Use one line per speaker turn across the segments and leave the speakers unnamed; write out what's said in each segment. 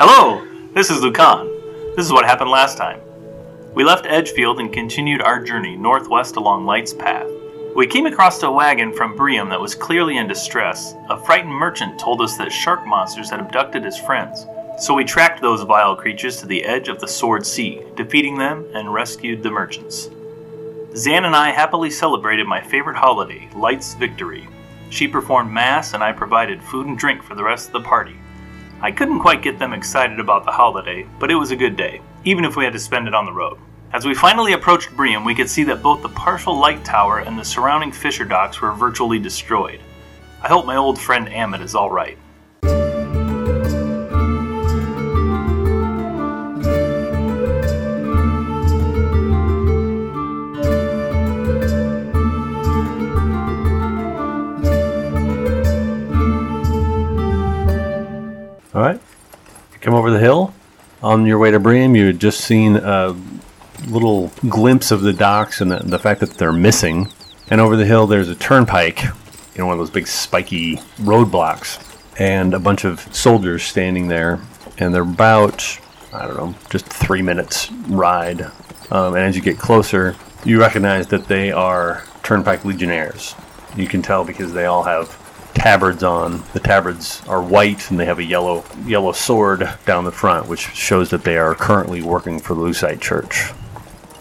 Hello, this is Lucan. This is what happened last time. We left Edgefield and continued our journey northwest along Light's Path. We came across a wagon from Brium that was clearly in distress. A frightened merchant told us that shark monsters had abducted his friends, so we tracked those vile creatures to the edge of the Sword Sea, defeating them and rescued the merchants. Zan and I happily celebrated my favorite holiday, Light's Victory. She performed Mass and I provided food and drink for the rest of the party. I couldn't quite get them excited about the holiday, but it was a good day, even if we had to spend it on the road. As we finally approached Brium, we could see that both the partial light tower and the surrounding fisher docks were virtually destroyed. I hope my old friend Amit is alright.
All right. You come over the hill. On your way to Bream, you had just seen uh, a little glimpse of the docks and the, the fact that they're missing. And over the hill, there's a turnpike, you know, one of those big spiky roadblocks, and a bunch of soldiers standing there. And they're about, I don't know, just three minutes ride. Um, and as you get closer, you recognize that they are turnpike legionnaires. You can tell because they all have tabards on. The tabards are white, and they have a yellow yellow sword down the front, which shows that they are currently working for the Lucite Church.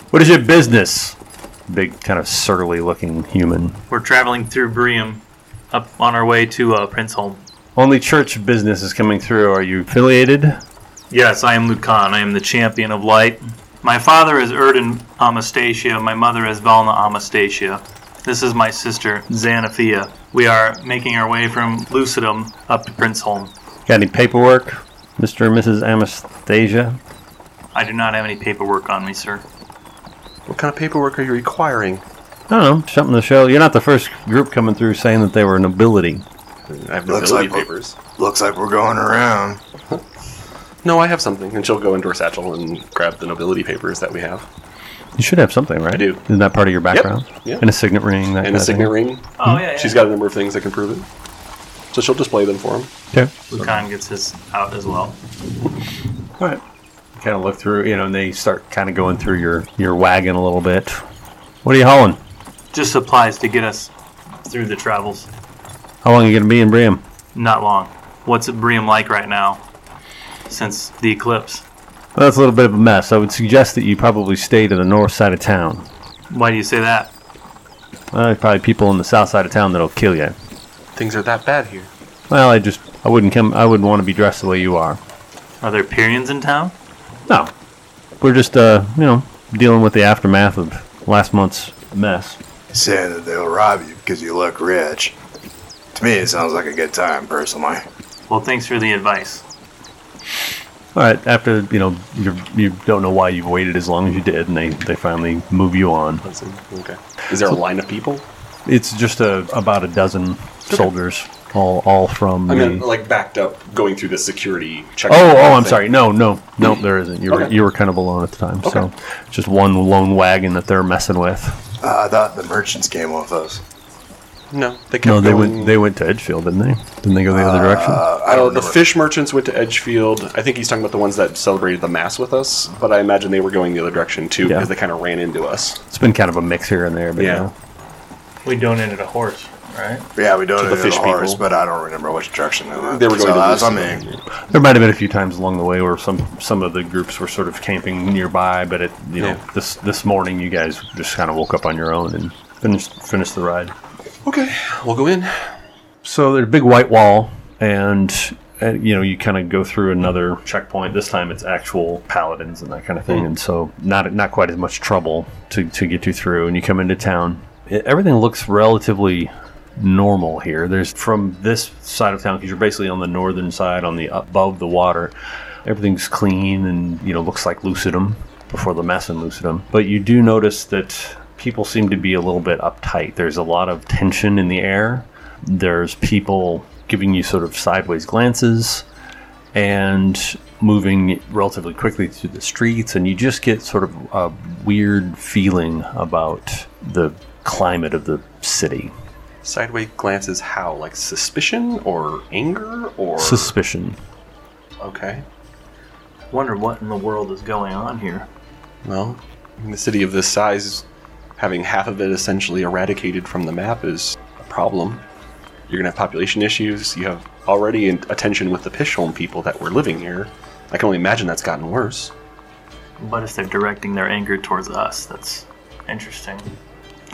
What is your business? Big, kind of surly-looking human.
We're traveling through Brium up on our way to uh, Prince Holm.
Only church business is coming through. Are you affiliated?
Yes, I am Lucan. I am the champion of light. My father is Erdan Amastasia. My mother is Valna Amastasia. This is my sister, Xanathia. We are making our way from Lucidum up to Prince Holm.
Got any paperwork, Mr. and Mrs. Anastasia?
I do not have any paperwork on me, sir.
What kind of paperwork are you requiring?
I don't know. Something to show. You're not the first group coming through saying that they were nobility.
I have
Looks
nobility
like-
papers.
Looks like we're going around.
No, I have something. And she'll go into her satchel and grab the nobility papers that we have.
You should have something, right?
I do.
Isn't that part of your background?
yeah.
And a signet ring. That
And a signet ring.
Oh, yeah. yeah.
She's got a number of things that can prove it. So she'll display them for him.
Okay.
Lucan gets his out as well.
All right. Kind of look through, you know, and they start kind of going through your your wagon a little bit. What are you hauling?
Just supplies to get us through the travels.
How long are you going to be in Bram?
Not long. What's Brium like right now since the eclipse?
Well, that's a little bit of a mess. I would suggest that you probably stay to the north side of town.
Why do you say that?
Uh, there's probably people on the south side of town that'll kill you.
Things are that bad here.
Well, I just I wouldn't come. I wouldn't want to be dressed the way you are.
Are there Pyrians in town?
No, we're just uh you know dealing with the aftermath of last month's mess.
Saying that they'll rob you because you look rich. To me, it sounds like a good time, personally.
Well, thanks for the advice.
All right, after you know you you don't know why you've waited as long as you did, and they they finally move you on.
Let's see. Okay. Is there a line of people?
It's just a, about a dozen soldiers, all all from
I mean,
the.
like backed up, going through the security check.
Mm. Oh, oh, I'm sorry. No, no, no, there isn't. You were
Okay.
you were kind of alone at the time, so
Okay.
just one lone wagon that they're messing with.
Uh, I thought the merchants came with us.
No, they kept
No, they
going.
went they went to Edgefield, didn't they? Didn't they go the other direction?
Uh, I
Or
don't
Oh, the
know.
fish merchants went to Edgefield. I think he's talking about the ones that celebrated the mass with us, but I imagine they were going the other direction too
Yeah.
because they kind of ran into us.
It's been kind of a mix here and there, but
Yeah.
yeah.
We donated a horse, right?
yeah, we don't
the
know the
fish
horse,
people.
but I don't remember which direction they went.
They were going
so
to
that's
Lucid.
what I mean.
There might have been a few times along the way where some some of the groups were sort of camping nearby, but it you know
Yeah.
this this morning you guys just kind of woke up on your own and finished finished the ride.
Okay, we'll go in.
So there's a big white wall, and uh, you know you kind of go through another checkpoint. This time it's actual paladins and that kind of thing, and so not not quite as much trouble to to get you through. And you come into town. It, everything looks relatively normal here. There's from this side of town because you're basically on the northern side, on the above the water. Everything's clean and you know looks like Lucidum before the mess in Lucidum. But you do notice that people seem to be a little bit uptight. There's a lot of tension in the air there's people giving you sort of sideways glances and moving relatively quickly through the streets and you just get sort of a weird feeling about the climate of the city
Sideway glances how? Like suspicion or anger or
suspicion
okay.
Wonder what in the world is going on here.
Well, in the city of this size, having half of it essentially eradicated from the map is a problem. You're gonna have population issues. You have already in- a tension with the Pishholm people that were living here. I can only imagine that's gotten worse.
What if they're directing their anger towards us? That's interesting.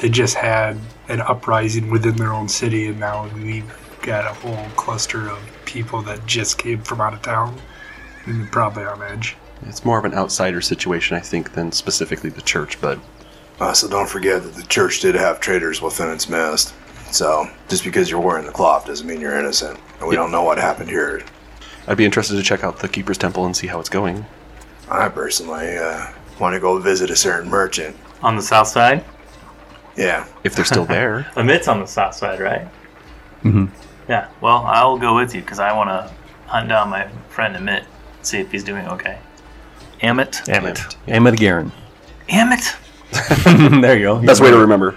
They just had an uprising within their own city, and now we've got a whole cluster of people that just came from out of town and they're probably on edge.
It's more of an outsider situation, I think, than specifically the church. But
Also, Uh, don't forget that the church did have traitors within its midst. So, just because you're wearing the cloth doesn't mean you're innocent. And we don't know what happened here.
I'd be interested to check out the Keeper's Temple and see how it's going.
I personally uh, want to go visit a certain merchant.
On the south side?
Yeah,
If they're still there,
Amit's on the south side, right?
Mhm.
Yeah, well, I'll go with you because I want to hunt down my friend Amit, see if he's doing okay. Amit?
Amit.
Amit.
Amit Garin.
Amit?
there you go.
that's the way to remember.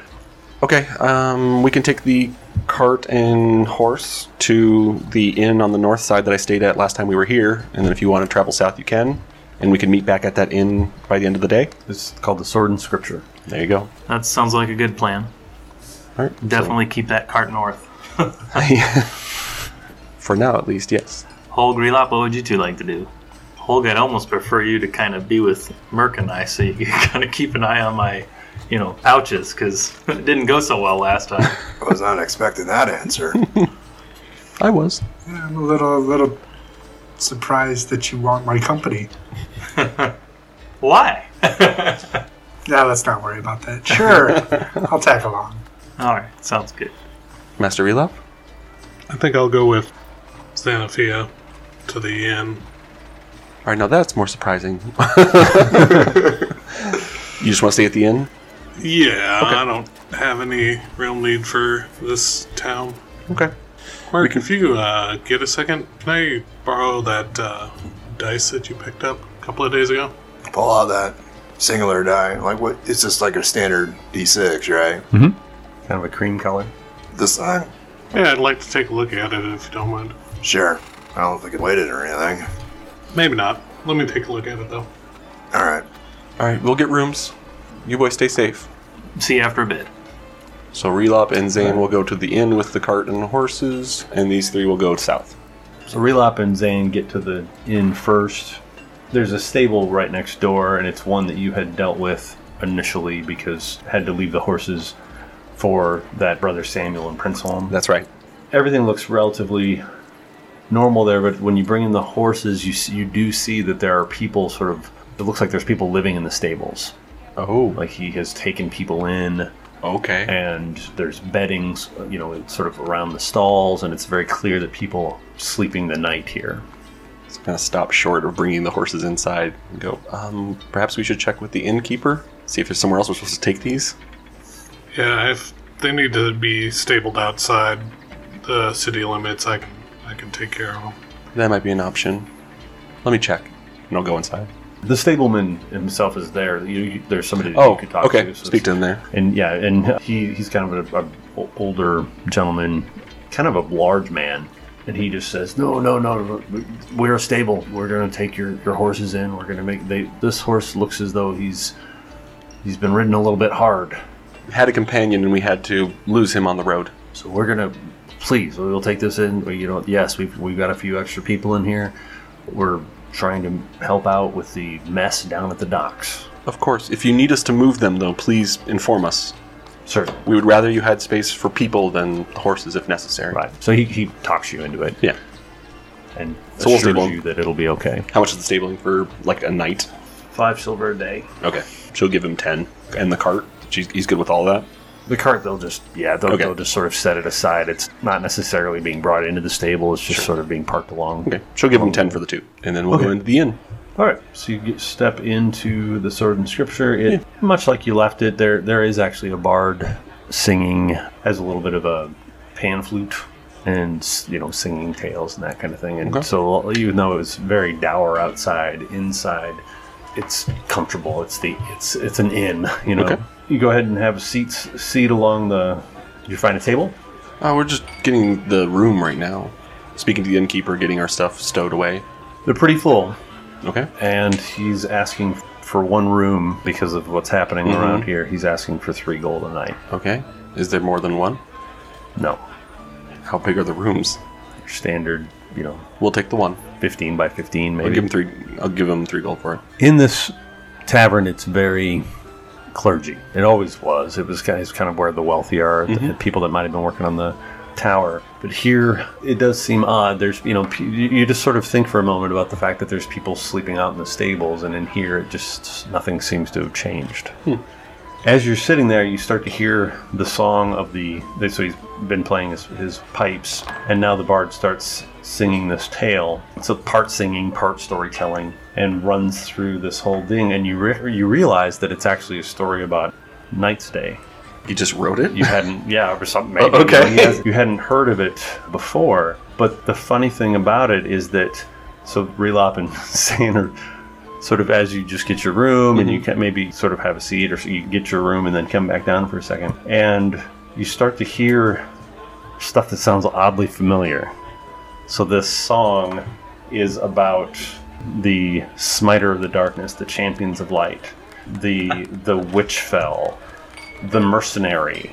Okay, um, we can take the cart and horse to the inn on the north side that I stayed at last time we were here, and then if you want to travel south, you can, and we can meet back at that inn by the end of the day.
It's called the Sword and Scripture.
There you go.
That sounds like a good plan.
All right. so-
Definitely keep that cart north.
For now, at least, yes.
Holg Relop, what would you two like to do? Holg, I'd almost prefer you to kind of be with Merc and I, so you can kind of keep an eye on my, you know, pouches, because it didn't go so well last time.
I was not expecting that answer.
I was.
Yeah, I'm a little, a little surprised that you want my company.
Why?
Yeah, let's not worry about that. Sure, I'll tag along.
All right, sounds good.
Master Relop?
I think I'll go with Xanafia to the inn.
All right, now that's more surprising. you just want to stay at the inn?
Yeah, I don't have any real need for this town.
Okay.
Mark, if you uh, get a second, can I borrow that uh, dice that you picked up a couple of days ago?
Pull out that singular die. Like what? It's just like a standard D6, right?
Kind of a cream color.
This time?
Yeah, I'd like to take a look at it if you don't mind.
Sure. I don't think it waited or anything.
Maybe not. Let me take a look at it though.
All right.
All right, we'll get rooms. You boys stay safe.
See you after a bit.
So Relop and Zane will go to the inn with the cart and horses, and these three will go south.
So Relop and Zane get to the inn first. There's a stable right next door, and it's one that you had dealt with initially because had to leave the horses for that brother Samuel and Prince Holm.
That's right.
everything looks relatively normal there, but when you bring in the horses, you s- you do see that there are people sort of. It looks like there's people living in the stables.
Oh,
Like he has taken people in,
okay.
and there's beddings, you know, it's sort of around the stalls, and it's very clear that people sleeping the night here.
It's gonna stop short of bringing the horses inside and go. Um, perhaps we should check with the innkeeper, see if there's somewhere else we're supposed to take these.
Yeah, if they need to be stabled outside the city limits, I can I can take care of them.
That might be an option. Let me check, and I'll go inside.
The stableman himself is there. You, you- there's somebody that
Oh,
you could talk
okay.
to. so
Speak
it's-
to him there.
and yeah, and he he's kind of an older gentleman, kind of a large man, and he just says, "No, no, no, we're a stable. We're gonna take your, your horses in. We're gonna make they this horse looks as though he's he's been ridden a little bit hard.
Had a companion, and we had to lose him on the road.
So we're gonna please we'll take this in. You know, yes, we've we've got a few extra people in here. We're trying to help out with the mess down at the docks.
Of course, if you need us to move them, though, please inform us.
Certainly,
We would rather you had space for people than horses, if necessary.
right? So he he talks you into it
Yeah.
and
So we'll
assures
stable him.
you that it'll be okay.
How much is the stabling for like a night?
Five silver a day.
Okay. She'll give him 10. And the cart. She's, he's good with all that.
The cart, they'll just yeah, they'll,
Okay.
they'll just sort of set it aside. It's not necessarily being brought into the stable. It's just sort of being parked along.
Okay. She'll give him 10 for the two. And then we'll go
Okay.
into the inn.
All right. So you get, step into the sword and scripture. It much like you left it. There there is actually a bard singing has a little bit of a pan flute and you know singing tales and that kind of thing. And
Okay.
so even though it was very dour outside, inside it's comfortable. It's the it's it's an inn. You know.
Okay.
You go ahead and have a seat seat along the. You find a table.
Oh, we're just getting the room right now. Speaking to the innkeeper, getting our stuff stowed away.
They're pretty full.
Okay.
and he's asking for one room because of what's happening around here. He's asking for three gold a night.
Okay. Is there more than one?
No,
How big are the rooms?
your standard, you know,
We'll take the one.
fifteen by fifteen,
I'll
maybe.
give him three. I'll give him three gold for it.
in this tavern, it's very clergy. It always was. It was kind of, it's kind of where the wealthy are, the- the people that might have been working on the tower. But here, it does seem odd. There's, you know, p- you you just sort of think for a moment about the fact that there's people sleeping out in the stables, and in here, it just nothing seems to have changed. As you're sitting there, you start to hear the song of the. So he's been playing his, his pipes, and now the bard starts singing this tale. It's a part singing, part storytelling, and runs through this whole thing. And you re- you realize that it's actually a story about Knight's Day.
You just wrote it.
You hadn't, yeah, or something. Maybe,
Oh, okay.
You, know, you hadn't- you hadn't heard of it before. But the funny thing about it is that, so Relop and San are sort of as you just get your room and
Mm-hmm.
you can maybe sort of have a seat or so you get your room and then come back down for a second and you start to hear stuff that sounds oddly familiar. So this song is about the smiter of the darkness, the champions of light, the the witch fell, the mercenary.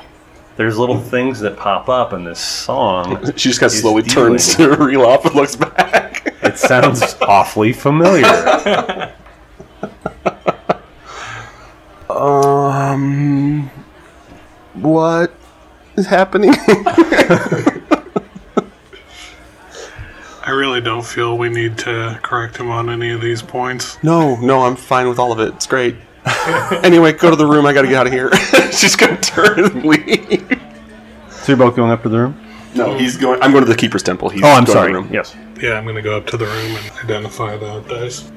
There's little things that pop up in this song.
she just kind of
He's
slowly turns to Relop and looks back.
It sounds awfully familiar.
Um, what is happening?
I really don't feel we need to correct him on any of these points.
no, no, I'm fine with all of it. It's great. anyway, go to the room. I gotta get out of here. She's gonna turn and leave.
So you're both going up to the room?
No, he's going. I'm going to the keeper's temple. He's
Oh, I'm
going to the
sorry.
room.
Yes.
Yeah, I'm gonna go up to the room and identify the dice.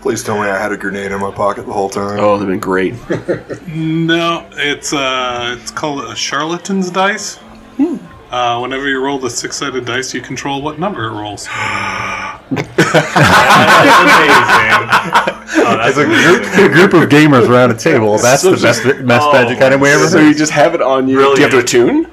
Please tell me I had a grenade in my pocket the whole time.
Oh, they've been great.
No, it's uh, it's called a charlatan's dice. Uh, whenever you roll the six-sided dice, you control what number it rolls.
That's amazing. Oh, that's
As a group, a group of gamers around a table, that's the best, best
Oh,
magic item we ever
so
heard.
you just have it on you. Do you have to attune?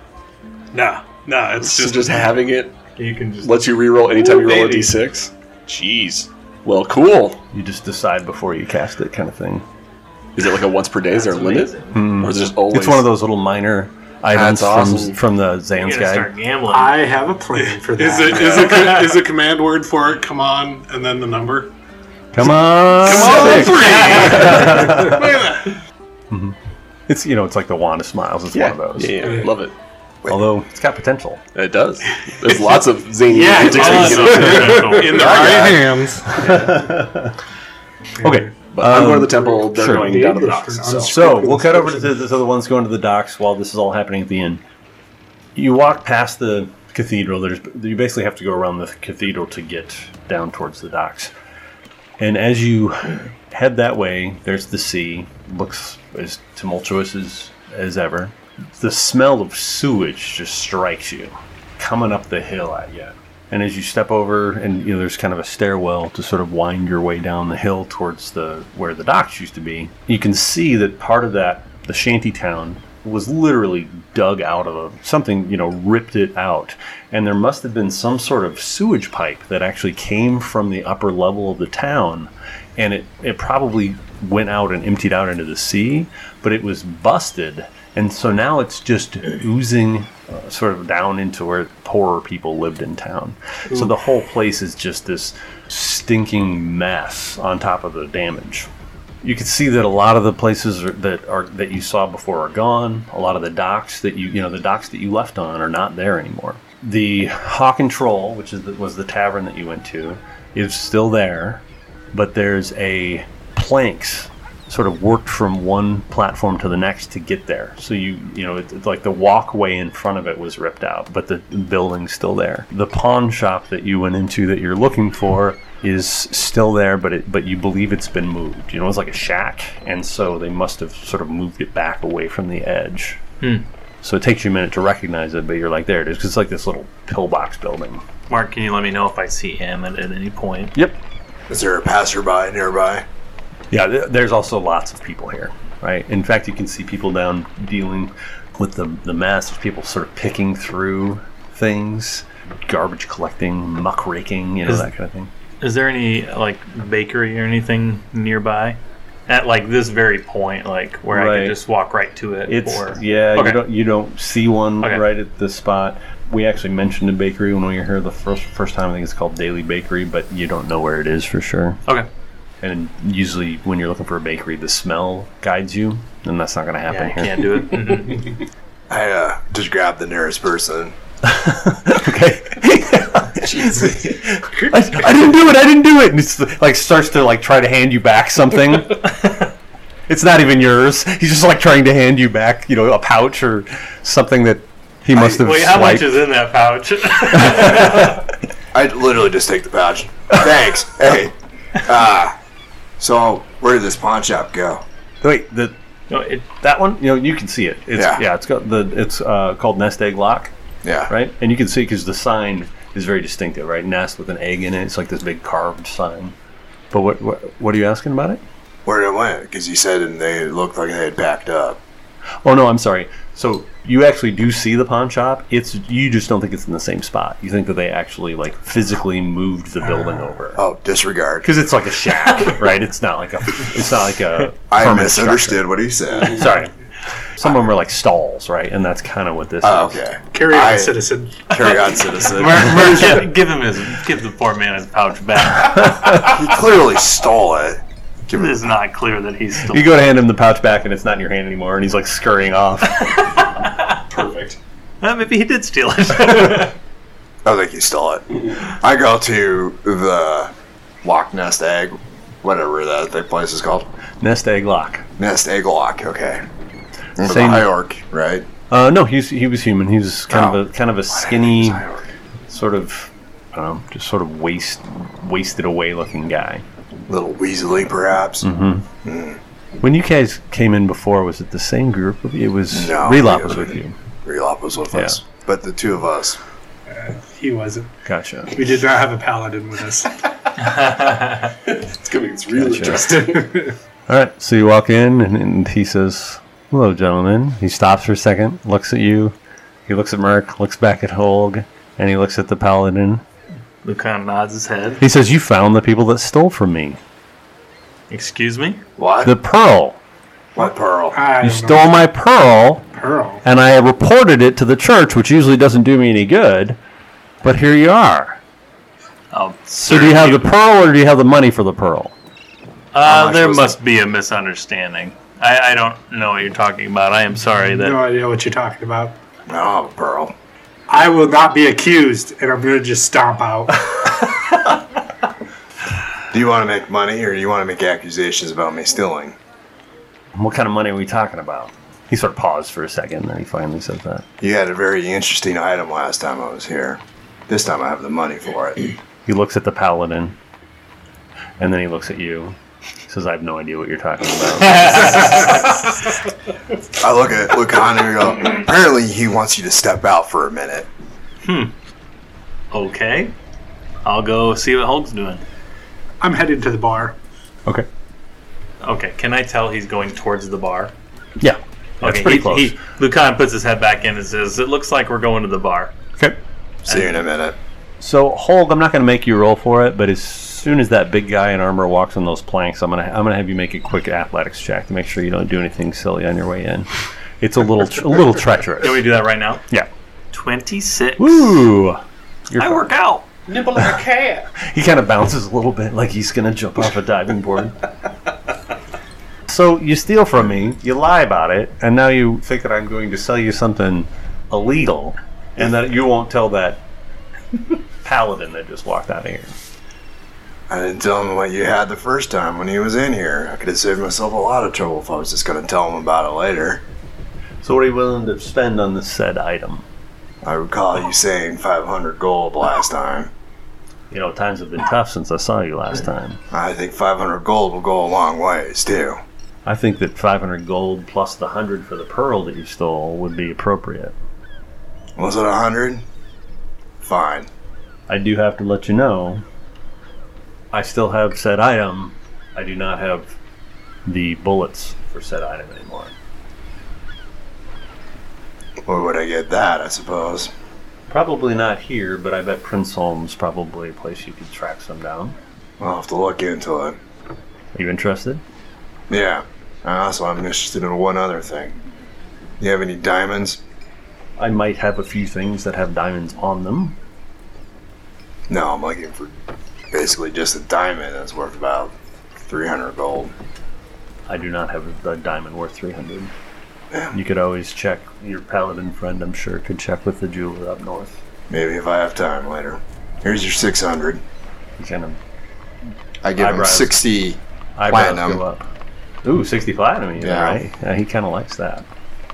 Nah, nah, it's
So
just
just having it
You can just
lets you reroll anytime you roll a
Maybe.
d6. Jeez. Well, cool.
You just decide before you cast it, kind of thing.
Is it like a once per day? Is there a limit?
amazing.
Hmm,
Or is it just always?
It's one of those little minor items
awesome.
from, from the
You
Zans
gotta
guide.
start gambling.
I have a plan for that.
Is it is it co- is a command word for it? Come on, and then the number.
Come on,
Three. Look at that.
It's you know, it's like the wand of smiles. It's
Yeah,
one of those.
yeah, yeah. Love it.
Although it's got potential.
It does. There's lots of zany
Yeah,
antics
it's
we can
awesome.
do.
In the right hands.
Okay,
But I'm going to the temple. They're
Um, sure.
going down to the docks.
Dangerous
So.
for
so we'll cut over to the, the other ones going to the docks while this is all happening at the inn. You walk past the cathedral. There's you basically have to go around the cathedral to get down towards the docks. And as you head that way, there's the sea. Looks as tumultuous as, as ever. The smell of sewage just strikes you, coming up the hill at you. And as you step over, and you know, there's kind of a stairwell to sort of wind your way down the hill towards the where the docks used to be. You can see that part of that, the shanty town, was literally dug out of a, something. You know, ripped it out, and there must have been some sort of sewage pipe that actually came from the upper level of the town and it, it probably went out and emptied out into the sea, but it was busted. And so now it's just oozing uh, sort of down into where poorer people lived in town. So the whole place is just this stinking mess on top of the damage. You can see that a lot of the places are, that are that you saw before are gone. A lot of the docks that you you know the docks that you left on are not there anymore. The Hawk and Troll, which is the, was the tavern that you went to, is still there but there's a planks sort of worked from one platform to the next to get there. So you you know it's, it's like the walkway in front of it was ripped out, but the building's still there. The pawn shop that you went into that you're looking for is still there, but it but you believe it's been moved. You know, it's like a shack, and so they must have sort of moved it back away from the edge. So it takes you a minute to recognize it, but you're like, there it is, 'cause it's like this little pillbox building.
Mark, can you let me know if I see him at, at any point?
Yep.
Is there a passerby nearby?
Yeah, th- there's also lots of people here, right? In fact, you can see people down dealing with the, the mess, people sort of picking through things, garbage collecting, muck raking, you know, that kind of thing.
Is there any like bakery or anything nearby? At like this very point, like where I
Right.
could just walk right to it.
It's
or,
yeah.
Okay.
You don't you don't see one
Okay.
right at this spot. We actually mentioned a bakery when we were here the first first time. I think it's called Daily Bakery, but you don't know where it is for sure.
Okay.
And usually, when you're looking for a bakery, the smell guides you, and that's not going to
Yeah,
happen
I
here.
can't do it. Mhm.
I uh, just grab the nearest person.
okay. I, I didn't do it. I didn't do it. And it's like starts to like try to hand you back something. it's not even yours. He's just like trying to hand you back, you know, a pouch or something that he must have.
Wait, how much
swiped.
is in that pouch?
I literally just take the pouch. Thanks. hey. Uh, so where did this pawn shop go?
Wait, the
no, it,
that one? You know, you can see it. It's, yeah.
Yeah.
It's got the. It's uh, called Nest Egg Lock,
Yeah.
right? And you can see because the sign is very distinctive, right? Nest with an egg in it. It's like this big carved sign. But what what, what are you asking about it?
Where it went? Because you said and they looked like they had packed up.
Oh no, I'm sorry. So you actually do see the pawn shop. It's you just don't think it's in the same spot. You think that they actually like physically moved the building over
Oh, disregard.
because it's like a shack, right? It's not like a. It's not like a.
I
permanent
misunderstood what he
structure.
said.
Sorry. Some of them are like stalls, right? And that's kind of what this
Oh,
is.
okay.
Carry on,
I-
citizen.
Carry on, citizen.
Mer- Mer- give, give him his, give the poor man his pouch back.
He clearly stole it. Give
It
it
is not clear that he's still.
You go to hand him the pouch back, and it's not in your hand anymore, and he's like scurrying off.
Perfect.
Uh, maybe he did steal it.
I think he stole it. I go to the Loch Nest Egg, whatever that, that place is called.
Nest egg lock.
Nest Egg Lock, okay. For the
Same-
high orc, right?
Uh, no, he's, he was human. He was kind
Oh.
of a kind of a
He's
skinny,
high orc.
sort of, I don't know, just sort of waste wasted away looking guy.
Little weaselly, perhaps.
When you guys came in before, was it the same group? It was
No,
Relop
it
was
was-
with you.
Relop was with
Yeah.
us. But the two of us,
He wasn't.
Gotcha.
We did not have a paladin with us.
It's gonna be real
Gotcha.
interesting.
All right. So you walk in, and, and he says, "Hello, gentlemen." He stops for a second, looks at you. He looks at Merc, looks back at Holg, and he looks at the Paladin.
Lucan nods his head.
He says, "You found the people that stole from me
Excuse me.
what?
the pearl.
what pearl?
I
You
don't know.
stole my pearl,
Pearl.
and I reported it to the church, which usually doesn't do me any good. But here you are.
Oh,
So do you have the pearl, or do you have the money for the pearl?"
Uh,
much
there
was
must be a misunderstanding. I, I don't know what you're talking about. I am sorry that.
No idea what you're talking about.
No, pearl.
I will not be accused, and I'm gonna just stomp out.
Do you want to make money or do you want to make accusations about me stealing?
What kind of money are we talking about? He sort of paused for a second, and then he finally says that.
You had a very interesting item last time I was here. This time I have the money for it.
He looks at the paladin, and then he looks at you. He says, "I have no idea what you're talking about."
I look at Lucan and go, apparently he wants you to step out for a minute.
Okay. I'll go see what Hulk's doing.
I'm headed to the bar.
okay.
Okay. Can I tell he's going towards the bar?
Yeah, that's
okay,
pretty
he,
close.
He, Lucan puts his head back in and says, "It looks like we're going to the bar."
okay.
See you in a minute.
So, Hulk, I'm not going to make you roll for it, but as soon as that big guy in armor walks on those planks, I'm going to I'm going to have you make a quick athletics check to make sure you don't do anything silly on your way in. It's a little tr- a little treacherous.
Can we do that right now?
Yeah.
Twenty-six.
Ooh. You're
I
fine.
work out.
Nibble like a cat.
He kind of bounces a little bit like he's going to jump off a diving board. so you steal from me, you lie about it, and now you think that I'm going to sell you something illegal and that you won't tell that paladin that just walked out of here.
I didn't tell him what you had the first time when he was in here. I could have saved myself a lot of trouble if I was just going to tell him about it later.
So what are you willing to spend on this said item?
I recall you saying 500 gold last time.
You know, times have been tough since I saw you last time.
I think 500 gold will go a long ways, too.
I think that 500 gold plus the 100 for the pearl that you stole would be appropriate.
Was it 100? Fine.
I do have to let you know I still have said item. I do not have the bullets for said item anymore.
Where would I get that, I suppose?
Probably not here, but I bet Prince Holmes probably a place you could track some down.
I'll have to look into it.
Are you interested?
Yeah. And also, I'm interested in one other thing. You have any diamonds?
I might have a few things that have diamonds on them.
No, I'm looking for basically just a diamond that's worth about 300 gold.
I do not have a diamond worth 300.
Yeah.
You could always check your paladin friend, I'm sure, could check with the jeweler up north.
Maybe if I have time later. Here's your 600.
You kind of
I give him
Eyebrows.
60.
eyebrows
Platinum.
go up. Ooh, 60 platinum, even,
Yeah.
right? Yeah, he kind of likes that.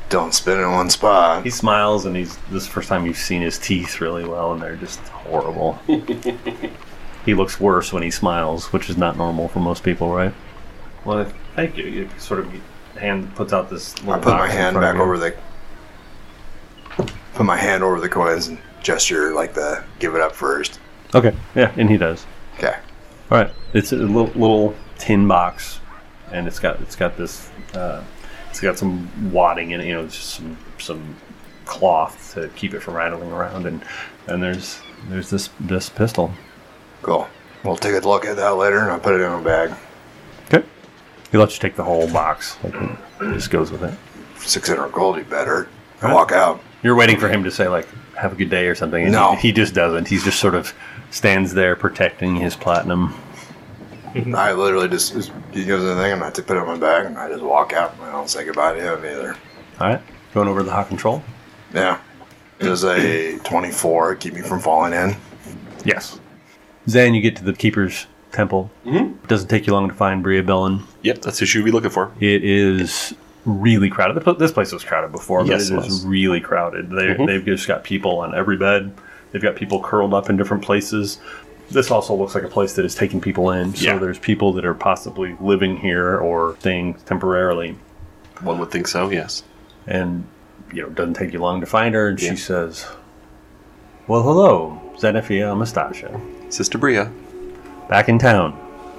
Don't spend it in one spot.
He smiles, and he's this is the first time you've seen his teeth really well, and they're just horrible. he looks worse when he smiles, which is not normal for most people, right? Well, thank you. You sort of hand puts out this. Little
I put my hand back over the. Put my hand over the coins and gesture like the give it up first.
Okay, yeah, and he does.
Okay.
All right, it's a little, little tin box, and it's got it's got this uh, it's got some wadding in it, you know, just some some cloth to keep it from rattling around, and and there's there's this this pistol.
Cool. We'll take a look at that later and I'll put it in a bag.
Okay, he lets you take the whole box. Like it just goes with it.
600 gold, you better. I walk out.
You're waiting for him to say like "Have a good day" or something. And
No.
he, he just doesn't. He's just sort of stands there protecting his platinum.
I literally just, just he gives me the thing and I put it in my bag and I just walk out and I don't say goodbye to him either.
All right, going over to the hot control.
Yeah. It was a 24, keep me from falling in.
Yes. Zan, you get to the Keeper's Temple. Mm-hmm. It doesn't take you long to find Bria Bellin.
Yep, that's who she'll be looking for.
It is really crowded. The pl- This place was crowded before,
Yes,
but
it
it is
was. Mm-hmm.
really crowded. They, They've just got people on every bed. They've got people curled up in different places. This also looks like a place that is taking people in. So
Yeah.
there's people that are possibly living here or staying temporarily.
One would think so, yes.
And, you know, it doesn't take you long to find her. And
Yeah.
she says, Well, hello, Zenefia Amastasia.
Sister Bria,
Back in town.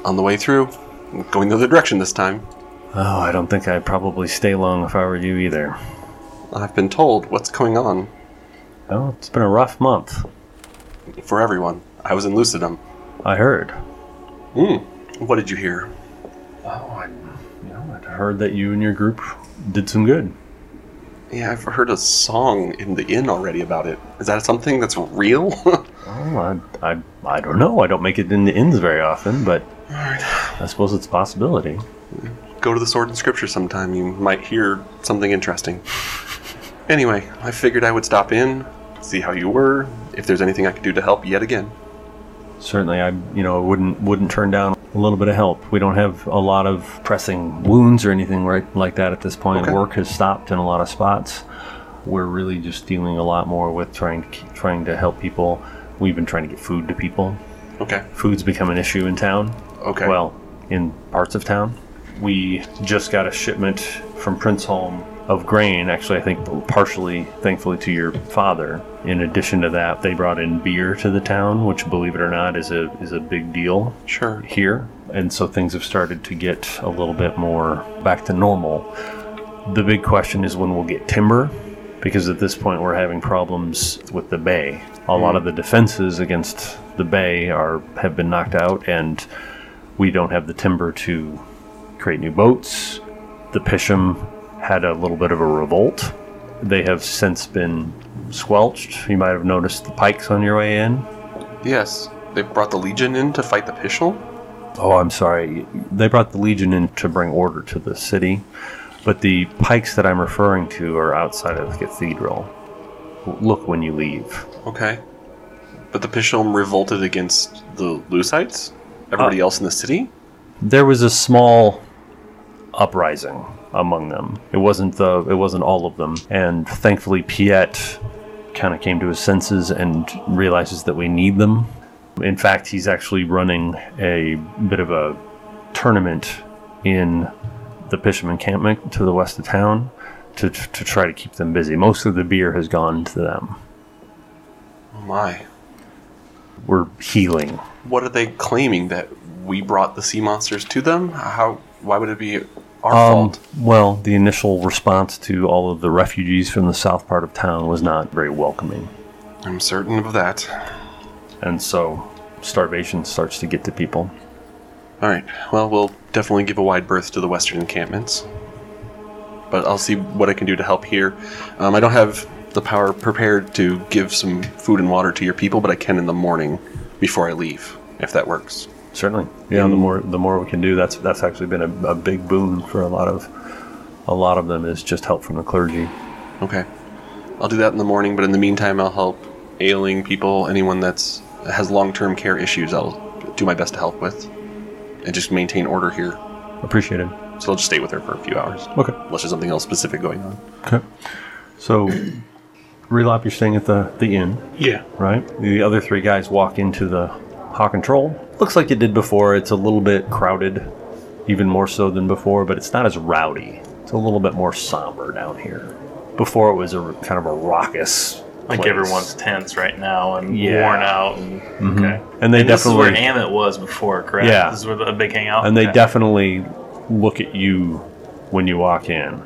on the way through, going the other direction this time.
Oh, I don't think I'd probably stay long if I were you either.
I've been told what's going on
Well, it's been a rough month.
for everyone. I was in Lucidum. Hmm,
I heard.
What did you hear?
Oh, I, you know, I heard that you and your group did some good.
Yeah, I've heard a song in the inn already about it. Is that something that's real?
Oh, I, I, I don't know. I don't make it in the inns very often, but I suppose it's a possibility.
Go to the Sword and Scripture sometime. You might hear something interesting. Anyway, I figured I would stop in, see how you were, if there's anything I could do to help yet again.
Certainly, I, you know, wouldn't wouldn't turn down a little bit of help. We don't have a lot of pressing wounds or anything right like that at this point.
Okay.
Work has stopped in a lot of spots. We're really just dealing a lot more with trying to keep, trying to help people. We've been trying to get food to people.
Okay.
food's become an issue in town.
Okay.
Well, in parts of town. We just got a shipment from Prince Holm of grain, actually, I think partially, thankfully, to your father. In addition to that, they brought in beer to the town, which, believe it or not, is a, is a big deal
Sure.
here, and so things have started to get a little bit more back to normal. The big question is when we'll get timber, because at this point we're having problems with the bay. A lot of the defenses against the bay are have been knocked out, and we don't have the timber to create new boats. The Pisham had a little bit of a revolt. They have since been squelched. You might have noticed the pikes on your way in.
Yes. They brought the Legion in to fight the Pishal?
Oh, I'm sorry. They brought the Legion in to bring order to the city, but the pikes that I'm referring to are outside of the cathedral. Look when you leave.
Okay. But the Pishal revolted against the Lucites? Everybody else in the city?
There was a small uprising among them. It wasn't the it wasn't all of them, and thankfully Piet kind of came to his senses and realizes that we need them. In fact, he's actually running a bit of a tournament in the Pisham encampment to the west of town to, to try to keep them busy. Most of the beer has gone to them.
Oh my.
We're healing.
What are they claiming? That we brought the sea monsters to them? How? Why would it be our
Um,
fault?
well, the initial response to all of the refugees from the south part of town was not very welcoming.
I'm certain of that.
and so starvation starts to get to people.
All right. Well, we'll definitely give a wide berth to the western encampments. But I'll see what I can do to help here. Um, I don't have the power prepared to give some food and water to your people, but I can in the morning before I leave, if that works.
Certainly, yeah. The more the more we can do, that's that's actually been a, a big boon for a lot of a lot of them is just help from the clergy.
Okay. I'll do that in the morning, but in the meantime, I'll help ailing people, anyone that's has long-term care issues. I'll do my best to help with, and just maintain order here.
Appreciated.
So I'll just stay with her for a few hours,
Okay.
unless there's something else specific going on.
Okay. So, Relop, you're staying at the the inn.
Yeah.
right? The other three guys walk into the hawk control. Looks like it did before. It's a little bit crowded, even more so than before, but it's not as rowdy. It's a little bit more somber down here. Before it was a r- kind of a raucous.
Like
place.
everyone's tense right now and
Yeah.
worn out. And, Okay.
And they
this is where
definitely-
Amit was before, correct?
Yeah.
This is where the big hangout.
and they
Okay.
definitely look at you when you walk in.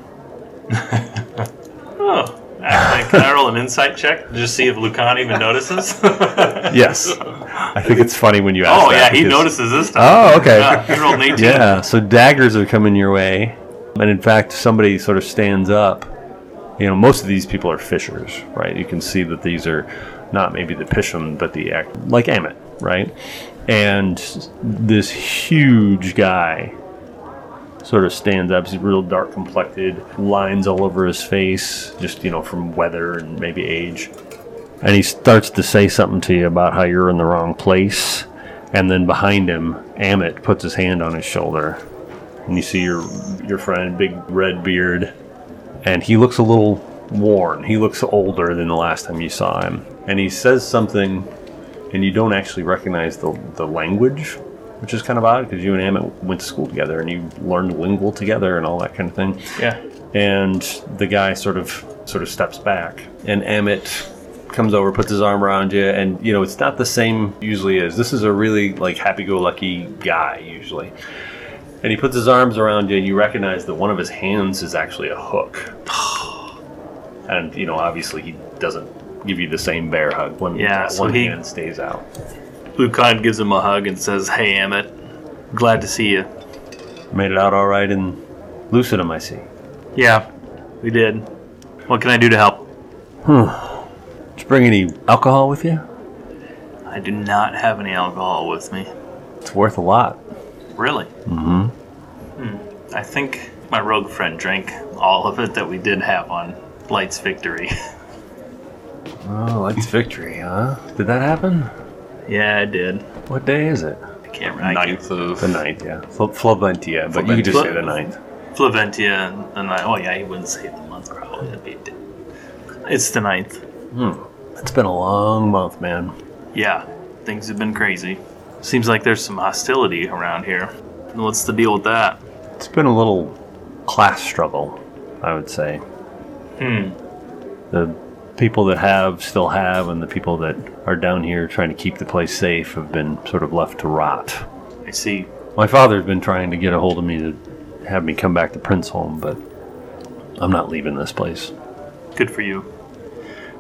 Oh. Actually, can I roll an insight check to just see if Lucan even notices? oh
Yes, I think it's funny when you ask.
yeah,
that
he
because-
notices this time.
Oh, okay.
Yeah, he rolled an 18.
Yeah, so daggers are coming your way. And in fact, somebody sort of stands up. You know, most of these people are fishers, right? You can see that these are not maybe the Pisham, but the act like Amit, right? And this huge guy sort of stands up. He's real dark complected, lines all over his face, just, you know, from weather and maybe age. And he starts to say something to you about how you're in the wrong place. And then behind him, Amit puts his hand on his shoulder. And you see your your friend, big red beard. And he looks a little worn. He looks older than the last time you saw him. And he says something, and you don't actually recognize the, the language, which is kind of odd because you and Amit went to school together and you learned lingual together and all that kind of thing
Yeah.
and the guy sort of sort of steps back and Emmett comes over puts his arm around you and you know it's not the same usually as this is a really like happy-go-lucky guy usually and he puts his arms around you and you recognize that one of his hands is actually a hook and you know obviously he doesn't give you the same bear hug when
Yeah,
that
so
one
he-
hand stays out
Lucan gives him a hug and says, Hey, Amit, glad to see you.
made it out all right and lucid him i see
Yeah, we did. What can I do to help?
did you bring any alcohol with you
I do not have any alcohol with me.
it's worth a lot
Really? Mm-hmm. I think my rogue friend drank all of it that we did have on Light's Victory.
oh that's victory huh did that happen
yeah, I did.
What day is it?
I can't remember.
Ninth of
The ninth, yeah. Fl- Flaventia, but you could just say the ninth.
Flaventia and the ninth. Oh, yeah, he wouldn't say the month, probably. That'd be a di- It's the ninth.
It's been a long month, man.
Yeah, things have been crazy. Seems like there's some hostility around here. What's the deal with that?
It's been a little class struggle, I would say. Hmm. The people that have still have, and the people that are down here trying to keep the place safe have been sort of left to rot.
I see.
My father's been trying to get a hold of me to have me come back to Prince Home, but I'm not leaving this place.
Good for you.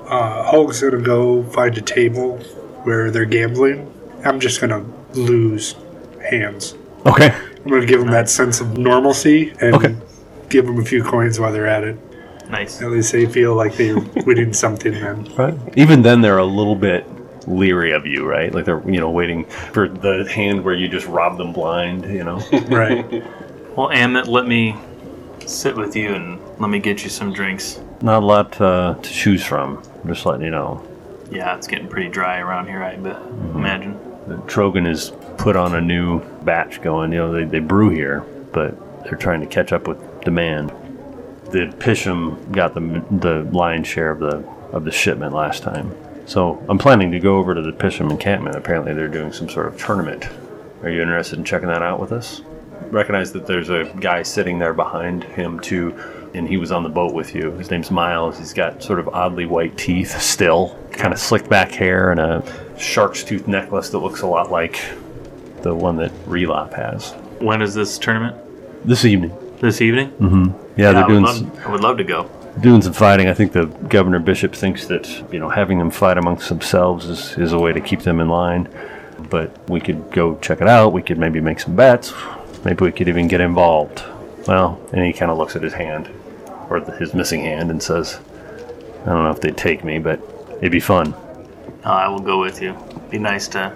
Uh, Hulk's gonna go find a table where they're gambling. I'm just gonna lose hands.
Okay.
I'm gonna give them that sense of normalcy and
Okay.
give them a few coins while they're at it.
Nice.
At least they feel like they're winning something then.
Right. Even then, they're a little bit leery of you, right? Like they're you know waiting for the hand where you just rob them blind, you know.
Right.
Well, Amit, let me sit with you and let me get you some drinks.
Not a lot uh, to choose from. I'm just letting you know.
Yeah, it's getting pretty dry around here, I bet. Imagine.
The Trogan has put on a new batch going. You know they, they brew here, but they're trying to catch up with demand. The Pisham got the the lion's share of the of the shipment last time. So I'm planning to go over to the Pisham encampment. Apparently they're doing some sort of tournament. Are you interested in checking that out with us? recognize that there's a guy sitting there behind him too and he was on the boat with you his name's miles he's got sort of oddly white teeth still kind of slicked back hair and a shark's tooth necklace that looks a lot like the one that relop has
When is this tournament?
this evening
This evening?
yeah,
Yeah,
they're
I, would
doing s-
love, I would love to go.
doing some fighting i think the governor bishop thinks that you know having them fight amongst themselves is, is a way to keep them in line But we could go check it out. We could maybe make some bets. Maybe we could even get involved. Well, and he kind of looks at his hand, or the, his missing hand, and says, I don't know if they'd take me, but it'd be fun.
Uh, I will go with you. Be nice to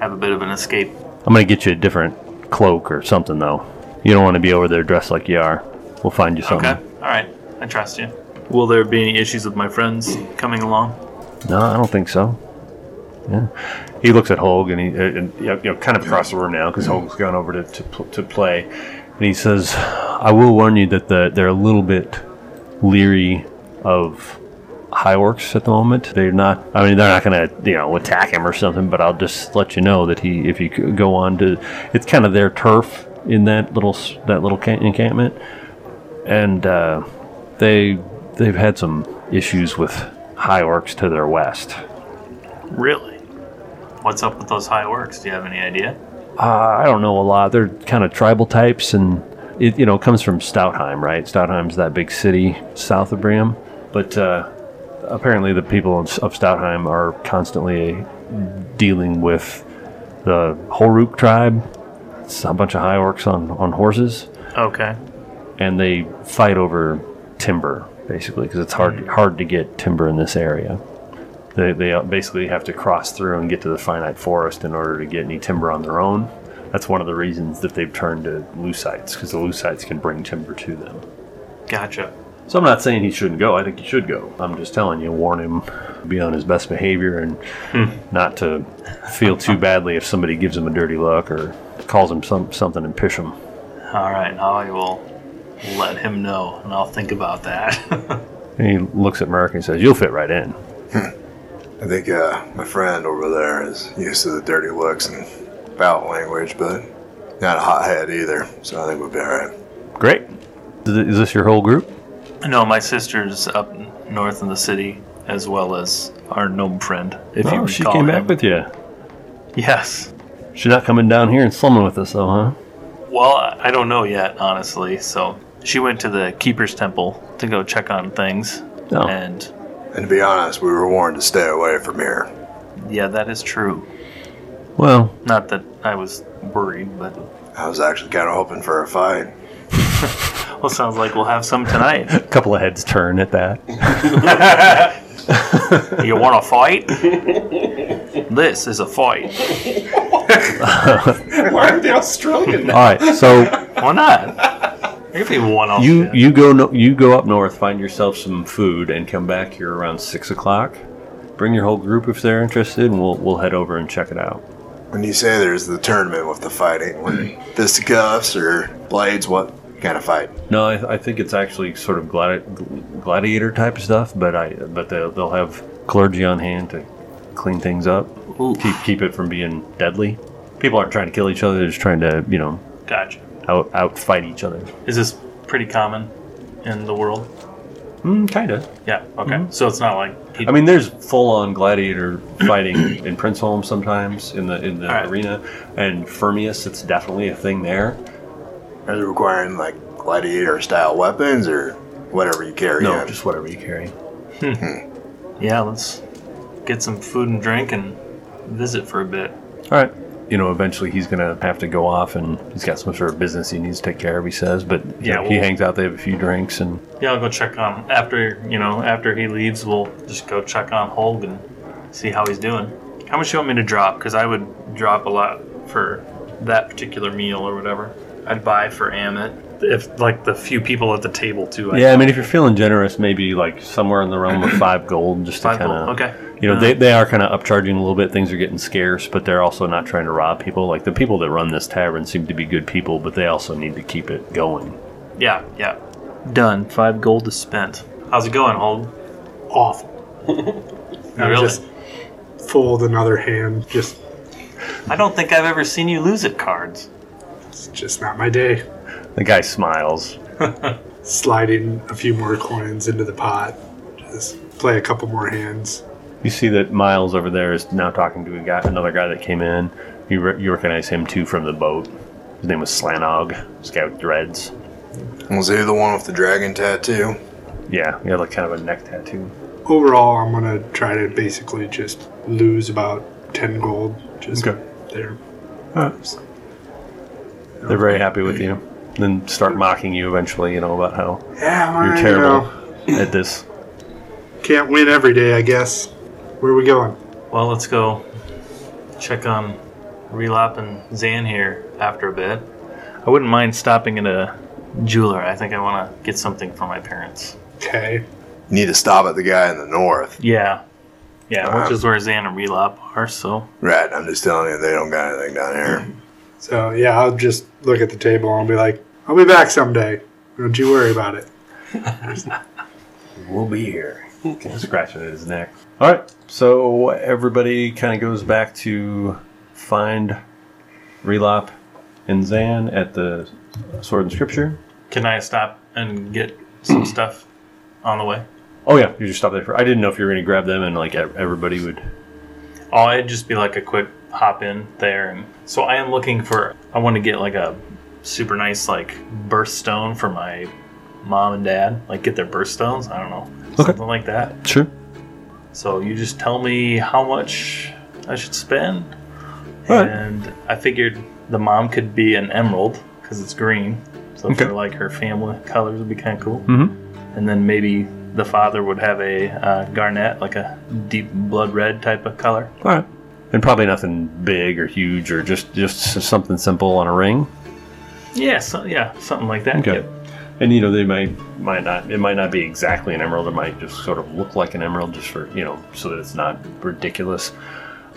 have a bit of an escape.
I'm going to get you a different cloak or something, though. You don't want to be over there dressed like you are. We'll find you something.
Okay. All right. I trust you. Will there be any issues with my friends coming along?
No, I don't think so. Yeah. He looks at Hulk and he, uh, and, you know, you know, kind of across the room now because Hulk's gone over to, to, pl- to play. And he says, I will warn you that the, they're a little bit leery of high works at the moment. They're not, I mean, they're not going to, you know, attack him or something, but I'll just let you know that he, if you could go on to, it's kind of their turf in that little, s- that little ca- encampment. And, uh, they, they've had some issues with high orcs to their west.
Really? What's up with those high works? Do you have any idea?
Uh, I don't know a lot. They're kind of tribal types, and it you know comes from Stoutheim, right? Stoutheim's that big city south of Briam, but uh, apparently the people of of Stoutheim are constantly dealing with the Horuk tribe. It's a bunch of high orcs on on horses,
Okay.
and they fight over timber basically because it's hard hard to get timber in this area. They, they uh, basically have to cross through and get to the finite forest in order to get any timber on their own. That's one of the reasons that they've turned to leucites because the leucites can bring timber to them.
Gotcha.
So I'm not saying he shouldn't go. I think he should go. I'm just telling you, warn him, be on his best behavior, and not to feel too badly if somebody gives him a dirty look or calls him some something and pish him.
All right. Now I will let him know, and I'll think about that.
And he looks at Merrick and says, "You'll fit right in."
I think uh, my friend over there is used to the dirty looks and foul language, but not a hothead either, so I think we'll be all right.
Great. Is th- is this your whole group?
no, my sister's up n- north in the city, as well as our gnome friend. If
Oh,
you recall him.
you.
Yes.
She's not coming down here and slumming with us, though, huh?
Well, I I don't know yet, honestly. So she went to the keeper's temple to go check on things,
No.
and
And to be honest, we were warned to stay away from here.
yeah, that is true.
Well,
Not that I was worried, but
I was actually kind of hoping for a fight.
well, sounds like we'll have some tonight.
a couple of heads turn at that.
you want to fight? this is a fight.
Why are they Australian?
All right, so
Why not? You're gonna be one off.
you you go no, you go up north, find yourself some food, and come back here around six o'clock. Bring your whole group if they're interested, and we'll we'll head over and check it out.
When you say there's the tournament with the fighting, with fisticuffs or blades, what kind of fight?
No, I, I think it's actually sort of gladi- gladiator type stuff, but I but they'll, they'll have clergy on hand to clean things up,
Ooh.
keep keep it from being deadly. People aren't trying to kill each other; they're just trying to you know
Gotcha.
out out fight each other.
Is this pretty common in the world?
Mm, kinda.
Yeah. Okay. So it's not like he,
Mm-hmm. I mean, there's full-on gladiator fighting in Prince Holm sometimes in the in the
Alright.
arena, and Fermius, it's definitely a thing there.
Are they requiring like gladiator style weapons or whatever you carry
No,
in?
just whatever you carry.
yeah. Let's get some food and drink and visit for a bit.
All right. You know, eventually he's gonna have to go off, and he's got some sort of business he needs to take care of. He says, but
Yeah,
he
well-
hangs out. They have a few drinks, and
Yeah, I'll go check on after you know after he leaves. We'll just go check on Holg and see how he's doing. How much you want me to drop? Because I would drop a lot for that particular meal or whatever. I'd buy for Amit if like the few people at the table too. I'd
yeah, I
buy.
mean, if you're feeling generous, maybe like somewhere in the realm of five gold, just to
Five
kind
gold,
of
okay.
You know,
Uh,
they, they are kind of upcharging a little bit. Things are getting scarce, but they're also not trying to rob people. Like the people that run this tavern seem to be good people, but they also need to keep it going.
yeah, yeah. Done. Five gold is spent. How's it going, Holg?
Awful.
Not
I just fold another hand. Just,
I don't think I've ever seen you lose at cards.
it's just not my day.
The guy smiles.
Sliding a few more coins into the pot. Just play a couple more hands.
You see that Miles over there is now talking to a guy, another guy that came in. You, re- you recognize him too from the boat. His name was Slanog. This guy with dreads.
Was he the one with the dragon tattoo?
Yeah, he had like kind of a neck tattoo.
Overall, I'm going to try to basically just lose about 10 gold. Just They're
They're very happy with you. Then start mocking you eventually, you know, about how
yeah, well,
you're
you
terrible
know,
at this.
can't win every day, I guess. Where are we going?
Well, let's go check on Relap and Zan here after a bit. I wouldn't mind stopping at a jeweler. I think I want to get something for my parents.
Okay.
You need to stop at the guy in the north.
Yeah. Yeah,
Ah.
which is where Zan and Relap are, so.
Right, I'm just telling you, they don't got anything down here.
So yeah, I'll just look at the table and be like, "I'll be back someday. Don't you worry about it."
We'll be here. Scratching at his neck. All right. So everybody kind of goes back to find Relop and Zan at the Sword and Scripture.
Can I stop and get some stuff on the way?
Oh yeah, you just stop there for. I didn't know if you were going to grab them and like e- everybody would.
Oh, it'd just be like a quick hop in there. And so I am looking for. I want to get like a super nice like birthstone for my mom and dad. Like get their birthstones. I don't know
Okay.
something like that.
Sure.
So you just tell me how much I should spend.
All right.
And I figured the mom could be an emerald because it's green. So
Okay.
for like her family colors would be kind of cool.
Mm-hmm.
And then maybe the father would have a uh, garnet, like a deep blood red type of color.
All right. And probably nothing big or huge or just just something simple on a ring.
Yeah, so, yeah, something like that.
Okay.
Yep.
And you know they might might not it might not be exactly an emerald. It might just sort of look like an emerald, just for you know, so that it's not ridiculous.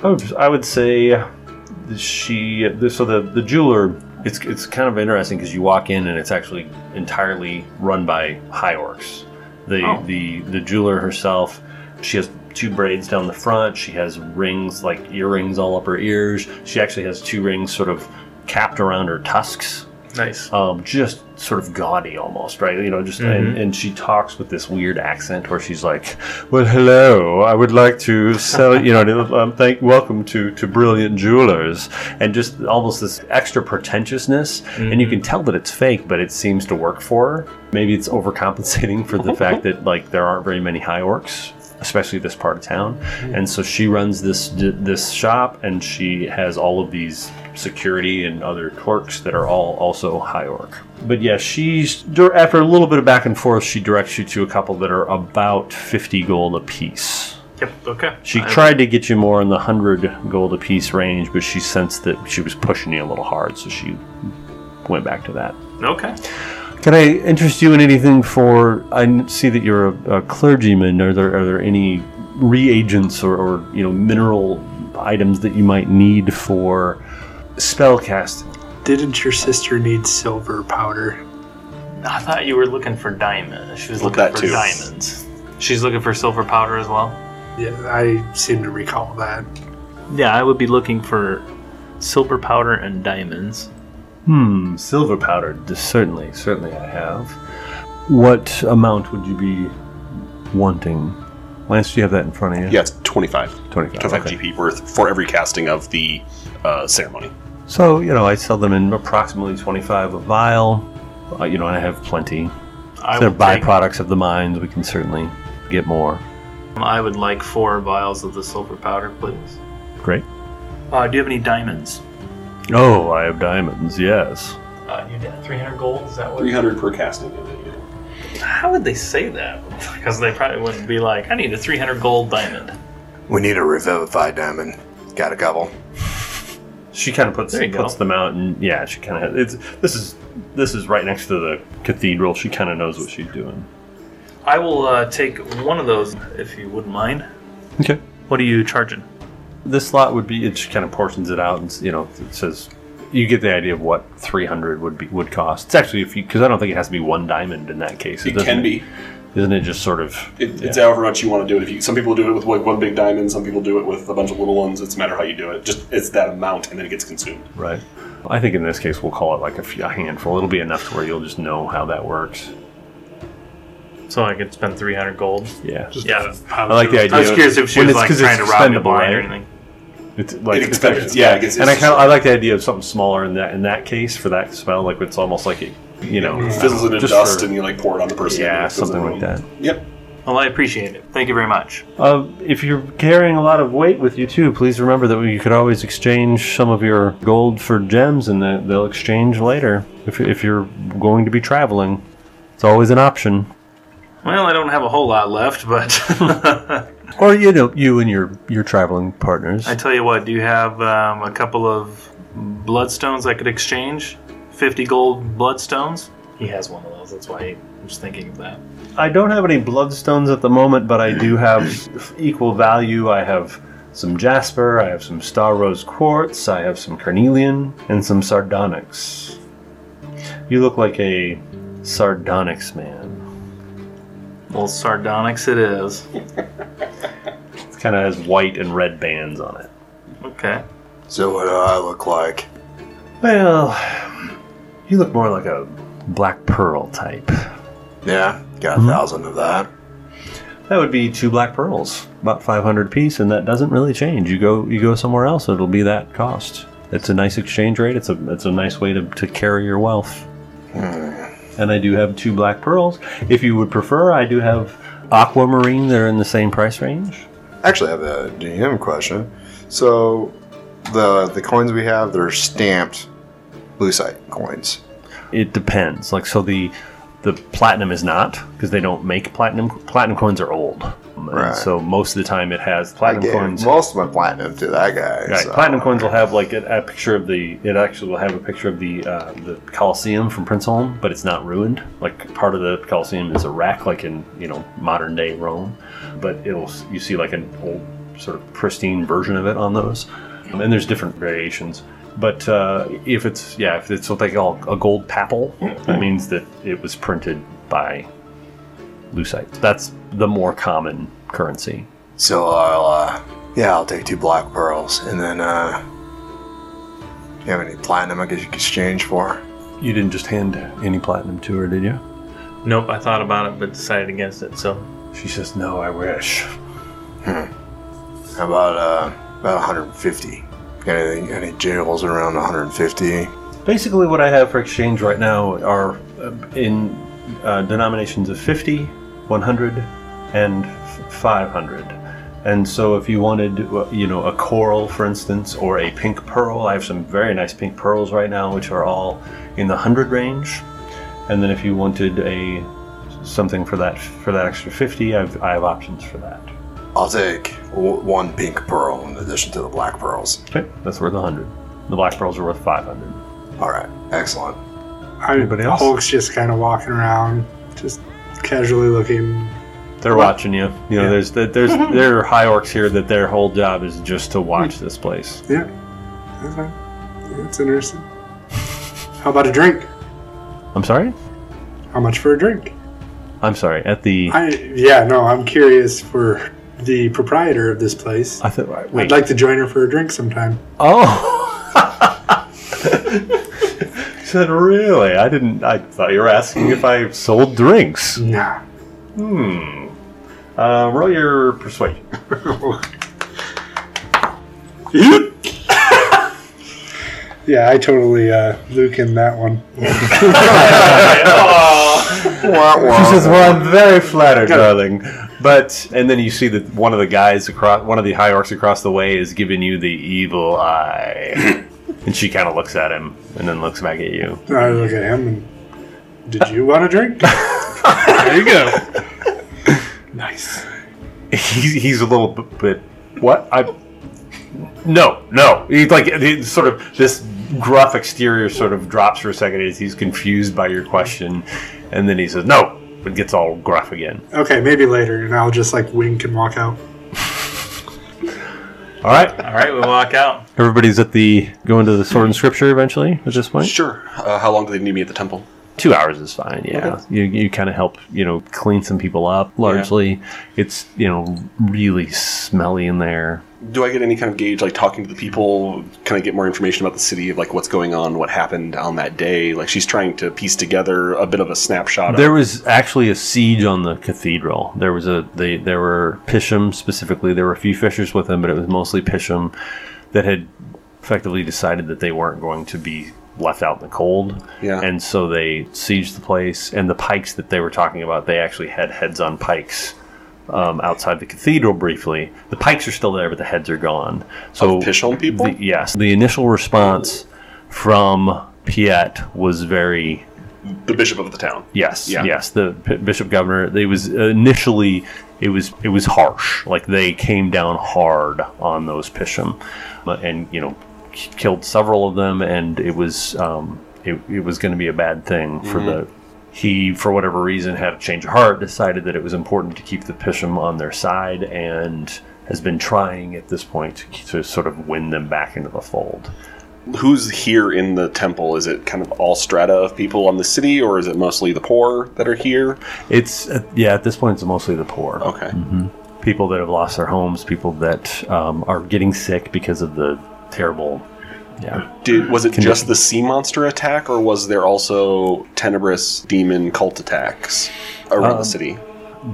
I would, I would say that she the- so the the jeweler. It's it's kind of interesting because you walk in and it's actually entirely run by high orcs. The
Oh.
the the jeweler herself. She has two braids down the front. She has rings like earrings all up her ears. She actually has two rings sort of capped around her tusks
Nice.
um, just sort of gaudy almost, right? You know, just and, and she talks with this weird accent where she's like, "Well, hello, I would like to sell, you know, um, thank, welcome to to Brilliant Jewelers," and just almost this extra pretentiousness, and you can tell that it's fake, but it seems to work for her. Maybe it's overcompensating for the fact that like there aren't very many high orcs. Especially this part of town, and so she runs this this shop, and she has all of these security and other clerks that are all also high orc. But yeah, she's dur- after a little bit of back and forth, she directs you to a couple that are about fifty gold apiece.
Yep. Okay.
She
I-
tried to get you more in the hundred gold apiece range, but she sensed that she was pushing you a little hard, so she went back to that.
Okay.
Can I interest you in anything for? I n- see that you're a, a clergyman. Are there are there any reagents or, or you know mineral items that you might need for spell casting?
Didn't your sister need silver powder?
I thought you were looking for diamonds. She was
Well,
looking
that
for
too.
diamonds. She's looking for silver powder as well.
Yeah, I seem to recall that.
Yeah, I would be looking for silver powder and diamonds.
Hmm, silver powder. d- Certainly, certainly I have. What amount would you be wanting? Lance, do you have that in front of you?
Yeah, it's 25.
25,
25
okay.
GP worth for every casting of the uh, ceremony.
So, you know, I sell them in approximately 25 a vial. Uh, you know, I have plenty.
I
They're
would take-
byproducts of the mines. We can certainly get more.
I would like four vials of the silver powder, please.
Great.
Uh, do you have any diamonds?
Oh, I have diamonds, yes.
Uh, you got 300 gold? Is that what?
300 per casting.
How would they say that? Because they probably wouldn't be like, I need a 300 gold diamond.
We need a revivify diamond. Got a couple.
She kind of puts
There you
puts
go.
them out, and yeah, she kind of it's this is this is right next to the cathedral. She kind of knows what she's doing.
I will uh, take one of those if you wouldn't mind.
Okay.
What are you charging?
this slot would be it just kind of portions it out and you know it says you get the idea of what 300 would be would cost it's actually if you because i don't think it has to be one diamond in that case
It
doesn't
can be.
isn't it just sort of
It, It's however much you want to do it. If you, some people do it with like one big diamond, some people do it with a bunch of little ones. It's a matter how you do it. Just it's that amount, and then it gets consumed.
right i think in this case we'll call it like a, few, a handful it'll be enough to where you'll just know how that works
So I could spend 300 gold.
yeah
Yeah.
i like the idea
I was curious if she
when
was
it's-
like
'cause
trying to
it's
rob me
expendable,
blind or
right?
anything.
it's like
it expects, yeah, it gets,
and i
it's
kind of i like the idea of something smaller in that in that case for that spell like it's almost like it you know
just fizzles into
just
dust,
for-
and you like pour it on the person. and
yeah
it fills the
something like
room.
that
Yep.
Well, I appreciate it. Thank you very much.
Uh, if you're carrying a lot of weight with you too, please remember that you could always exchange some of your gold for gems, and they- they'll exchange later if, if you're going to be traveling. It's always an option.
Well, I don't have a whole lot left, but
Or you know, you and your your traveling partners.
I tell you what, do you have um, a couple of bloodstones I could exchange? 50 gold bloodstones? He has one of those, that's why I was thinking of that.
I don't have any bloodstones at the moment, but I do have equal value. I have some jasper, I have some star rose quartz, I have some carnelian, and some sardonyx. You look like a sardonyx man.
Well, sardonyx it is.
It kind of has white and red bands on it.
Okay.
So what do I look like?
Well, you look more like a black pearl type.
Yeah, got a
Mm-hmm.
thousand of that.
That would be two black pearls, about 500 piece, and that doesn't really change. You go you go somewhere else, it'll be that cost. It's a nice exchange rate. It's a it's a nice way to, to carry your wealth.
Hmm.
And I do have two black pearls. If you would prefer, I do have aquamarine. They're in the same price range.
Actually, I have a DM question. So the the coins we have, they're stamped lucite coins.
It depends. Like so the the platinum is not because they don't make platinum. Platinum coins are old, And
Right.
so most of the time it has
I
platinum
gave
coins.
most of my platinum to that guy.
Right,
so-
platinum coins will have like a, a picture of the. It actually will have a picture of the uh, the Colosseum from Princeholm, but it's not ruined. Like part of the Colosseum is a rack, like in you know modern day Rome, but it'll you see like an old sort of pristine version of it on those, and there's different variations. But uh, if it's yeah, if it's what they call a gold papal, that means that it was printed by lucite. That's the more common currency.
So I'll uh, yeah, I'll take two black pearls, and then uh, you have any platinum I guess you could exchange for?
You didn't just hand any platinum to her, did you?
Nope, I thought about it but decided against it, so.
She says, No, I wish.
How about uh, about 150? Got Anything, any jewels around 150?
Basically, what I have for exchange right now are uh, in uh, denominations of 50, 100, and f- 500. And so, if you wanted, uh, you know, a coral, for instance, or a pink pearl, I have some very nice pink pearls right now, which are all in the 100 range. And then, if you wanted a something for that for that extra 50, I've, I have options for that.
I'll take w- one pink pearl in addition to the black pearls.
Okay, that's worth 100. The black pearls are worth 500.
All right, excellent.
I,
Anybody else?
Hulk's just kind of walking around, just casually looking.
They're watching you. You know,
Yeah.
there's there's there's there are high orcs here that their whole job is just to watch
Hmm.
this place.
Yeah, that's fine. Yeah, That's interesting. How about a drink?
I'm sorry.
How much for a drink?
I'm sorry. At the I,
I yeah no, I'm curious for the proprietor of this place.
thought
I'd
wait.
like to join her for a drink sometime.
oh. She said really? I didn't. I thought you were asking if I sold drinks.
Nah,
Hmm. Uh, roll your persuasion.
yeah, I totally uh, Luke in that one.
Wah, wah.
She says, "Well, I'm very flattered,
Got it.
darling." But and then you see that one of the guys across, one of the high orcs across the way, is giving you the evil eye, and she kind of looks at him and then looks back at you.
I look at him and did you want a drink?
There you go.
nice.
He's, he's a little bit, bit what I. No, no. He's like he's sort of this gruff exterior sort of drops for a second as he's confused by your question, and then he says no, but gets all gruff again.
Okay, maybe later, and I'll just like wink and walk out.
All right,
All right, we walk out.
everybody's at the going to the sword and scripture eventually at this point.
Sure. Uh, how long do they need me at the temple?
two hours is fine yeah you, you kind of help you know clean some people up largely it's you know really smelly in there
Do I get any kind of gauge, like talking to the people? Can I get more information about the city, of like what's going on, what happened on that day? Like she's trying to piece together a bit of a snapshot.
there
of,
was actually a siege on the cathedral there was a they there were pisham specifically there were a few fishers with them but it was mostly pisham that had effectively decided that they weren't going to be left out in the cold
Yeah.
and so they sieged the place and the pikes that they were talking about they actually had heads on pikes um, outside the cathedral briefly. The pikes are still there, but the heads are gone. So
Of Pishon people?
the- yes, the initial response from Piet was very
The bishop of the town.
Yes,
Yeah.
yes. The p- bishop governor. It was initially, it was it was harsh. Like they came down hard on those Pisham, uh, and you know, k- killed several of them. And it was um, it, it was going to be a bad thing for
Mm-hmm.
the. He, for whatever reason, had a change of heart. Decided that it was important to keep the Pisham on their side, and has been trying at this point to, to sort of win them back into the fold.
Who's here in the temple? Is it kind of all strata of people on the city, or is it mostly the poor that are here?
It's uh, yeah. At this point, it's mostly the poor.
Okay.
people that have lost their homes, people that um, are getting sick because of the terrible. Yeah.
Did, was it just the sea monster attack, or was there also tenebrous demon cult attacks around the city?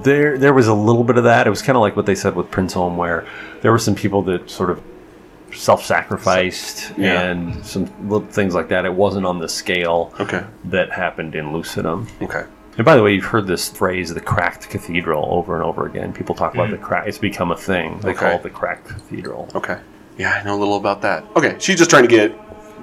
There, there was a little bit of that. It was kind of like what they said with Prince Holm, where there were some people that sort of self-sacrificed
Yeah.
and some little things like that. It wasn't on the scale
Okay.
that happened in Lucidum.
Okay.
And by the way, you've heard this phrase, the cracked cathedral, over and over again. People talk about the crack. It's become a thing. They call
Mm. Okay.
it the cracked cathedral.
Okay. Yeah, I know a little about that. Okay, she's just trying to get.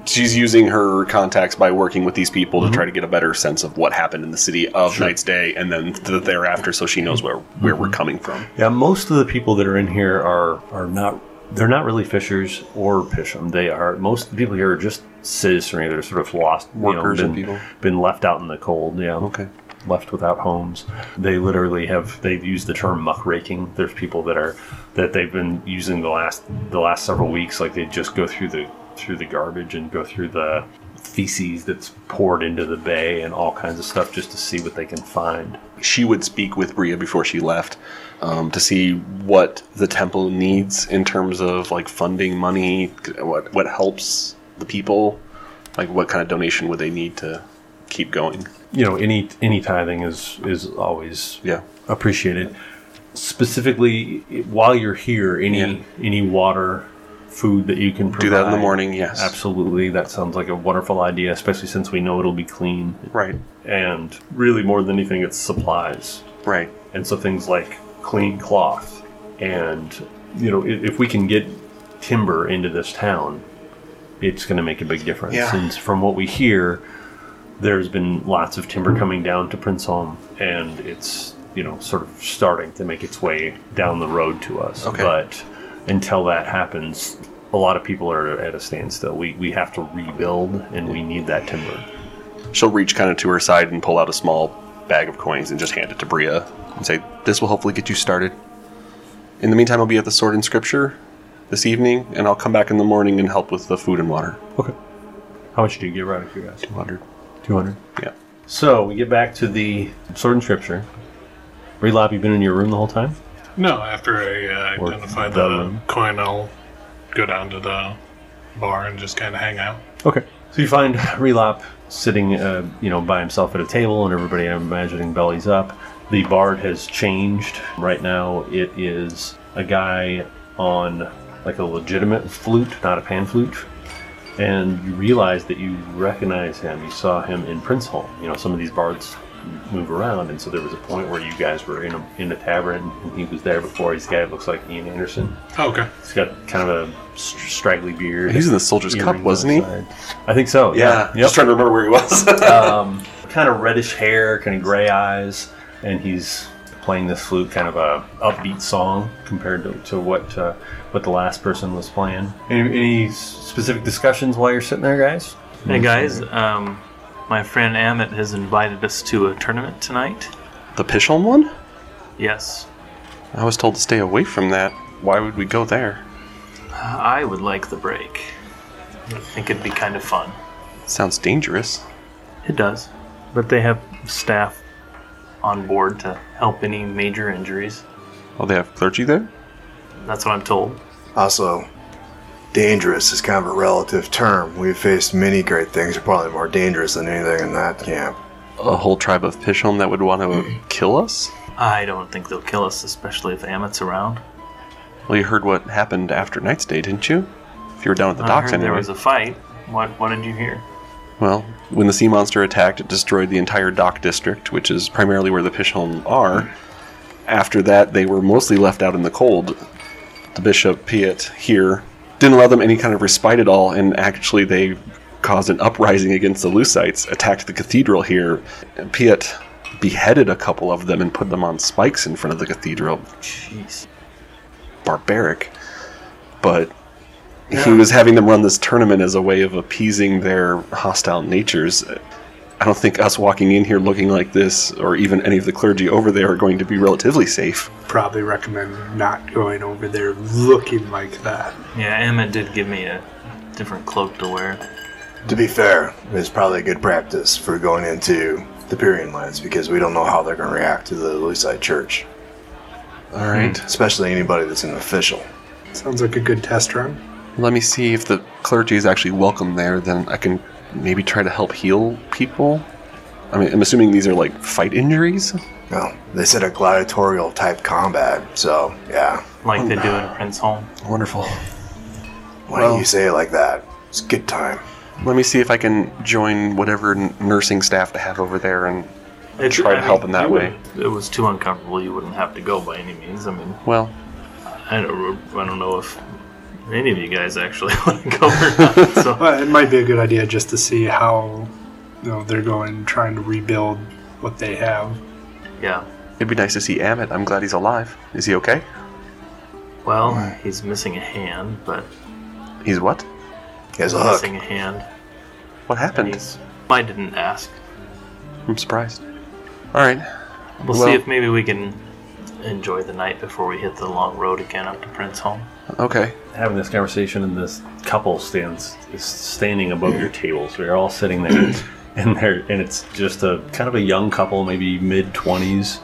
She's using her contacts by working with these people to try to get a better sense of what happened in the city of Night's Day and then th- thereafter, so she knows where where we're coming from.
Yeah, most of the people that are in here are are not. They're not really fishers or Pisham. They are most of the people here are just citizenry. They're sort of lost you know,
Workers and
been-
people.
been left out in the cold. Yeah,
Okay.
left without homes. They literally have. They've used the term muckraking. There's people that are that they've been using the last the last several weeks. Like they just go through the through the garbage and go through the feces that's poured into the bay and all kinds of stuff just to see what they can find.
She would speak with Bria before she left um, to see what the temple needs in terms of like funding, money, what what helps the people, like what kind of donation would they need to keep going.
You know, any any tithing is is always
Yeah.
appreciated. Specifically, i- while you're here, any
Yeah.
any water, food that you can provide.
Do that in the morning, yes.
Absolutely, that sounds like a wonderful idea, especially since we know it'll be clean.
Right.
And really, more than anything, it's supplies,
Right.
and so things like clean cloth, and you know, i- if we can get timber into this town, it's going to make a big difference.
Yeah.
And from what we hear, there's been lots of timber coming down to Prince Holm, and it's you know sort of starting to make its way down the road to us.
Okay.
But until that happens, a lot of people are at a standstill. We we have to rebuild, and we need that timber.
She'll reach kind of to her side and pull out a small bag of coins and just hand it to Bria and say, This will hopefully get you started. In the meantime, I'll be at the Sword and Scripture this evening, and I'll come back in the morning and help with the food and water.
Okay. How much do you get right of curiosity?
Water.
Two hundred.
Yeah.
So we get back to the sword and scripture. Relap, you've been in your room the whole time.
No, after I uh,
Or
identify
the
the
room.
coin, I'll go down to the bar and just kind of hang out.
Okay. So you find Relap sitting, uh, you know, by himself at a table, and everybody, I'm imagining, bellies up. The bard has changed. Right now, it is a guy on like a legitimate flute, not a pan flute. And you realize that you recognize him. You saw him in Prince Hall. You know, some of these bards move around, and so there was a point where you guys were in a, in a tavern, and he was there before. He's a guy that looks like Ian Anderson.
Oh, okay.
He's got kind of a str- straggly beard.
He's in the Soldier's Cup,
Earrings
wasn't he?
outside. I think so.
Yeah.
Yeah.
Just trying to remember where he was.
um, kind of reddish hair, kind of gray eyes, and he's playing this flute, kind of a upbeat song compared to, to what uh, what the last person was playing. Any, any specific discussions while you're sitting there, guys?
Hey guys, um, my friend Amit has invited us to a tournament tonight.
the Pishon one?
Yes,
I was told to stay away from that. Why would we go there?
I would like the break. I think it'd be kind of fun.
Sounds dangerous.
It does, but they have staff on board to help any major injuries.
Oh, they have clergy there?
That's what I'm told.
Also, dangerous is kind of a relative term. We've faced many great things, probably more dangerous than anything in that camp.
A whole tribe of Pishon that would want to kill us?
I don't think they'll kill us, especially if Amit's around.
Well, you heard what happened after Night's Day, didn't you? If you were down at the
I
docks
heard there
anyway.
was a fight. What? What did you hear?
Well, when the sea monster attacked, it destroyed the entire dock district, which is primarily where the Pishon are. After that, they were mostly left out in the cold. The Bishop Piet here didn't allow them any kind of respite at all, and actually they caused an uprising against the Lucites, attacked the cathedral here. Piet beheaded a couple of them and put them on spikes in front of the cathedral.
Jeez.
Barbaric. But he was having them run this tournament as a way of appeasing their hostile natures. I don't think us walking in here looking like this, or even any of the clergy over there, are going to be relatively safe.
Probably recommend not going over there looking like that.
Yeah, Emma did give me a different cloak to wear.
To be fair, it's probably good practice for going into the Pyrian lands because we don't know how they're going to react to the Lucite Church,
All right.
especially anybody that's an official.
Sounds like a good test run.
Hmm. Let me see if the clergy is actually welcome there. Then I can maybe try to help heal people. I mean, I'm assuming these are like fight injuries.
No, they said a gladiatorial type combat, so yeah.
Like they do in Prince Holm.
Wonderful.
Why
Well-
do you say it like that? It's a good time.
Let me see if I can join whatever n- nursing staff they have over there. And
It's,
Try to help in that
you
way.
would- it was too uncomfortable. You wouldn't have to go by any means. I mean,
well,
I don't, I don't know if any of you guys actually want to go or not. So
Well, it might be a good idea just to see how you know they're going, trying to rebuild what they have.
yeah.
it'd be nice to see Amit. I'm glad he's alive. Is he okay?
Well, he's missing a hand, but
He's what?
He has a hook.
missing a hand.
What
And
happened?
he's. I didn't ask.
I'm surprised. All right.
We'll,
Well-
see if maybe we can enjoy the night before we hit the long road again up to Prince Home.
Okay.
Having this conversation, and this couple stands is standing above your table, so you're all sitting there, and they're and it's just a kind of a young couple, maybe mid twenties,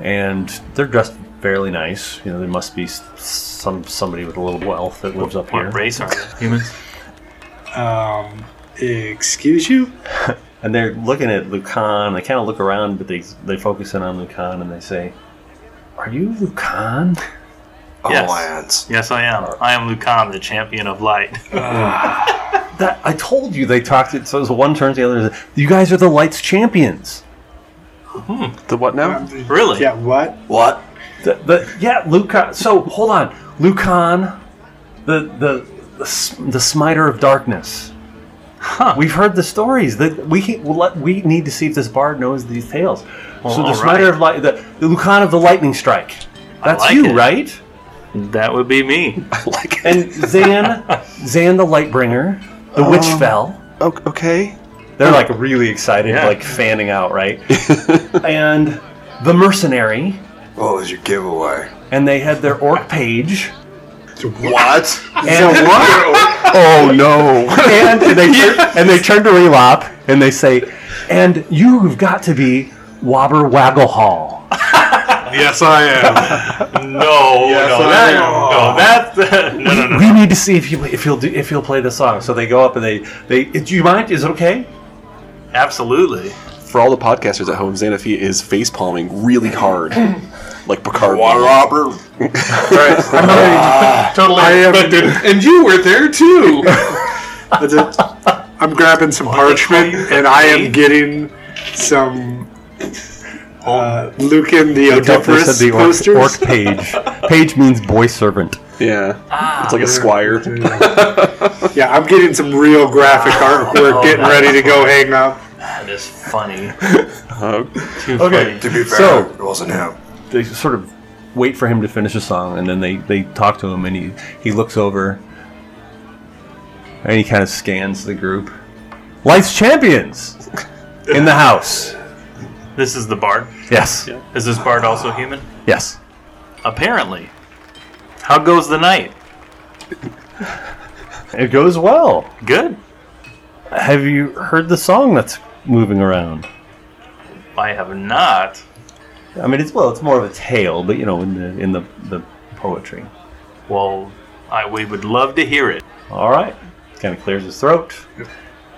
and they're dressed fairly nice. You know, there must be s- some somebody with a little wealth that lives up here.
What race are they? Humans?
Um, excuse you?
And they're looking at Lucan. They kind of look around, but they they focus in on Lucan and they say, "Are you Lucan?"
Yes.
Alliance.
Yes, I am. I am Lucan, the champion of light.
That I told you. They talked it. So one turns to the other. and says, You guys are the Lights champions.
The what now?
really?
Yeah, what?
What?
The, the yeah, Lucan. So hold on, Lucan, the the the, s- the smiter of darkness. Huh. We've heard the stories that we can, we'll let, we need to see if this bard knows these tales. so the
all
smiter
right.
of light, the, the Lucan of the lightning strike. That's
like
you,
it.
right?
That would be me.
I like it.
And Zan, Zan the Lightbringer, the
Um,
Witch Fell.
O- okay.
They're like really excited,
Yeah.
like fanning out, right? and the Mercenary,
What was your giveaway?
and they had their Orc Page.
What?
And
Oh no.
and they turn, and they turn to Relop and they say, "And you've got to be Wobber Waggle Hall."
Yes, I
Oh,
am.
No,
Yes,
no,
I
that, Oh.
am. Oh,
no, that's no, no, no.
We need to see if you if you'll do, if you'll play the song. So they go up and they they. Do you mind? Is it okay?
Absolutely.
For all the podcasters at home, Xanafi is face palming really hard, like Picard.
Water robber?
Totally.
Expected. And you were there too.
That's it. I'm grabbing some parchment and I am getting some uh, Lucan the Odiferous
the
posters.
orc, orc page. Page means boy servant.
Yeah. it's like a squire.
yeah, I'm getting some real graphic artwork, getting ready to go hang up.
That is funny.
Uh,
Too
Okay.
funny.
To be fair,
So-
it wasn't him.
They sort of wait for him to finish a song, and then they they talk to him, and he he looks over, and he kind of scans the group. Lights champions in the house.
This is the bard.
Yes.
Is this bard also human?
Yes.
Apparently. How goes the night?
It goes well.
Good.
Have you heard the song that's moving around?
I have not.
I mean, it's well, it's more of a tale, but you know, in the in the, the poetry.
Well, I, we would love to hear it.
All right. Kind of clears his throat,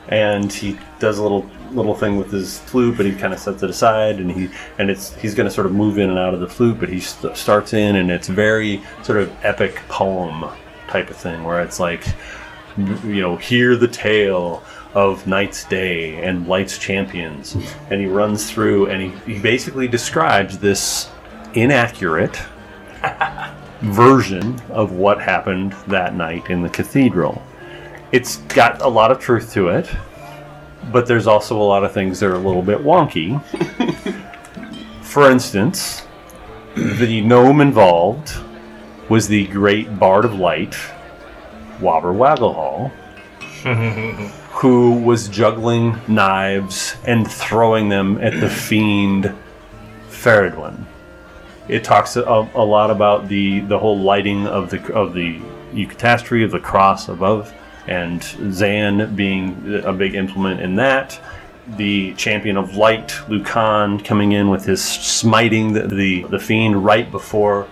and he does a little little thing with his flute, but he kind of sets it aside, and he and it's he's going to sort of move in and out of the flute, but he st- starts in, and it's very sort of epic poem type of thing, where it's like, you know, hear the tale of Night's Day and Light's Champions, and he runs through, and he, he basically describes this inaccurate version of what happened that night in the cathedral. It's got a lot of truth to it, but there's also a lot of things that are a little bit wonky. For instance, the gnome involved was the great Bard of Light, Wobber Wagglehall, who was juggling knives and throwing them at the fiend Feridwin. It talks a, a lot about the, the whole lighting of the of the eucatastrophe of the cross above, and Zan being a big implement in that. The champion of light, Lucan, coming in with his smiting the, the, the fiend right before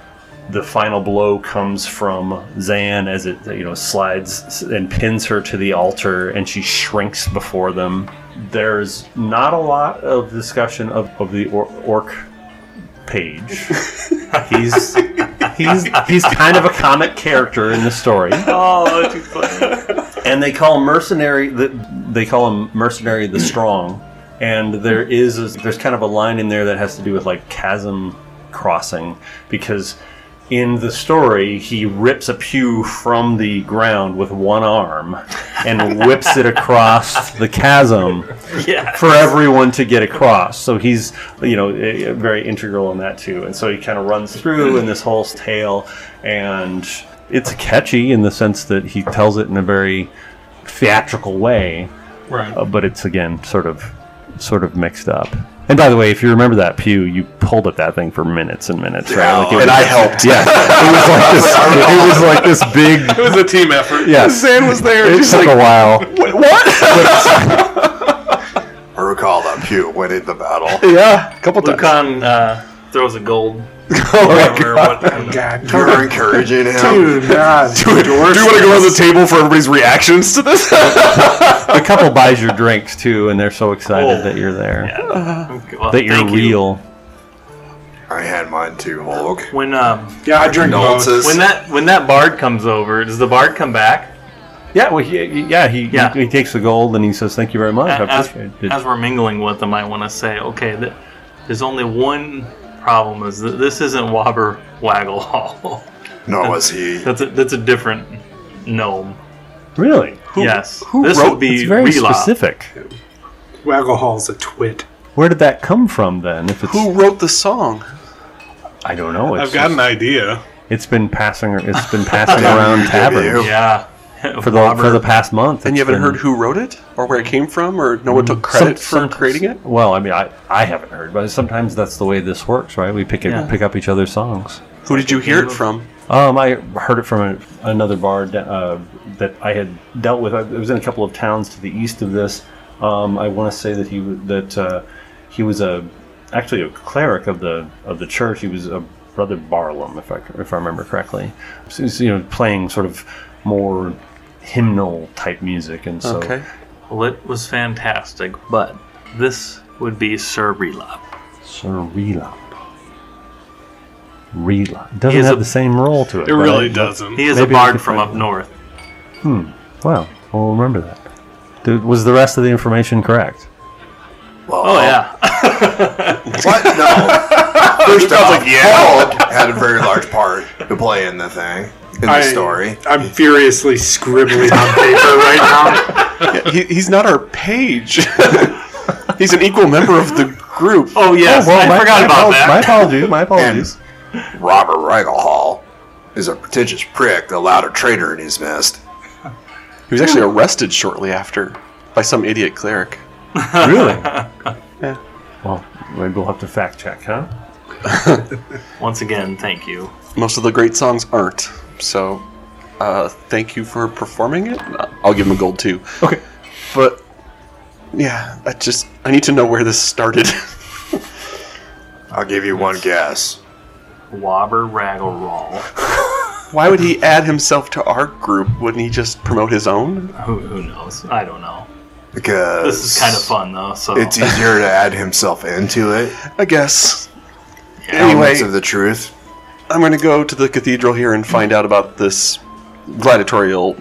the final blow comes from Zan as it you know slides and pins her to the altar and she shrinks before them. There's not a lot of discussion of, of the or- orc page. he's he's he's kind of a comic character in the story.
Oh, that's too funny.
And they call mercenary the, they call him mercenary the strong. And there is a, there's kind of a line in there that has to do with like chasm crossing because in the story he rips a pew from the ground with one arm and whips it across the chasm
Yeah.
for everyone to get across. So he's, you know, eh, very integral in that too. And so he kind of runs through in this whole tale, and it's catchy in the sense that he tells it in a very theatrical way,
Right.
uh, but it's again sort of, sort of mixed up. And by the way, if you remember that pew, you pulled at that thing for minutes Oh, and minutes, right? Like it was,
and I helped.
yeah, it was like this. It was like this big.
It was a team effort.
Yes,
Zan was there.
it
just
took
like,
a while.
what?
I recall that Pew winning the battle.
yeah, a couple times.
Lucan uh, throws a gold.
Oh my
hammer,
God.
what kind of-
God,
You were encouraging him.
dude, God.
Do you want to go around the table for everybody's reactions to this?
A couple buys your drinks too, and they're so excited
Oh.
that you're there.
Okay, well,
that you're
thank you.
real.
I had mine too, Hulk.
When um,
Yeah, I drink both.
Condolences.
when that when that bard comes over, does the bard come back?
Yeah, well, he, yeah, he,
Yeah.
He, he takes the gold and he says, "Thank you very much. I
as,
appreciate it."
as we're mingling with them, I want to say, okay, th- there's only one problem: is that this isn't Wobber Waggle Hall.
Nor was he.
that's a, that's a different gnome.
really?
yes,
Who
this
wrote?
would be
it's very
Relop.
specific.
Wagglehall's a twit.
Where did that come from then? If it's
Who wrote the song?
I don't know. It's
I've got an
just-
idea.
It's been passing. It's been passing around
you.
taverns
Yeah,
for the for the past month.
And you
it's
haven't
been-
heard who wrote it or where it came from or no one took credit
Some-
for creating it?
Well, I mean, I, I haven't heard, but sometimes that's the way this works, right? We pick it,
Yeah.
pick up each other's songs.
Who did you hear it from?
Um, I heard it from a, another bard uh, that I had dealt with. I, it was in a couple of towns to the east of this. Um, I want to say that he w- that uh, he was a actually a cleric of the of the church. He was a brother Barlam, if I if I remember correctly. So he's, you know, playing sort of more hymnal type music, and so
Okay.
lit was fantastic, but this would be Sir Relop.
Sir Relop. Relop doesn't
is
have
a-
the same role to it.
It
right?
really doesn't.
He is
Maybe
a
we
bard
could
from
find
up
him.
north.
Wow, I'll remember that. Dude, was the rest of the information correct?
Well,
Oh yeah,
What? No. First off,
like, yeah.
Hulk had a very large part to play in the thing, in the
I-
story.
I'm furiously scribbling on paper right now.
Yeah, he, he's not our page. he's an equal member of the group.
oh yes, I
my,
forgot
my
about
apol-
that.
My apologies. My
And
apologies.
Robert Reigelhall is a pretentious prick, the louder traitor in his midst.
He was actually arrested shortly after by some idiot cleric.
really? Well,
Oh.
maybe we'll have to fact check, huh?
Once again, thank you.
Most of the great songs aren't. So, uh, thank you for performing it. I'll give him a gold too.
Okay.
But yeah, I just I need to know where this started.
I'll give you one guess.
Wobber Raggle Roll.
Why would he add himself to our group? Wouldn't he just promote his own?
Who, who knows? I don't know.
Because
This is kind of fun though. So
It's
e-
easier to add himself into it.
I guess.
Elements
Anyway,
of the truth.
I'm going to go to the cathedral here and find out about this gladiatorial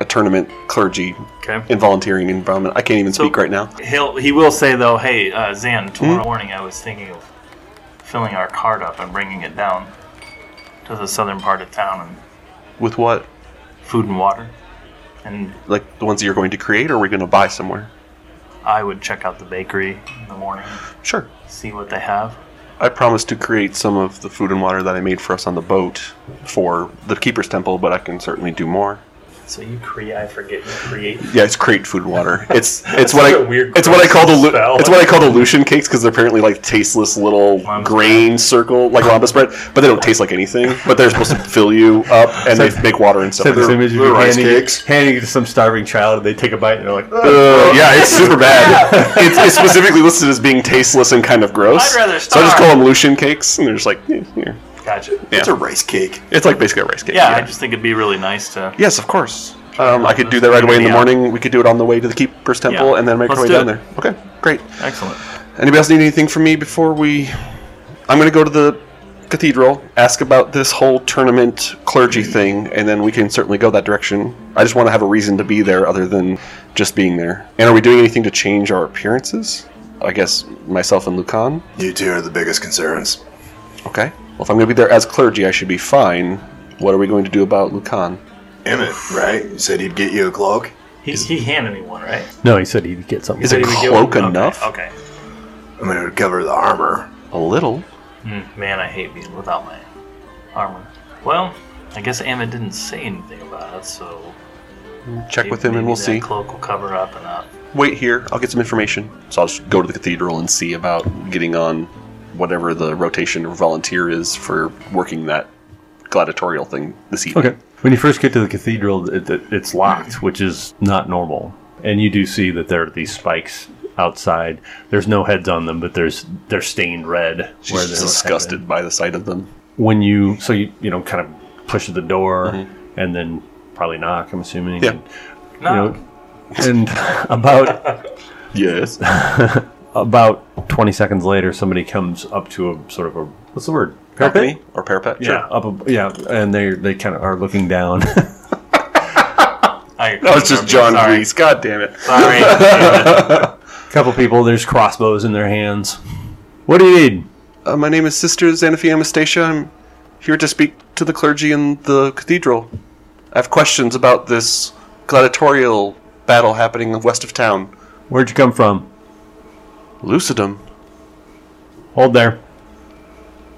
uh, tournament clergy
okay.
and volunteering environment. I can't even speak right now. Hmm?
He'll he will say though, hey uh, Zan, tomorrow morning I was thinking of filling our cart up and bringing it down to the southern part of town and
With what?
food and water. And
Like the ones that you're going to create, or are we going to buy somewhere?
I would check out the bakery in the morning,
Sure.
see what they have.
I promised to create some of the food and water that I made for us on the boat for the Keeper's Temple, but I can certainly do more.
So you create, I forget, you create.
Yeah, it's create food and water. It's it's what
such
I
a weird
it's what I call the lu-
spell.
it's what I call the Lucian cakes because they're apparently like tasteless little
Lamb's
grain circle like lambus bread, but they don't taste like anything. But they're supposed to fill you up and they make water and stuff.
Have this
Uh,
image of
they're
you
rice
handing,
cakes.
it, handing it to some starving child, and they take a bite, and they're like, "Ugh."
Uh, yeah, it's super bad. it's, it's specifically listed as being tasteless and kind of gross.
I'd rather
so I
starve.
just call them Lucian cakes, and they're just like, eh, here.
Gotcha.
Yeah.
It's a rice cake.
It's like basically a rice cake.
Yeah, I just think it'd be really nice to.
Yes, of course. Um, I could do that right away in the
Yeah.
morning. We could do it on the way to the Keeper's Temple
Yeah.
and then make
Let's
our way
do
down
it.
there. Okay, great.
Excellent.
Anybody else need anything from me before we? I'm going to go to the cathedral, ask about this whole tournament clergy thing, and then we can certainly go that direction. I just want to have a reason to be there other than just being there. And are we doing anything to change our appearances? I guess myself and Lucan.
You two are the biggest concerns.
Okay. Well, if I'm going to be there as clergy, I should be fine. What are we going to do about Lucan?
Emmett, right? You said he'd get you a cloak.
He, he handed me one, right?
No, he said he'd get something.
Is it
Did we get
cloak
one? Okay,
enough?
Okay.
I mean, it would cover the armor.
A little.
Mm, man, I hate being without my armor. Well, I guess Ammon didn't say anything about it, so
Check with him, and
maybe
we'll
that
see.
Cloak will cover up enough.
wait here. I'll get some information. So I'll just go to the cathedral and see about getting on whatever the rotation or volunteer is for working that gladiatorial thing this evening.
Okay. When you first get to the cathedral, it, it, it's locked, which is not normal. And you do see that there are these spikes outside. There's no heads on them, but there's they're stained red.
She's
where they
just
don't have
disgusted
been.
by the sight of them.
When you so you you know kind of push the door and then probably knock. I'm assuming.
Mm-hmm. Yeah.
And, you
No,
know, and about
Yes.
about 20 seconds later, somebody comes up to a sort of a what's the word
Balcony or parapet?
Yeah, up a, yeah, and they they kind of are looking down.
I
No, Oh, it's just John
Sorry.
Reese. God damn it.
Sorry. Damn it.
couple people, there's crossbows in their hands. What do you need?
Uh, my name is Sister Xanathia Anastasia. I'm here to speak to the clergy in the cathedral. I have questions about this gladiatorial battle happening west of town.
Where'd you come from?
Lucidum.
Hold there.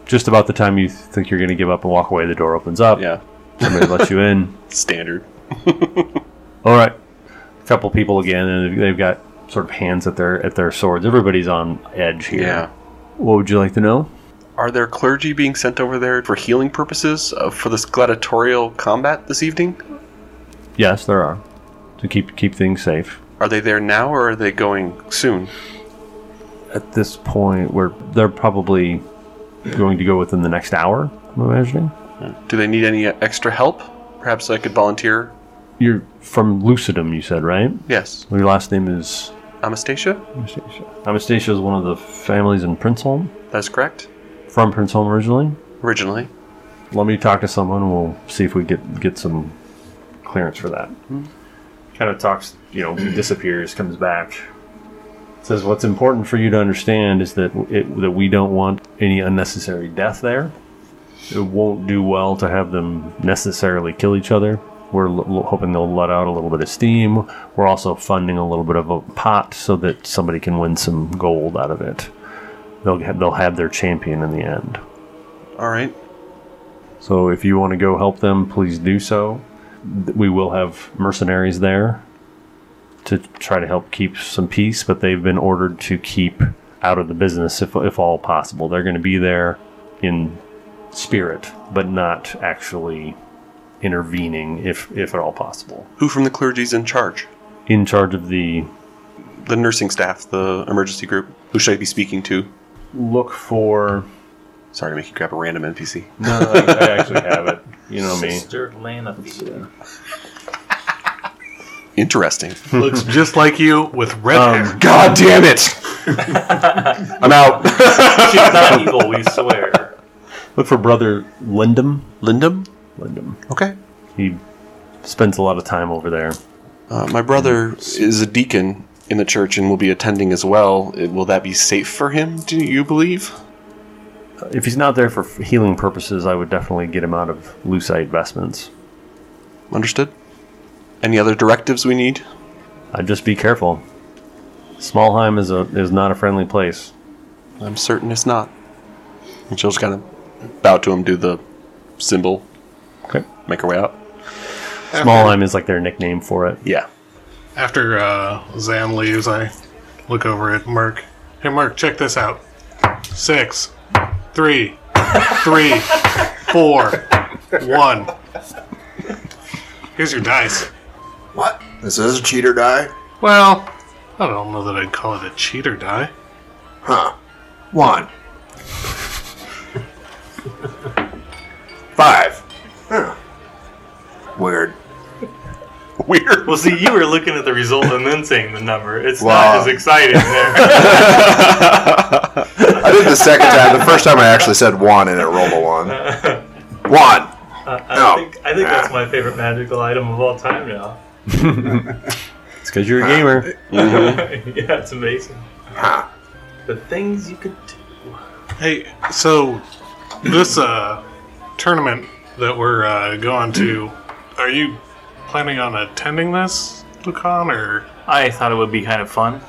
Just about the time you think you're going to give up and walk away, the door opens up.
Yeah.
Somebody lets you in.
Standard.
All right. A couple people again, and they've got sort of hands at their at their swords. Everybody's on edge here.
yeah.
What would you like to know?
Are there clergy being sent over there for healing purposes uh, for this gladiatorial combat this evening?
Yes, there are. To keep keep things safe.
Are they there now or are they going soon?
At this point, we're they're probably going to go within the next hour. I'm imagining.
Do they need any uh, extra help? Perhaps I could volunteer.
You're from Lucidum, you said, right?
Yes.
Your last name is
Amastasia?
Anastasia. Anastasia is one of the families in Princeholm,
That's correct.
from Princeholm originally.
Originally.
Let me talk to someone. We'll see if we get get some clearance for that. Kind of talks, you know, disappears, comes back. Says what's important for you to understand is that it, that we don't want any unnecessary death there. It won't do well to have them necessarily kill each other. We're l- l- hoping they'll let out a little bit of steam. We're also funding a little bit of a pot so that somebody can win some gold out of it. They'll have, they'll have their champion in the end.
All right.
So if you want to go help them, please do so. Th- We will have mercenaries there to try to help keep some peace, but they've been ordered to keep out of the business if, if all possible. They're going to be there in spirit, but not actually intervening if, if at all possible.
Who from the clergy's in charge?
In charge of the
The nursing staff, the emergency group. Who should I be speaking to?
look for.
Sorry to make you grab a random NPC.
No, I, I actually have it. You know me.
Sister Lana.
Interesting.
Looks just like you with red hair.
God damn it! I'm out.
She's not evil, we swear.
Look for brother Lindum.
Lindum?
Lindum.
Okay.
He spends a lot of time over there.
Uh, my brother is a deacon in the church and will be attending as well. Uh, Will that be safe for him, do you believe?
if he's not there for f- healing purposes, I would definitely get him out of Lucite vestments.
Understood? Any other directives we need?
I'd just be careful. Smallheim is a is not a friendly place.
I'm certain it's not. And she'll just kind of bow to him, do the symbol,
Okay.
make her way out.
Smallheim is like their nickname for it.
Yeah.
After uh, Zan leaves, I look over at Merc. Hey, Merc, check this out. Six, three, three, four, one. Here's your dice.
What? This is a cheater die?
Well, I don't know that I'd call it a cheater die.
Huh. One. Five. Huh. Weird.
Weird.
Well, see, you were looking at the result and then saying the number. It's
Wow.
not as exciting there.
I did the second time. The first time I actually said one and it rolled a one. One.
I
No.
think I think that's my favorite magical item of all time now.
It's because you're a gamer.
yeah, it's amazing.
Huh.
The things you could do.
Hey, so this uh, tournament that we're uh, going to, are you planning on attending this, Lucan, or
I thought it would be kind of fun.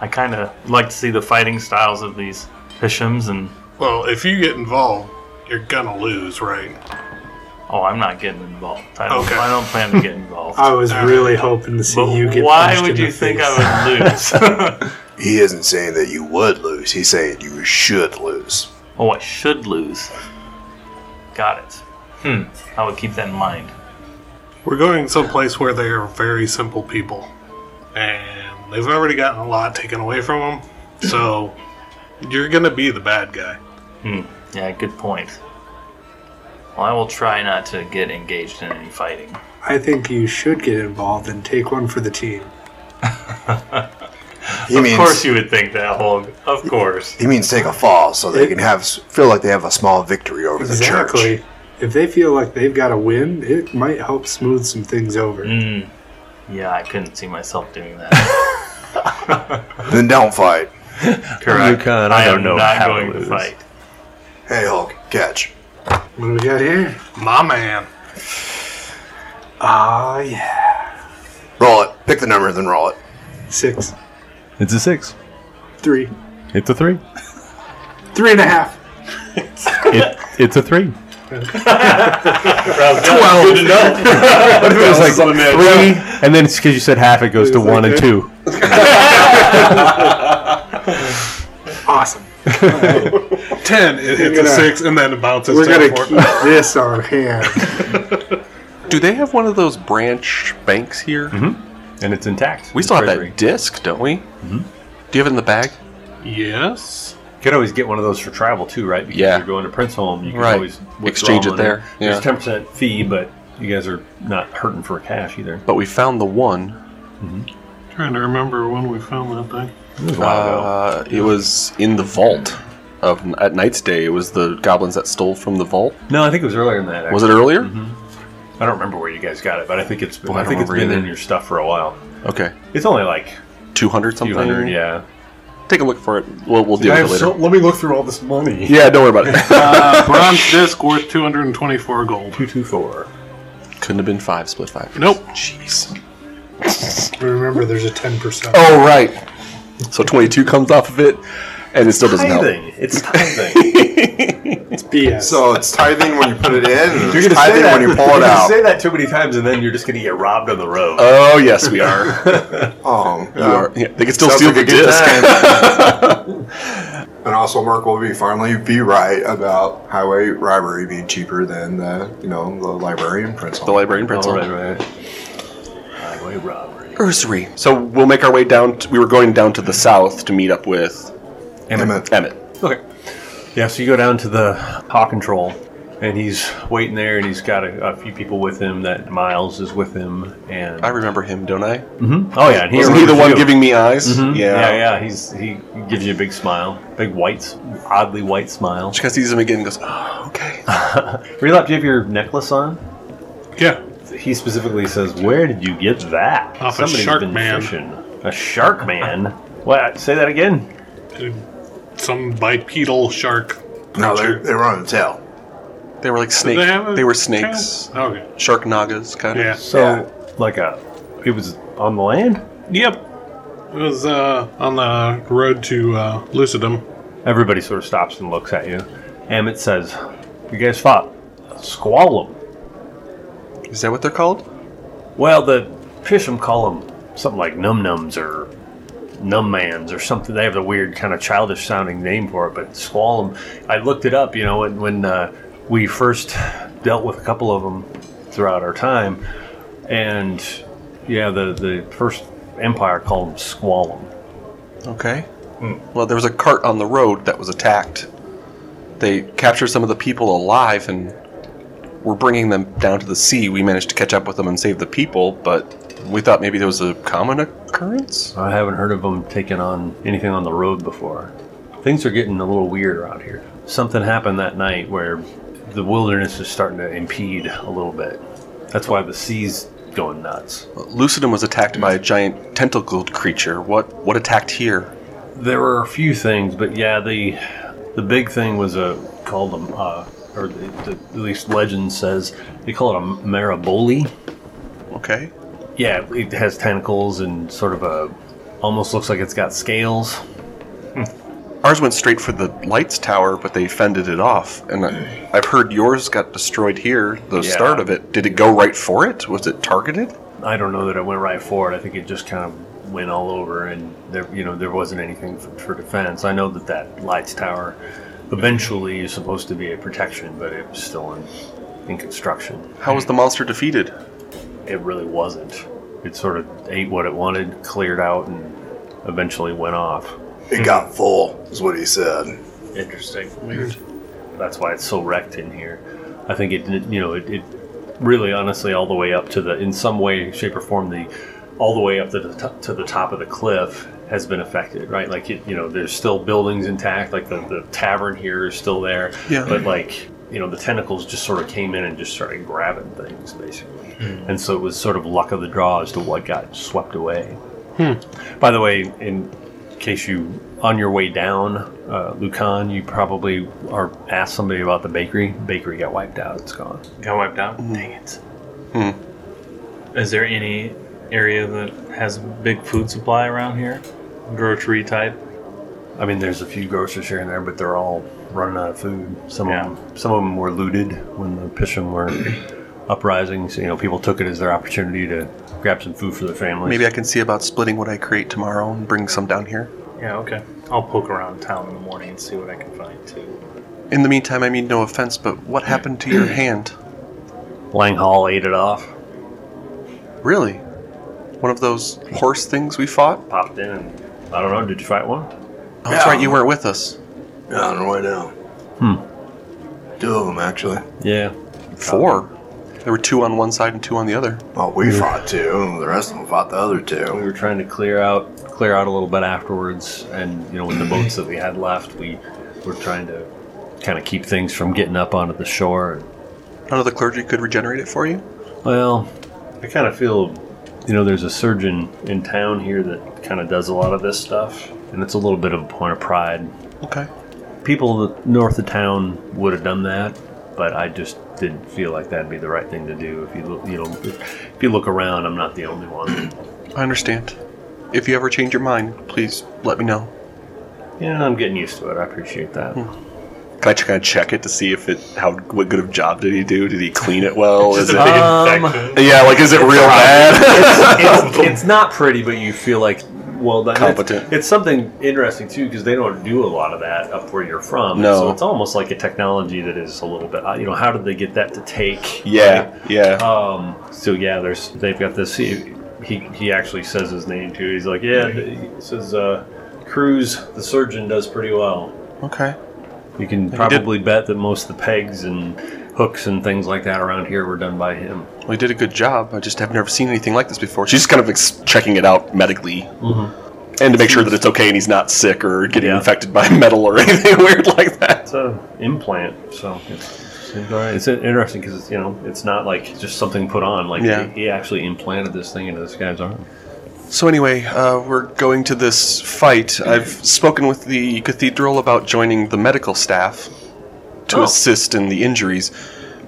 I kind of like to see the fighting styles of these Hishims, and
Well, if you get involved, you're gonna lose, right?
oh, I'm not getting involved. I don't,
Okay.
I don't plan to get involved.
I was really hoping to see
but
you get
why
punched in
would
the
you think
face.
I would lose?
He isn't saying that you would lose. He's saying you should lose.
oh, I should lose. Got it. Hmm. I would keep that in mind.
We're going someplace where they are very simple people, and they've already gotten a lot taken away from them. So you're gonna be the bad guy.
Hmm. Yeah, good point. Well, I will try not to get engaged in any fighting.
I think you should get involved and take one for the team.
He
of
means,
course, you would think that, Hulk. Of course.
He means take a fall so they can have feel like they have a small victory over the church.
Exactly. If they feel like they've got a win, it might help smooth some things over.
Hmm. Yeah, I couldn't see myself doing that.
Then don't fight.
Correct.
Lucan, I
am
don't know
not
how to
going to
lose.
fight.
Hey Hulk, catch.
What do we got here?
My man.
Ah, yeah.
Roll it. Pick the number, then roll it.
Six,
It's a six.
three,
It's a three.
three and a half.
It, it's a three.
Good to know.
What if it was like three, and then because you said half, it goes to one and two.
Awesome.
Ten. It hits
gonna-
a six, and then it bounces.
We're
to
going
a
to
four.
keep this on hand.
Do they have one of those branch banks here?
And it's intact.
We still have that disc, don't we? Mm-hmm. Do you have it in the bag?
Yes.
You could always get one of those for travel too, right? Because
Yeah.
You're going to Prince Home. You can
Right.
always withdraw
Exchange it
money.
there, yeah.
There's ten percent fee, but you guys are not hurting for cash either.
But we found the one.
Trying to remember when we found that thing.
It was a while ago.
Uh, it was in the vault of at Night's Day. It was the goblins that stole from the vault.
No, I think it was earlier than that. Actually.
Was it earlier?
I don't remember where you guys got it, but I think it's
I
I,
don't
think it's
remember
been
either.
in your stuff for a while.
Okay,
It's only like
two hundred
two
something.
hundred. Yeah.
Take a look for it. We'll, we'll deal with it later.
let me look through all this money.
yeah, don't worry about it.
Uh, bronze disc worth 224 gold.
Two two four.
Couldn't have been five. Split five.
Nope.
Jeez.
Remember, there's a 10%.
Oh right. So twenty-two comes off of it, and it still doesn't help.
Tithing. It's tithing.
It's BS.
So it's tithing when you put it in, and
You're gonna say
it's tithing
that
when you pull
you're
it
gonna
out.
Say that too many times, and then you're just gonna get robbed on the road.
Oh yes, we are.
Oh,
We
yeah.
are. Yeah, they can still
Sounds
steal
like
the
a good
disc.
time. and also, Mark will be finally be right about highway robbery being cheaper than the you know the librarian principal.
The librarian pretzel.
All right, right. Highway robbery.
Ursary. So we'll make our way down. To, we were going down to the south to meet up with
Emmett.
Emmett.
Okay. Yeah, so you go down to the paw control, and he's waiting there, and he's got a, a few people with him. That Miles is with him, and
I remember him, don't I?
Mhm. oh yeah, and he
Wasn't he the
remembers
one
you.
giving me eyes?
Mhm.
Yeah.
yeah, yeah. He's he gives you a big smile, big white, oddly white smile.
She kind of sees him again and goes, oh, okay.
Relap, do you have your necklace on?
Yeah.
He specifically says, "Where did you get that?"
Off a shark man.
fishing. A shark man. what? Say that again.
Some bipedal shark
No, they, they were on the tail.
They were like snakes.
Did have a
They, were snakes.
tail? Okay.
Shark nagas, kind of.
Yeah.
So, like a, it was on the land.
Yep. It was uh, on the road to uh, Lucidum.
Everybody sort of stops and looks at you. Amit says, "You guys fought a squallum.
Is that what they're called?
Well, the Pisham call them something like num nums or nummans or something. They have a weird kind of childish sounding name for it, but squallum. I looked it up, you know, and when uh, we first dealt with a couple of them throughout our time, and yeah, the the first empire called them squallum.
Okay.
Hmm.
Well, there was a cart on the road that was attacked. They captured some of the people alive and were bringing them down to the sea. We managed to catch up with them and save the people, but we thought maybe there was a common occurrence. Uh,
I haven't heard of them taking on anything on the road before. Things are getting a little weird around here. Something happened that night where the wilderness is starting to impede a little bit. That's why the sea's going nuts.
Lucidum was attacked by a giant tentacled creature. What what attacked here?
There were a few things, but yeah, the the big thing was a called them, uh, or the, the, at least legend says they call it a maraboli.
Okay.
Yeah, it has tentacles and sort of a almost looks like it's got scales.
Ours went straight for the lights tower, but they fended it off. And I, I've heard yours got destroyed here, the
Yeah.
start of it. Did it go right for it? Was it targeted?
I don't know that it went right for it. I think it just kind of went all over, and there, you know, there wasn't anything for, for defense. I know that that lights tower eventually is supposed to be a protection, but it was still in, in construction.
How was the monster defeated?
It really wasn't. It sort of ate what it wanted, cleared out, and eventually went off.
Hmm.
It got full, is what he said.
Interesting. Weird. That's why it's so wrecked in here. I think it, didn't- you know, it, it really, honestly, all the way up to the, in some way, shape, or form, the, all the way up to the to- to the top of the cliff has been affected, right? Like, it, you know, there's still buildings intact, like the, the tavern here is still there,
Yeah.
but like, you know, the tentacles just sort of came in and just started grabbing things, basically. And so it was sort of luck of the draw as to what got swept away. By the way, in case you on your way down, uh, Lucan, you probably are asked somebody about the bakery. Bakery got wiped out. It's gone.
Got wiped out? Dang it. Is there any area that has big food supply around here? Grocery type?
I mean, there's a few grocers here and there, but they're all running out of food. Some
Yeah.
of them, some of them were looted when the Pisham were uprising. So, you know, people took it as their opportunity to grab some food for their families.
Maybe I can see about splitting what I create tomorrow and bring some down here.
Yeah, okay. I'll poke around town in the morning and see what I can find too.
In the meantime, I mean no offense, but what happened to your hand?
Langhall ate it off,
Really? One of those horse things we fought?
popped in, and I don't know. Did you fight one?
Oh, that's
Yeah.
right, you weren't with us.
Yeah, on our way down.
Hmm.
Two of them, actually.
Yeah.
Four. There were two on one side and two on the other.
Well, we fought two. The rest of them fought the other
We
two.
were trying to clear out, clear out a little bit afterwards, and you know, with the boats that we had left, we were trying to kind of keep things from getting up onto the shore. And,
None of the clergy could regenerate it for you?
well, I kind of feel, you know, there's a surgeon in town here that kind of does a lot of this stuff, and it's a little bit of a point of pride.
Okay.
People that- north of town would have done that, but I just didn't feel like that'd be the right thing to do. If you look, you know, if you look around, I'm not the only one.
I understand. If you ever change your mind, please let me know.
Yeah, I'm getting used to it. I appreciate that.
Can I kind of check it to see if it how what good of job did he do? Did he clean it well? Is it,
Um,
yeah, like is it real bad?
it's, it's not pretty, but you feel like well done. It's-
Competent.
It's, something interesting too because they don't do a lot of that up where you're from.
No.
so it's almost like a technology that is a little bit. uh, You know, how did they get that to take?
yeah, yeah.
Um. So yeah, there's they've got this. He he, he actually says his name too. He's like, yeah, th- he says uh, Cruz, the surgeon, does pretty well.
Okay.
You can probably bet that most of the pegs and hooks and things like that around here were done by him.
Well, he did a good job. I just have never seen anything like this before. She's kind of ex- checking it out medically. And to make sure that it's okay and he's not sick or getting
Mm-hmm. Yeah.
infected by metal or anything weird like that.
It's a implant, so it's, it's all right. It's interesting because it's you know it's not like just something put on. Like
Yeah.
he, he actually implanted this thing into this guy's arm.
So anyway, uh, we're going to this fight. I've spoken with the cathedral about joining the medical staff. to assist in the injuries.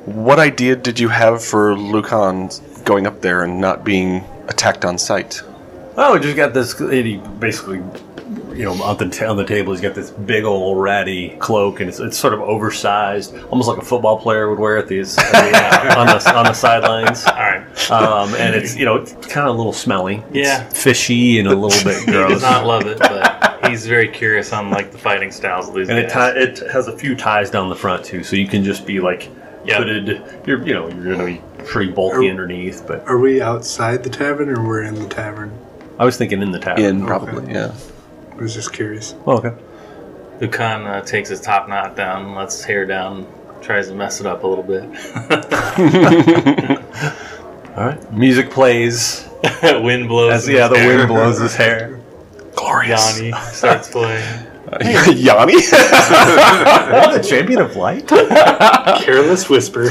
What idea did you have for Lucan going up there and not being attacked on sight?
Oh, we just got this. And he basically, you know, on the ta- on the table, he's got this big old ratty cloak, and it's, it's sort of oversized, almost like a football player would wear at these at the, uh, on the on the sidelines. All right, um, and it's you know it's kind of a little smelly. It's
Yeah.
fishy and a little bit
He
gross.
does not love it, but he's very curious on like the fighting styles of these
and it,
guys.
ti- it has a few ties down the front too, so you can just be like
Yeah.
hooded. You're you know you're gonna be pretty bulky underneath, but
Are we outside the tavern or we're in the tavern?
I was thinking in the tavern.
In probably, yeah.
I was just curious.
Oh, okay.
Lucan uh, takes his top knot down, lets his hair down, tries to mess it up a little bit.
All right. Music plays
wind blows.
as
in
yeah the
his hair.
wind blows his hair.
Glorious.
Yanni starts playing.
Uh, Yanni?
Am I the champion of light?
Careless whisper.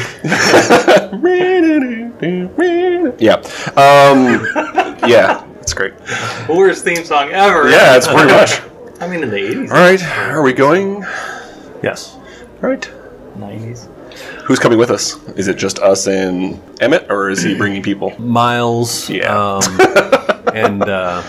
yeah. Um, yeah. That's great.
Worst theme song ever.
Yeah, it's pretty much.
I mean, in the eighties,
All right. Are we going? All
Yes.
right.
nineties.
Who's coming with us? Is it just us and Emmett, or is he bringing people?
Miles.
Yeah.
Um, and uh,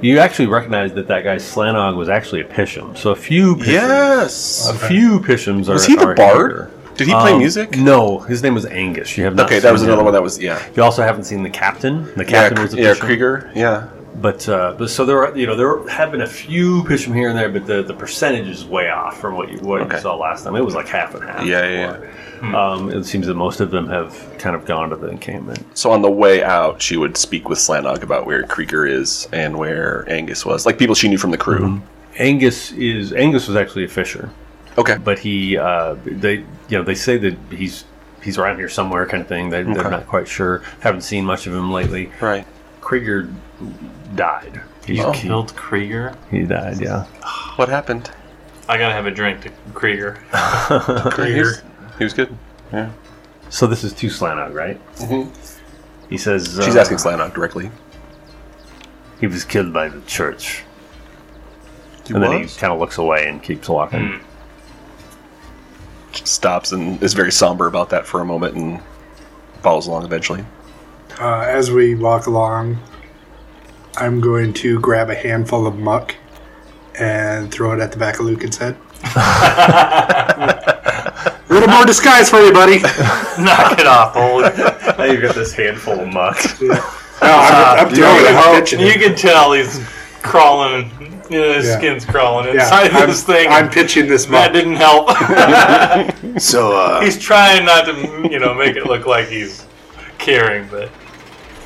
you actually recognize that that guy Slanog was actually a Pisham. So a few Pishams,
Yes.
a few Pishams are.
Was he the
are
bard?
here.
Did he play
Um,
music?
No, his name was Angus. You have not
Okay, that
seen
was another
him.
one that was yeah.
You also haven't seen the captain. The
Yeah,
captain was a
Kr- yeah,
Pisham.
Krieger. Yeah.
But, uh, but so there are you know there have been a few Pisham here and there, but the, the percentage is way off from what you what
Okay.
you saw last time. It was like half and half.
Yeah, Hmm. yeah,
Um, it seems that most of them have kind of gone to the encampment.
So on the way out, she would speak with Slanog about where Krieger is and where Angus was, like people she knew from the crew.
Angus is Angus was actually a fisher.
Okay.
but he uh, they you know they say that he's he's around here somewhere kind of thing they, they're
Okay.
not quite sure haven't seen much of him lately
Right.
krieger died he,
Oh.
he,
Killed Krieger.
he died yeah
What happened?
I gotta have a drink to Krieger.
Krieger.
He was good.
so this is to slanog right
Mm-hmm.
Mhm.
he says
She's
uh,
asking Slanog directly.
he was killed by the church
He
and then he kind of looks away and keeps walking
stops and is very somber about that for a moment and follows along eventually.
Uh, as we walk along, I'm going to grab a handful of muck and throw it at the back of Lucan's head. a little more disguise for you, buddy. No,
Knock it off, old.
now you've got this handful of muck
I'm, I'm throwing it. I'm pitching
You
it.
can tell he's crawling. You know, his
Yeah.
skin's crawling
Yeah,
inside
I'm,
this thing.
I'm pitching this
that
muck.
didn't help.
So, uh,
he's trying not to, you know, make it look like he's caring, but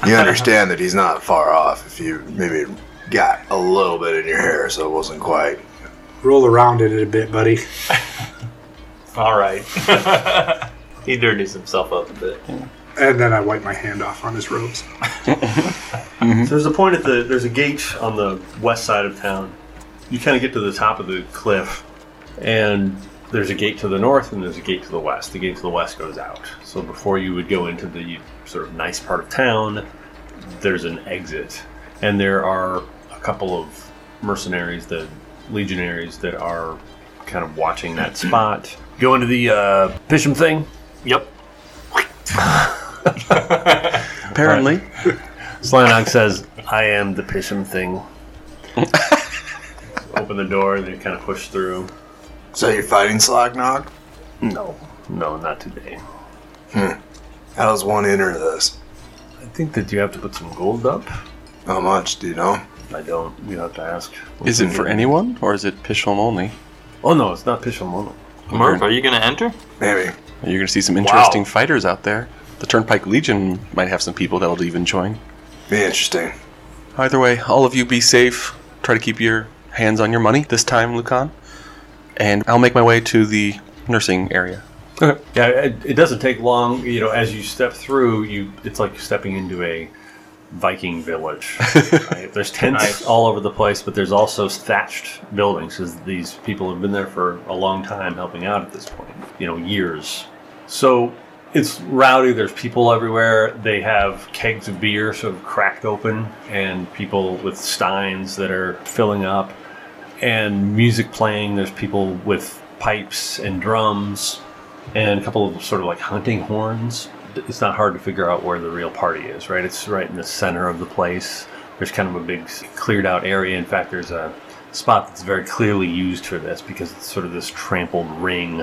you understand that he's not far off if you maybe got a little bit in your hair, so it wasn't quite.
Roll around in it a bit, buddy.
all right. he dirties himself up a bit.
And then I wipe my hand off on his robes.
So there's a point at the there's a gate on the west side of town. You kind of get to the top of the cliff, and there's a gate to the north and there's a gate to the west. The gate to the west goes out. So before you would go into the sort of nice part of town, there's an exit, and there are a couple of mercenaries, the legionaries, that are kind of watching that spot. Go into the uh, Pisham thing.
Yep.
Apparently.
Slanog says, I am the Pisham thing. Open the door, they kind of push through.
So you're fighting Slognog?
No, no, not today.
How does one enter this?
I think that you have to put some gold up.
How much, do you know?
I don't. You have to ask.
Is it for anyone or is it Pishon only?
Oh no, it's not Pisham Mono.
Murph, are you gonna enter?
Maybe.
You're going to see some interesting fighters out there. The Turnpike Legion might have some people that'll even join.
Be interesting.
Either way, all of you be safe. Try to keep your hands on your money this time, Lucan. And I'll make my way to the nursing area.
Yeah, it, it doesn't take long. You know, as you step through, you it's like stepping into a Viking village. right? There's tents
Nice.
all over the place, but there's also thatched buildings because these people have been there for a long time, helping out at this point. You know, years. So it's rowdy. There's people everywhere. They have kegs of beer sort of cracked open, and people with steins that are filling up, and music playing. There's people with
pipes and drums and a couple of sort of like hunting horns. It's not hard to figure out where the real party is, right? It's right in the center of the place. There's kind of a big cleared out area. In fact, there's a spot that's very clearly used for this because it's sort of this trampled ring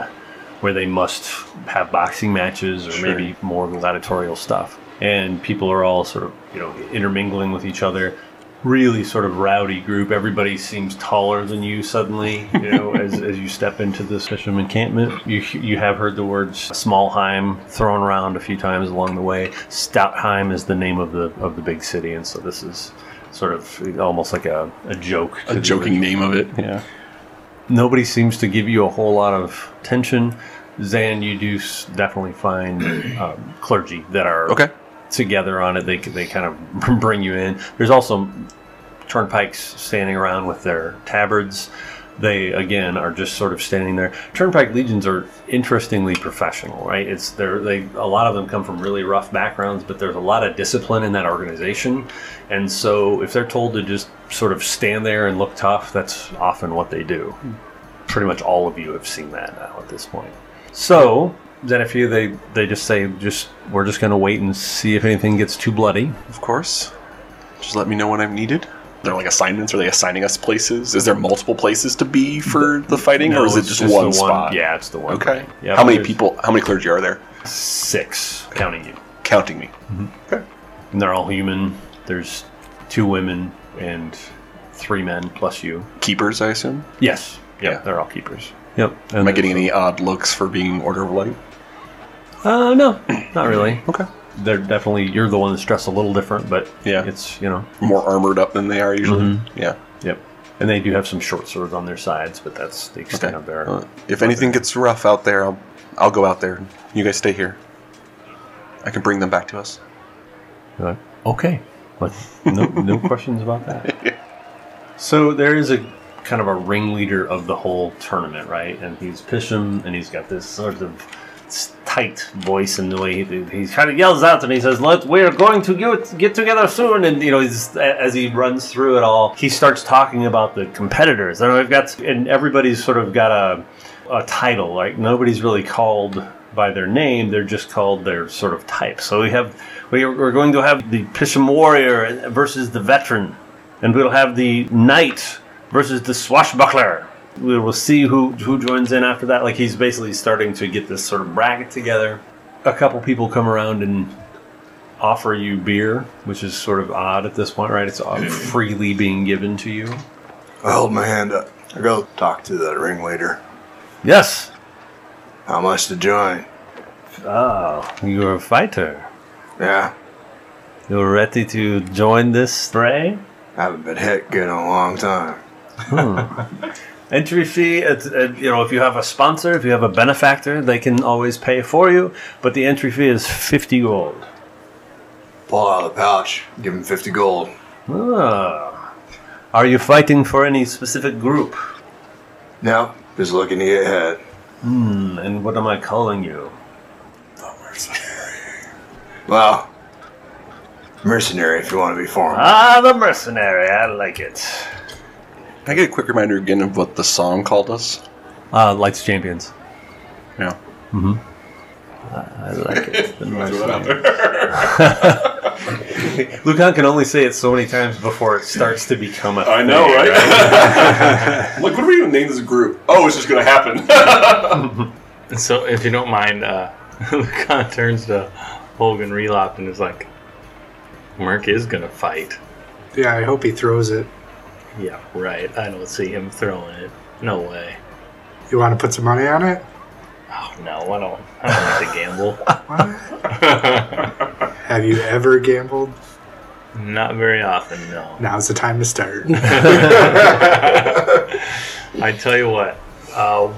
where they must have boxing matches or maybe more gladiatorial stuff. And people are all sort of, you know, intermingling with each other. Really sort of rowdy group. Everybody seems taller than you suddenly, you know, as, as you step into this fisherman encampment. You, you have heard the words Smallheim thrown around a few times along the way. Stoutheim is the name of the of the big city, and so this is sort of almost like a, a joke. to
A
the
joking name of it.
yeah. Nobody seems to give you a whole lot of tension. Zan, you do s- definitely find um, clergy that are
Okay.
together on it. They c- they kind of bring you in. There's also turnpikes standing around with their tabards. They again are just sort of standing there. Turnpike legions are interestingly professional, right? It's they're, they a lot of them come from really rough backgrounds, but there's a lot of discipline in that organization, and so if they're told to just sort of stand there and look tough, that's often what they do. Pretty much all of you have seen that now at this point. So then if you they they just say just we're just gonna wait and see if anything gets too bloody.
Of course. Just let me know when I'm needed. Are there like assignments? Are they assigning us places? Is there multiple places to be for the fighting, or is
No,
it
it's
just,
the
one spot?
Yeah, it's the one.
Okay.
Yeah,
How
but
many
there's
people? How many clergy are there?
Six, counting you.
Counting me.
And they're all human. There's two women and three men plus you.
Keepers, I assume.
Yes. Yep,
Yeah.
They're all keepers. Yep. And
Am I getting any odd looks for being Order of Light?
Uh, no, not really.
Okay.
They're definitely you're the one that's dressed a little different, but
Yeah.
it's you know
More armored up than they are usually. Yeah.
yep. And they do have some short swords on their sides, but that's the extent of their.
Uh, if anything gets rough out there, I'll I'll go out there. You guys stay here. I can bring them back to us.
You're like, okay, but no, no questions about that. So there is a kind of a ringleader of the whole tournament, right? And he's Pisham, and he's got this sort of s- tight voice, and the way he, he kind of yells out, and he says, "Let we are going to get, get together soon." And you know, he's, a- as he runs through it all, he starts talking about the competitors, and we've got, and everybody's sort of got a a title. Like nobody's really called by their name; they're just called their sort of type. So we have we are, we're going to have the Pisham warrior versus the veteran, and we'll have the knight versus the swashbuckler. We will see who who joins in after that. Like he's basically starting to get this sort of bracket together. A couple people come around and offer you beer, which is sort of odd at this point, right? It's uh, freely being given to you.
I hold my hand up. I go talk to the ringleader.
Yes.
How much to join?
Oh, you're a fighter.
Yeah,
You're ready to join this fray?
I haven't been hit good in a long time.
Entry fee, it's, uh, you know, if you have a sponsor, if you have a benefactor, they can always pay for you, but the entry fee is 50 gold.
Pull out of the pouch, give him 50 gold.
Ah. Are you fighting for any specific group?
No, just looking to get hit.
Hmm, And what am I calling you?
Well, mercenary if you want to be formal.
Ah, the mercenary, I like it.
Can I get a quick reminder again of what the song called us?
Ah, Lights Champions.
Yeah.
I like it. The mercenary. Lucan can only say it so many times before it starts to become a
I know, right? like, what are we gonna name this group? Oh, it's just gonna happen.
So, if you don't mind, uh, Lucan turns to Holgan Relop and is like, Merc is gonna fight.
Yeah, I hope he throws it.
Yeah, right. I don't see him throwing it. No way.
You want to put some money on it?
Oh, no, I don't. I don't like
What?
to
Have you ever gambled?
gamble. Not very often, no.
Now's the time to start.
I tell you what, I'll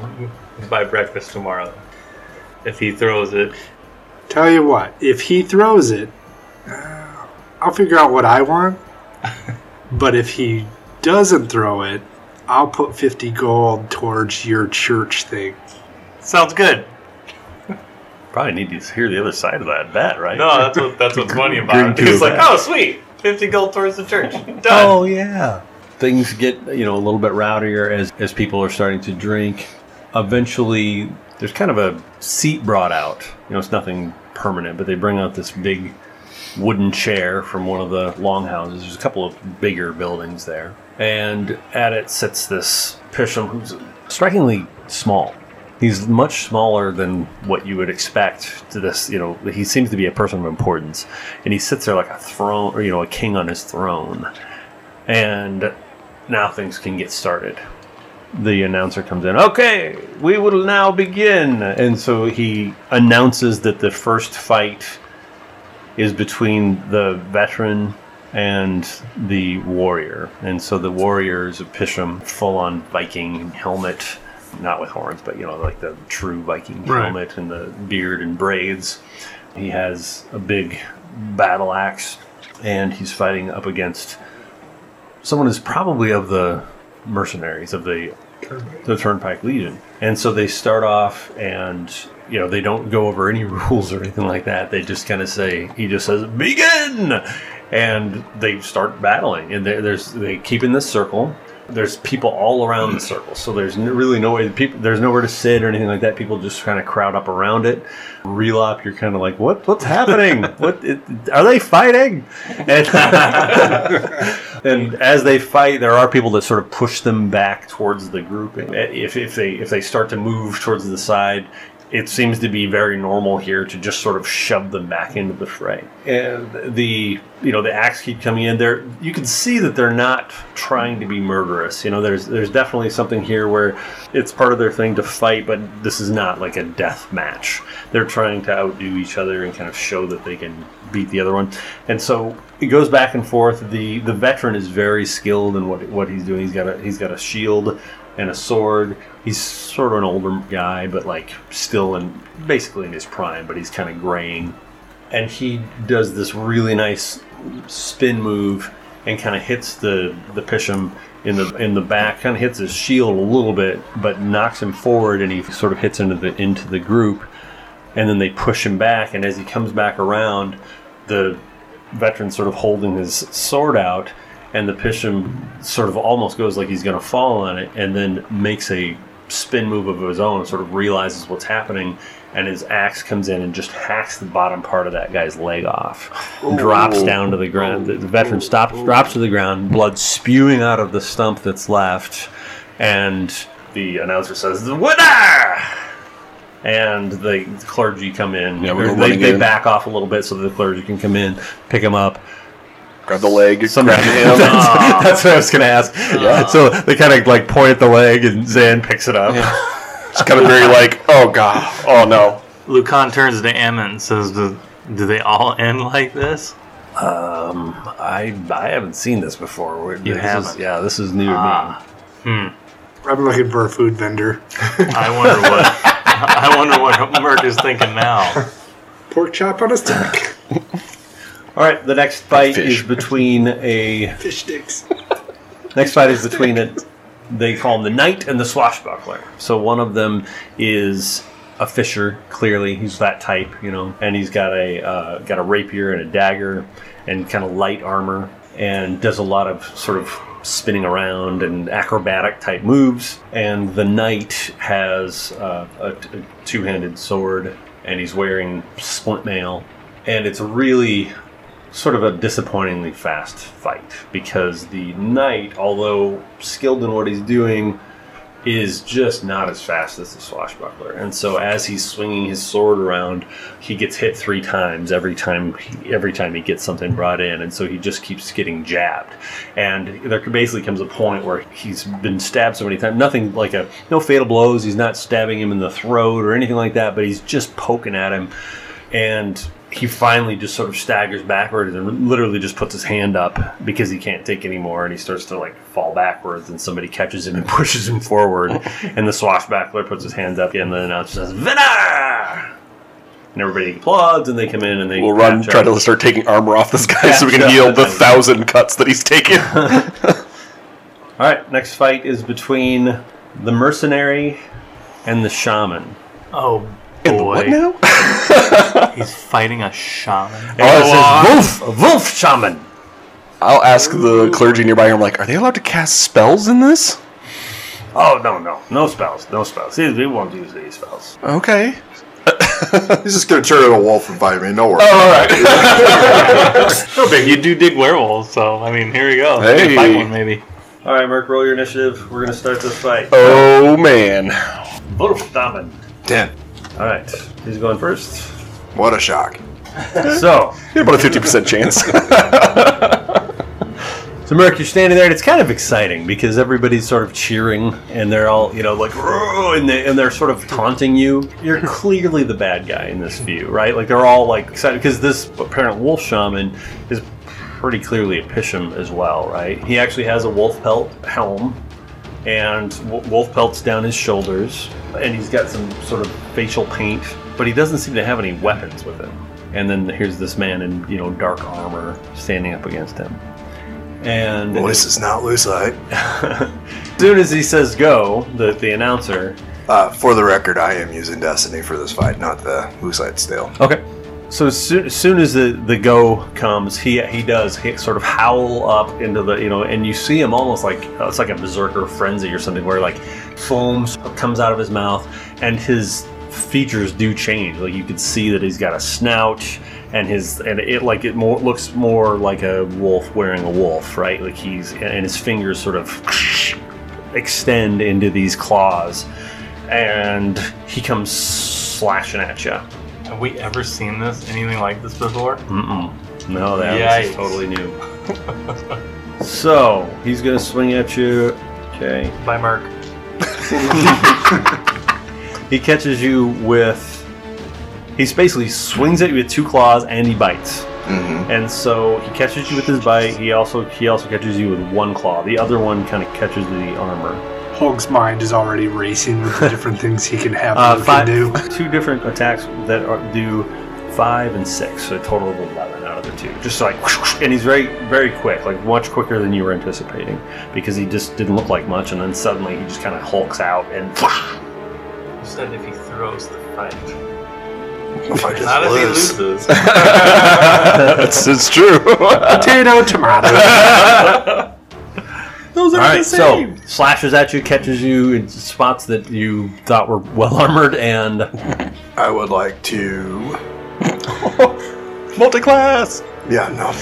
buy breakfast tomorrow. If he throws it,
Tell you what, if he throws it, uh, I'll figure out what I want. but if he doesn't throw it, I'll put 50 gold towards your church thing.
sounds good.
Probably need to hear the other side of that bet, right?
No, that's what that's what's funny about it.
Green
He's like,
tube.
oh, sweet, fifty gold towards the church. Done.
yeah. Things get you know a little bit rowdier as as people are starting to drink. eventually there's kind of a seat brought out. You know, it's nothing permanent, but they bring out this big wooden chair from one of the longhouses. There's a couple of bigger buildings there, and at it sits this Pisham who's strikingly small. He's much smaller than what you would expect to this. You know, he seems to be a person of importance, and he sits there like a throne, or you know, a king on his throne. And now things can get started the announcer comes in. Okay, we will now begin. And so he announces that the first fight is between the veteran and the warrior. And so the warrior is a Pisham, full on Viking helmet, not with horns, but you know, like the true Viking
Right.
helmet and the beard and braids. He has a big battle axe and he's fighting up against someone who's probably of the mercenaries of the the Turnpike Legion. And so they start off and you know, they don't go over any rules or anything like that. They just kind of say he just says begin and they start battling and they there's they keep in this circle. There's people all around the circle. So there's n- really no way people there's nowhere to sit or anything like that. People just kind of crowd up around it. Relop, you're kind of like, "What what's happening? what it, are they fighting?" And and as they fight, there are people that sort of push them back towards the group. If, if they if they start to move towards the side, it seems to be very normal here to just sort of shove them back into the fray. And the you know the acts keep coming in. There you can see that they're not trying to be murderous. You know, there's there's definitely something here where it's part of their thing to fight, but this is not like a death match. They're trying to outdo each other and kind of show that they can beat the other one. And so it goes back and forth. The the veteran is very skilled in what what he's doing. He's got a he's got a shield and a sword. He's sort of an older guy, but like still in basically in his prime, but he's kind of graying. And he does this really nice spin move and kind of hits the the Pisham in the in the back, kind of hits his shield a little bit, but knocks him forward, and he sort of hits into the into the group and then they push him back. And as he comes back around, the veteran sort of holding his sword out, and the Pisham sort of almost goes like he's going to fall on it, and then makes a spin move of his own, sort of realizes what's happening, and his axe comes in and just hacks the bottom part of that guy's leg off, and drops down to the ground. The, the veteran stops, drops to the ground, blood spewing out of the stump that's left, and the announcer says, "The winner!" and the clergy come in.
Yeah, we're
Or
gonna
they,
run
they
again.
back off a little bit so that the clergy can come in, pick him up.
Grab the leg.
Some-
grab the hand.
that's, that's what I was going to ask. So they kind of like point at the leg, and Zan picks it up.
It's kind of very like, oh god, oh no.
Lucan turns to Emma and says, do, do they all end like this?
I I haven't seen this before. We're-
You
this Is,
haven't?
yeah, this is new
Ah.
I'm looking for a food vendor.
I wonder what I wonder what Merc is thinking now.
Pork chop on a stick.
to me. All right, the next fight
Fish.
is between a
Fish sticks.
next fight is between a they call him the knight and the swashbuckler. So one of them is a fisher. Clearly, he's that type, you know, and he's got a uh, got a rapier and a dagger and kind of light armor and does a lot of sort of spinning around and acrobatic type moves. And the knight has uh, a, t- a two-handed sword and he's wearing splint mail. And it's really sort of a disappointingly fast fight because the knight, although skilled in what he's doing, is just not as fast as the swashbuckler. And so as he's swinging his sword around, he gets hit three times every time he, every time he gets something brought in, and so he just keeps getting jabbed. And there basically comes a point where he's been stabbed so many times, nothing like a no fatal blows. He's not stabbing him in the throat or anything like that, but he's just poking at him and he finally just sort of staggers backwards and literally just puts his hand up because he can't take anymore and he starts to like fall backwards and somebody catches him and pushes him forward and the swashbuckler puts his hands up and the announcer says "Winner!" and everybody applauds and they come in and they
We'll run,
catch
try
up.
to start taking armor off this guy so we
Yeah,
can heal the
definitely.
thousand cuts that he's taken.
All right, next fight is between the mercenary and the shaman.
Oh boy,
What now?
he's fighting a shaman.
I'll,
Oh, it says "Wolf, Wolf Shaman."
I'll ask the clergy nearby. I'm like, are they allowed to cast spells in this?
Oh no, no, no spells, no spells. See, We won't use any spells.
Okay.
He's just gonna turn into a wolf and bite me. No worries.
All right.
You do dig werewolves, so I mean, here we go.
Hey.
Maybe find one maybe.
All right, Merc, roll your initiative. We're gonna start this fight.
oh man.
Vote for Dobbin.
Ten.
All right, he's going first.
What a shock.
You
So,
have about a fifty percent chance.
so Merc, you're standing there, and it's kind of exciting because everybody's sort of cheering, and they're all, you know, like, "Roar," and, they, and they're sort of taunting you. You're clearly the bad guy in this view, right? Like, they're all like excited because this apparent wolf shaman is pretty clearly a Pisham as well, right? He actually has a wolf pelt helm and w- wolf pelts down his shoulders, and he's got some sort of facial paint, but he doesn't seem to have any weapons with him. And then here's this man in you know dark armor standing up against him. And as
Voice is not lucite.
soon as he says "go," the the announcer.
Uh, for the record, I am using Destiny for this fight, not the lucite steel.
Okay. So as soon, as soon as the, the go comes, he he does he sort of howl up into the you know, and you see him almost like uh, it's like a berserker frenzy or something, where like foam comes out of his mouth, and his features do change. Like you can see that he's got a snout, and his and it like it more looks more like a wolf wearing a wolf, right? Like he's and his fingers sort of extend into these claws, and he comes slashing at you.
Have we ever seen this? Anything like this before?
Mm-mm. No, that was
Yikes.
just totally new. so he's gonna swing at you. Okay,
By Merc.
he catches you with. He basically swings at you with two claws and he bites.
Mm-hmm.
And so he catches you with his bite. He also he also catches you with one claw. The other one kind of catches the armor.
Hog's mind is already racing with the different things he can have
Uh,
and
five,
can do.
two different attacks that are, do five and six, so a total of eleven out of the two. Just like, and he's very, very quick, like much quicker than you were anticipating, because he just didn't look like much, and then suddenly he just kind of hulks out and
You said if he throws the fight.
If I just
Not if he
lose.
loses.
That's it's true.
Potato, tomato.
Those are the same. So slashes at you, catches you in spots that you thought were well armored, and
I would like to.
Multi-class.
Yeah, no.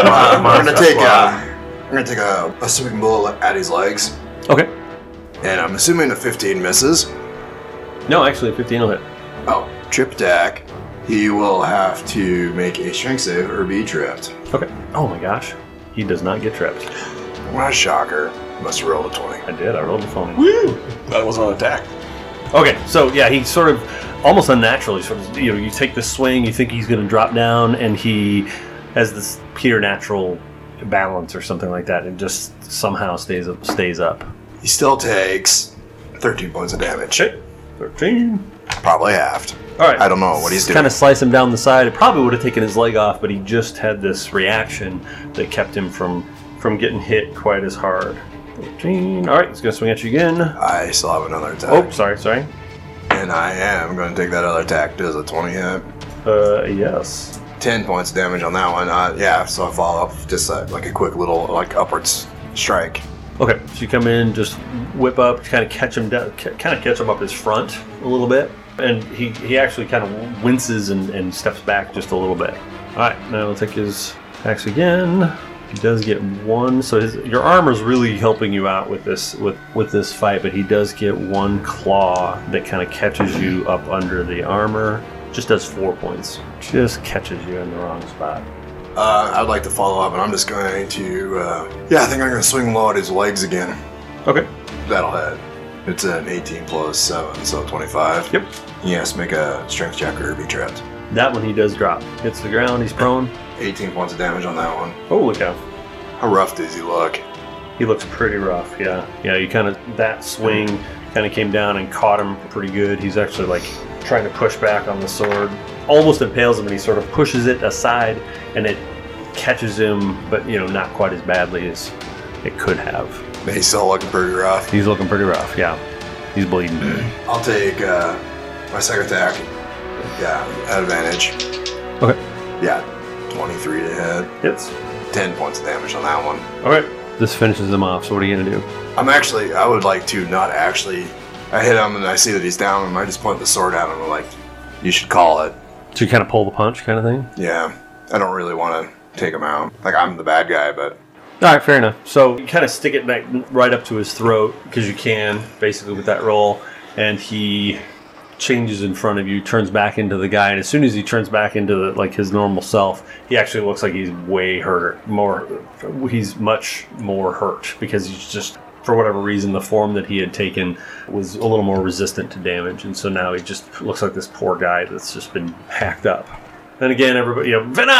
I'm gonna take
uh,
a. I'm gonna take a, a swimming bullet at his legs,
okay,
and I'm assuming the 15 misses.
no, actually, a fifteen will hit.
Oh, trip Dak. He will have to make a strength save or be tripped.
Okay. Oh my gosh, he does not get tripped.
What a shocker. Must have rolled a 20.
I did. I rolled a phone.
That wasn't an attack.
Okay, so yeah, he sort of almost unnaturally sort of you know you take this swing, you think he's going to drop down, and he has this pure natural balance or something like that, and just somehow stays up, stays up.
He still takes 13 points of damage.
Thirteen.
Probably halved.
All right.
I don't know what he's doing.
Kind of slice him down the side. It probably would have taken his leg off, but he just had this reaction that kept him from from getting hit quite as hard. Thirteen. All right, he's going to swing at you again.
I still have another attack.
Oh, sorry, sorry.
And I am going to take that other attack. Does a 20 hit?
Uh, yes.
10 points of damage on that one. Uh, yeah, so I follow up with just uh, like a quick little like upwards strike.
Okay, so you come in, just whip up, kind of catch him down, kind of catch him up his front a little bit, and he, he actually kind of winces and, and steps back just a little bit. All right, now we'll take his axe again. He does get one, so his your armor's really helping you out with this with with this fight, but he does get one claw that kind of catches you up under the armor. Just does four points. Just catches you in the wrong spot.
Uh, I'd like to follow up, and I'm just going to. Uh, yeah, I think I'm going to swing low at his legs again.
Okay.
That'll hit. It's an 18 plus 7, so 25.
Yep.
Yes, make a strength check or be trapped.
That one he does drop. Hits the ground. He's prone.
18 points of damage on that one.
Oh look out!
How rough does he look?
He looks pretty rough, yeah. Yeah, you kind of, that swing kind of came down and caught him pretty good. He's actually like trying to push back on the sword, almost impales him, and he sort of pushes it aside and it catches him, but you know, not quite as badly as it could have.
He's still looking pretty rough.
He's looking pretty rough, yeah. He's bleeding.
I'll take uh, my second attack. Yeah, at advantage.
Okay.
Yeah, 23 to hit.
Hits.
10 points of damage on that one.
All right. This finishes him off. So what are you gonna do?
I'm actually, I would like to not actually. I hit him and I see that he's down and I just point the sword at him and I'm like, you should call it.
So you kind of pull the punch, kind of thing.
Yeah. I don't really want to take him out. Like, I'm the bad guy, but
All right, fair enough. So you kind of stick it back right up to his throat because you can, basically, with that roll, and he changes in front of you, turns back into the guy, and as soon as he turns back into the, like his normal self, he actually looks like he's way hurt, more, he's much more hurt because he's just for whatever reason the form that he had taken was a little more resistant to damage, and so now he just looks like this poor guy that's just been hacked up. Then again, everybody, you know, Vena!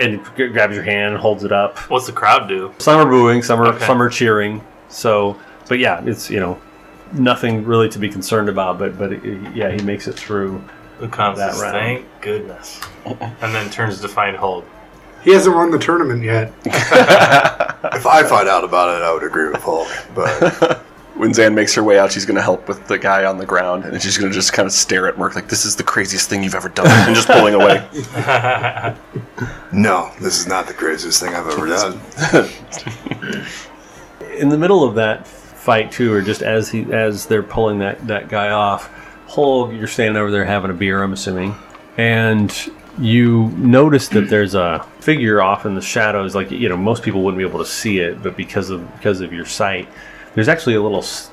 And he grabs your hand, holds it up,
What's the crowd do?
some are booing, some are
Okay.
some are cheering. So, but yeah, it's you know nothing really to be concerned about. But but it, yeah, he makes it through.
Lucan
That
says,
round.
"Thank goodness," and then turns to find Hold.
He hasn't won the tournament yet.
if I find out about it, I would agree with Hulk. But
When Zan makes her way out, she's going to help with the guy on the ground, and she's going to just kind of stare at Merc like, this is the craziest thing you've ever done, and just pulling away.
no, this is not the craziest thing I've ever done.
In the middle of that fight too, or just as he as they're pulling that that guy off, Hulk, you're standing over there having a beer, I'm assuming, and you notice that there's a figure off in the shadows. Like you know, most people wouldn't be able to see it, but because of because of your sight, there's actually a little s-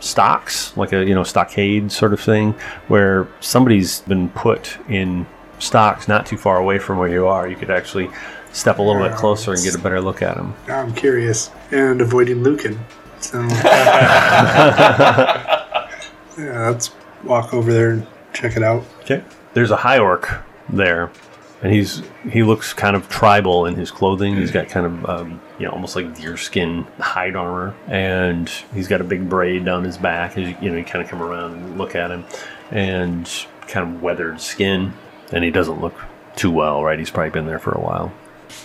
stocks, like a you know stockade sort of thing, where somebody's been put in stocks not too far away from where you are. You could actually step a little bit closer and get a better look at them.
Now I'm curious and avoiding Lucan. So uh, yeah, let's walk over there and check it out.
Okay. There's a high orc there, and he's he looks kind of tribal in his clothing. He's got kind of um, you know almost like deer skin hide armor, and he's got a big braid down his back. As you, you know, you kind of come around and look at him, and kind of weathered skin, and he doesn't look too well. Right? He's probably been there for a while.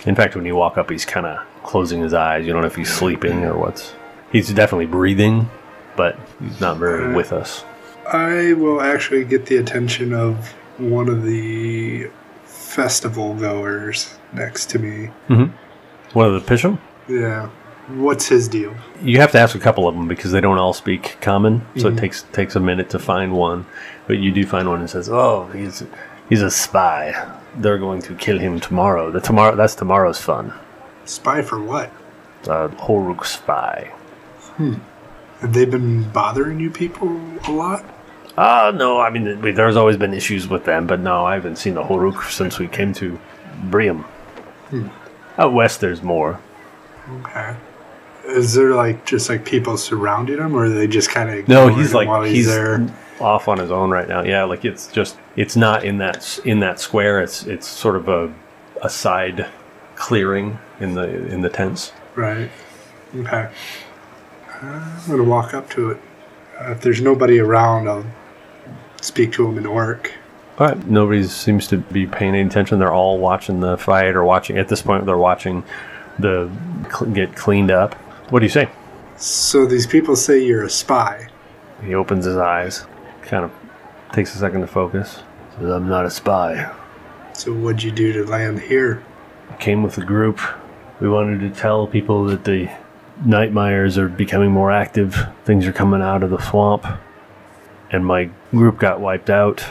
In fact, when you walk up, he's kind of closing his eyes. You don't know if he's sleeping or what's. He's definitely breathing, but he's not very with us.
I will actually get the attention of one of the festival goers next to me.
One of the Pisham?
Yeah. What's his deal?
you have to ask a couple of them because they don't all speak common, so it takes takes a minute to find one. But you do find one and says, "Oh, he's he's a spy. They're going to kill him tomorrow. The tomorrow that's tomorrow's fun.
Spy for what?
A Horuk spy.
Have they been bothering you people a lot?
Ah, no, I mean th- there's always been issues with them, but no, I haven't seen a Horuk since we came to Brium. Out west, there's more.
Okay. Is there like just like people surrounding him, or are they just kind of
No, he's like he's, off on his own right now. Yeah, like it's just it's not in that s- in that square. It's it's sort of a a side clearing in the in the tents.
Right. Okay. I'm gonna walk up to it. Uh, if there's nobody around, I'll speak to him in orc.
All right, nobody seems to be paying any attention. They're all watching the fight or watching at this point. They're watching the cl- get cleaned up. What do you say?
So these people say you're a spy.
He opens his eyes, kind of takes a second to focus. Says, "I'm not a spy.
So what'd you do to land here?
came with a group. We wanted to tell people that the nightmares are becoming more active. Things are coming out of the swamp, and my group got wiped out.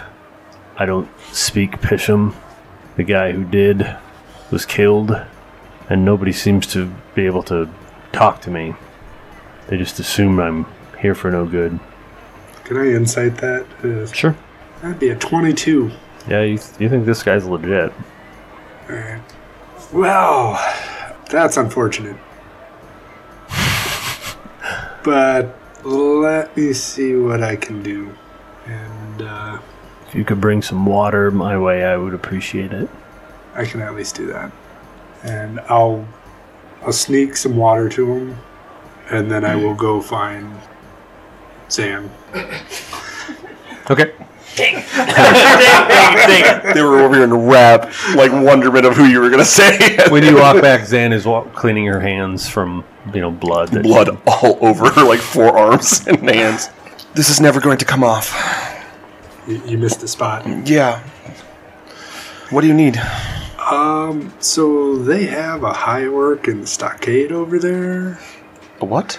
I don't speak Pisham. The guy who did was killed, and nobody seems to be able to talk to me. They just assume I'm here for no good.
Can I incite that? Uh,
Sure.
that'd be a 22.
Yeah, you, you think this guy's legit?
Well, that's unfortunate. But let me see what I can do. And uh,
If you could bring some water my way, I would appreciate it.
I can at least do that. And I'll I'll sneak some water to him, and then I will go find Sam.
Okay.
they were over here in rap, like wonderment of who you were going to say.
when you walk back, Zan is wa- cleaning her hands from you know blood. that-
Blood all over her, like forearms and hands. This is never going to come off.
You, you missed the spot.
Yeah. What do you need?
Um, so they have a high work and stockade over there,
A what?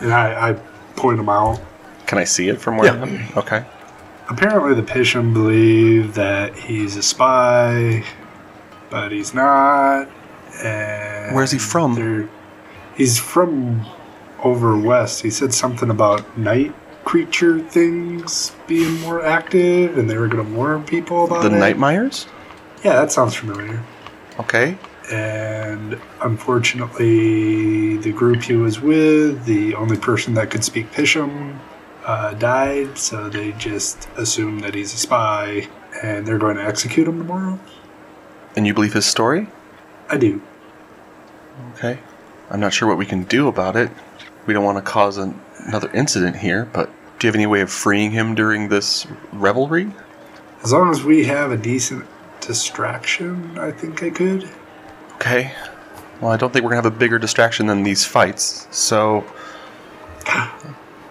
and I, I point them out.
Can I see it from where I am? Okay.
Apparently, the Pisham believe that he's a spy, but he's not. And
Where's he from?
they're- He's from over west. He said something about night creature things being more active, and they were going to warn people about
The
it.
Nightmires?
Yeah, that sounds familiar.
Okay.
And unfortunately, the group he was with, the only person that could speak Pisham, uh, died, so they just assume that he's a spy and they're going to execute him tomorrow.
And you believe his story?
I do.
Okay. I'm not sure what we can do about it. We don't want to cause an, another incident here, but do you have any way of freeing him during this revelry?
As long as we have a decent distraction, I think I could.
Okay. Well, I don't think we're going to have a bigger distraction than these fights, so.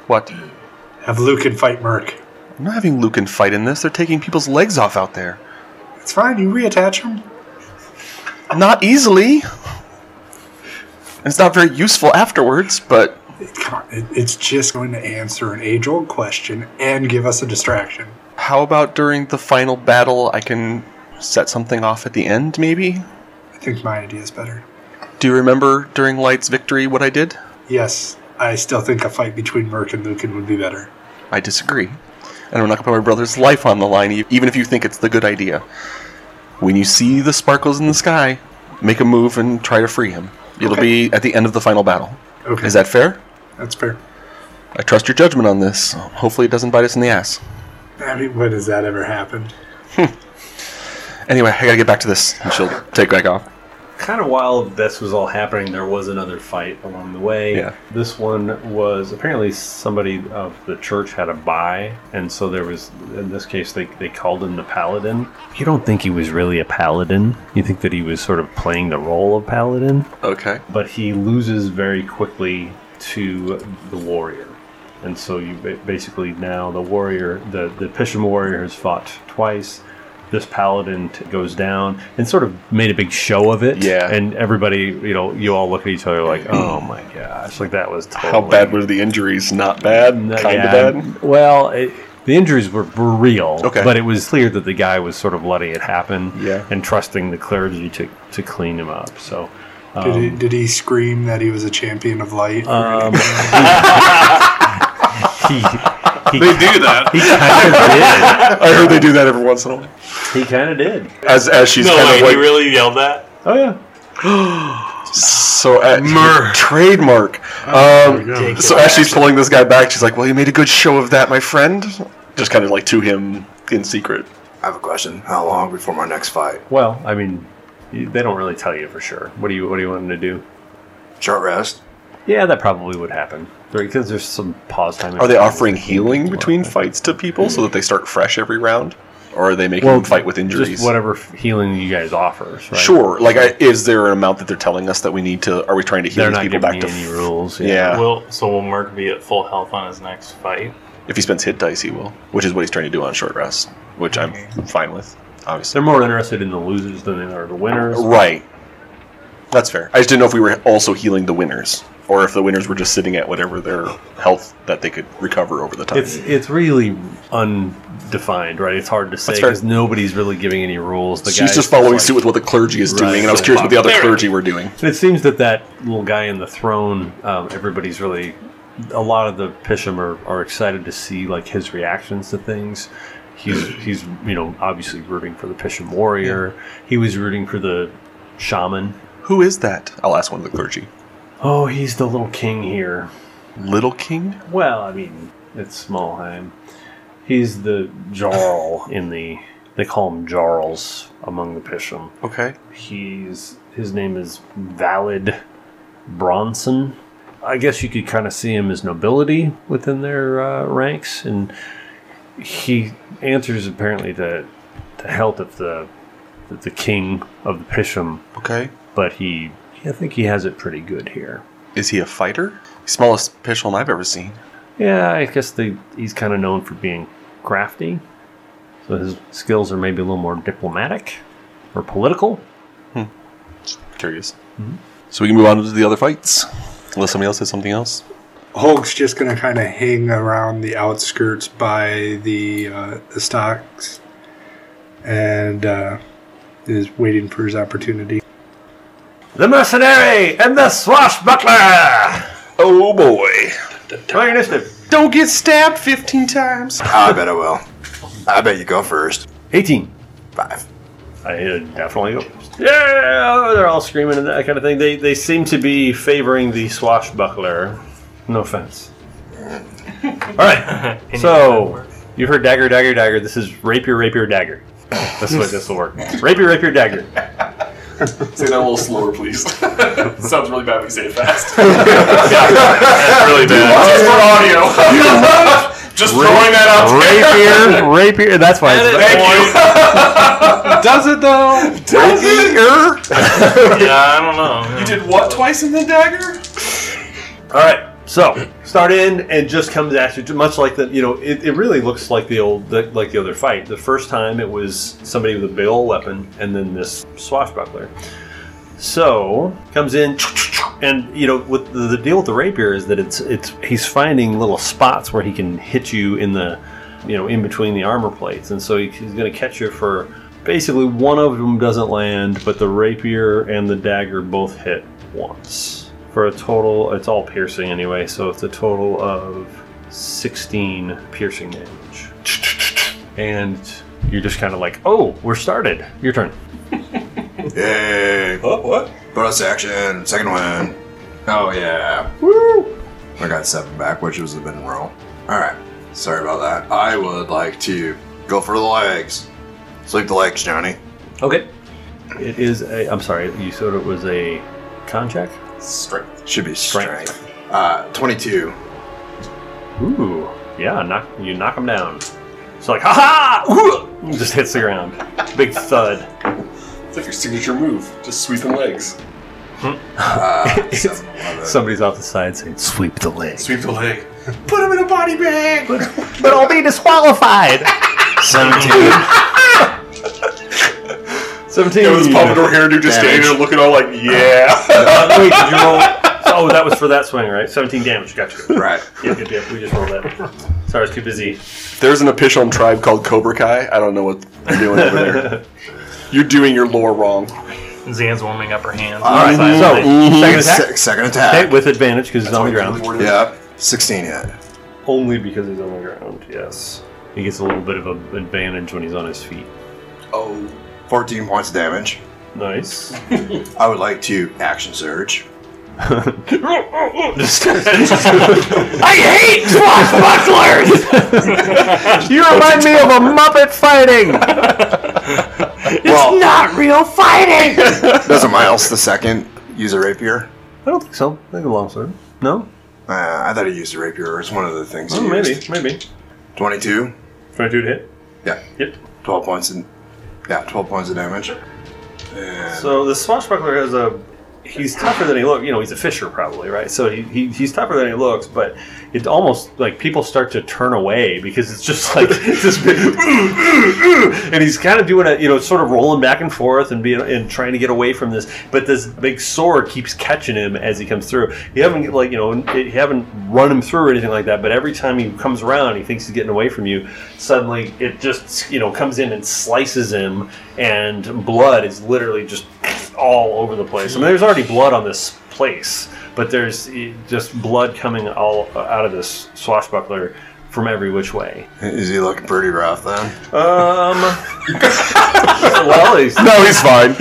What?
Have Luke and fight Merc.
I'm not having Lucan fight in this. They're taking people's legs off out there.
It's fine, you reattach him.
Not easily. And It's not very useful afterwards, but
Come on, it, it's just going to answer an age old question and give us a distraction.
how about during the final battle? I can set something off at the end, maybe?
I think my idea is better.
Do you remember during Light's victory what I did?
Yes, I still think a fight between Merc and Lucan would be better.
I disagree. And I'm not going to put my brother's life on the line, e- even if you think it's the good idea. When you see the sparkles in the sky, make a move and try to free him. It'll
Okay.
be at the end of the final battle.
Okay,
Is that fair?
that's fair?
I trust your judgment on this. Hopefully, it doesn't bite us in the ass.
I mean, when has that ever happened?
Anyway, I gotta get back to this. And she'll take back off.
Kind of while this was all happening, there was another fight along the way.
Yeah.
This one was apparently somebody of the church had a buy, and so there was, in this case, they, they called him the paladin. You don't think he was really a paladin. You think that he was sort of playing the role of paladin,
Okay.
but he loses very quickly to the warrior. And so you ba- basically now the warrior, the, the Pisham warrior has fought twice. This paladin t- goes down and sort of made a big show of it.
Yeah.
And everybody, you know, you all look at each other like, oh my gosh, like that was totally.
How bad were the injuries? Not bad. Kind
No,
of
yeah.
bad.
Well, it, the injuries were, were real,
Okay.
but it was clear that the guy was sort of letting it happen
Yeah.
and trusting the clergy to, to clean him up. So,
Did,
Um,
he, did he scream that he was a champion of light? or
uh,
anything?
he, he,
They do that.
kind
I heard they do that every once in a while.
of did. He kind of did.
As as she's
No,
kind
wait,
of like
he really yelled that?
Oh yeah.
so at, trademark. Um, so as she's pulling this guy back, she's like, "Well, you made a good show of that, my friend." Just kind of like to him in secret.
I have a question. How long before my next fight?
Well, I mean, you- they don't really tell you for sure. What do you What do you want them to do?
Short rest.
Yeah, that probably would happen because there's some pause time.
Are they offering healing between fights to people so that they start fresh every round, or are they making them fight with injuries?
Just whatever f- healing you guys offers. Right?
Sure. Like, I, is there an amount that they're telling us that we need to? Are we trying to heal
They're
these
not
people
giving
back
me
to?
any rules.
Yeah.
Will so will Merc be at full health on his next fight?
If he spends hit dice, he will, which is what he's trying to do on short rest, which I'm fine with, obviously.
They're more interested in the losers than they are the winners.
Right. That's fair. I just didn't know if we were also healing the winners, or if the winners were just sitting at whatever their health that they could recover over the time.
It's it's really undefined, right? It's hard to say
fair.
because nobody's really giving any rules. The
She's
guys
just following
like-
suit with what the clergy is
Right.
doing, and I was curious what the other clergy were doing.
It seems that that little guy in the throne, um, everybody's really, a lot of the Pisham are, are excited to see like his reactions to things. He's he's you know obviously rooting for the Pisham warrior. He was rooting for the shaman.
Who is that? I'll ask one of the clergy.
Oh, he's the little king here.
Little King?
Well, I mean, it's Smallheim. He's the Jarl in the they call him Jarls among the Pisham.
Okay.
He's his name is Valid Bronson. I guess you could kind of see him as nobility within their uh, ranks, and he answers apparently the the health of the the, the king of the Pisham,
Okay.
but he I think he has it pretty good here.
Is he a fighter? Smallest pistol I've ever seen.
Yeah, I guess they, he's kind of known for being crafty, so his skills are maybe a little more diplomatic or political.
curious. So we can move on to the other fights, unless somebody else has something else.
Hulk's just gonna kind of hang around the outskirts by the uh, the stocks, and uh, is waiting for his opportunity.
The mercenary and the swashbuckler.
Oh boy!
Roll your initiative.
Don't get stabbed fifteen times.
Ah, I bet I will. I bet you go first.
Eighteen.
Five.
I hit definitely go. Yeah, they're all screaming and that kind of thing. They they seem to be favoring the swashbuckler. No offense. All right. so you heard dagger, dagger, dagger. This is rapier, rapier, dagger. That's what this will work. Rapier, rapier, dagger.
Say that a little slower, please. Sounds really bad when you say it fast.
That's really bad.
Just for audio. Just throwing that out
Rapier, rapier. That's why. It's,
Does it though? Does it?
Yeah, I don't know.
You did what twice in the dagger?
All right. So start in and just comes at you, much like the you know it, it really looks like the old the, like the other fight. The first time it was somebody with a big old weapon, and then this swashbuckler. So comes in and you know with the, the deal with the rapier is that it's it's he's finding little spots where he can hit you in the you know in between the armor plates, and so he, he's going to catch you for basically one of them doesn't land, but the rapier and the dagger both hit once for a total. It's all piercing anyway, so it's a total of sixteen piercing damage. And you're just kind of like, oh, we're started. Your turn.
Yay!
What? What?
Bonus action. Second win. Oh yeah. Woo! I got seven back, which was the been roll. All right. Sorry about that. I would like to go for the legs. Sleep the legs, Johnny.
Okay. It is a. I'm sorry. You said it was a con check.
Strength.
Should be
Strength.
strength. Uh, 22.
Ooh. Yeah. Knock. You knock him down. It's like, ha ha! Ooh! Just hits the ground. Big thud.
It's like your signature move. Just sweeping legs.
Uh, seven, 11.
Somebody's off the side saying, "Sweep the leg."
Sweep the leg. Put him in a body bag.
But I'll be disqualified.
17.
Seventeen.
It was Pompadour hairdo just standing there looking all like, yeah.
Uh, wait, did you roll? Oh, that was for that swing, right? Seventeen damage. Gotcha.
right.
Yep, yep, yep. We just rolled that. Sorry, I was too busy.
There's an Apishon tribe called Cobra Kai. I don't know what you're doing over there. You're doing your lore wrong.
Zan's warming up her hands.
All right, so
e-
Mm-hmm. second attack.
Se- second attack.
Okay, with advantage because he's on the ground.
Yep. 16 hit.
Only because he's on the ground. Yes, he gets a little bit of an advantage when he's on his feet.
Oh. 14 points of damage.
Nice.
I would like to action surge.
I hate swashbucklers. you remind me of a Muppet fighting. it's not real fighting.
Doesn't Miles the second use a rapier?
I don't think so. I think a longsword. No.
Uh, I thought he used a rapier. It's one of the things
Oh,
he
maybe,
used.
maybe.
22.
Twenty-two to hit.
Yeah.
Yep.
12 points and yeah, 12 points of damage. And
So the swashbuckler has a. He's tougher than he looks. You know, he's a fisher probably, right? So he, he, he's tougher than he looks, but it's almost like people start to turn away because it's just like this big, and he's kind of doing a you know sort of rolling back and forth and being and trying to get away from this, but this big sword keeps catching him as he comes through. You haven't like you know you haven't run him through or anything like that, but every time he comes around, he thinks he's getting away from you. Suddenly, it just you know comes in and slices him, and blood is literally just all over the place. I mean, there's already blood on this place, but there's eh, just blood coming all uh, out of this swashbuckler from every which way.
is he looking pretty rough then?
Um. well, he's
No, he's fine.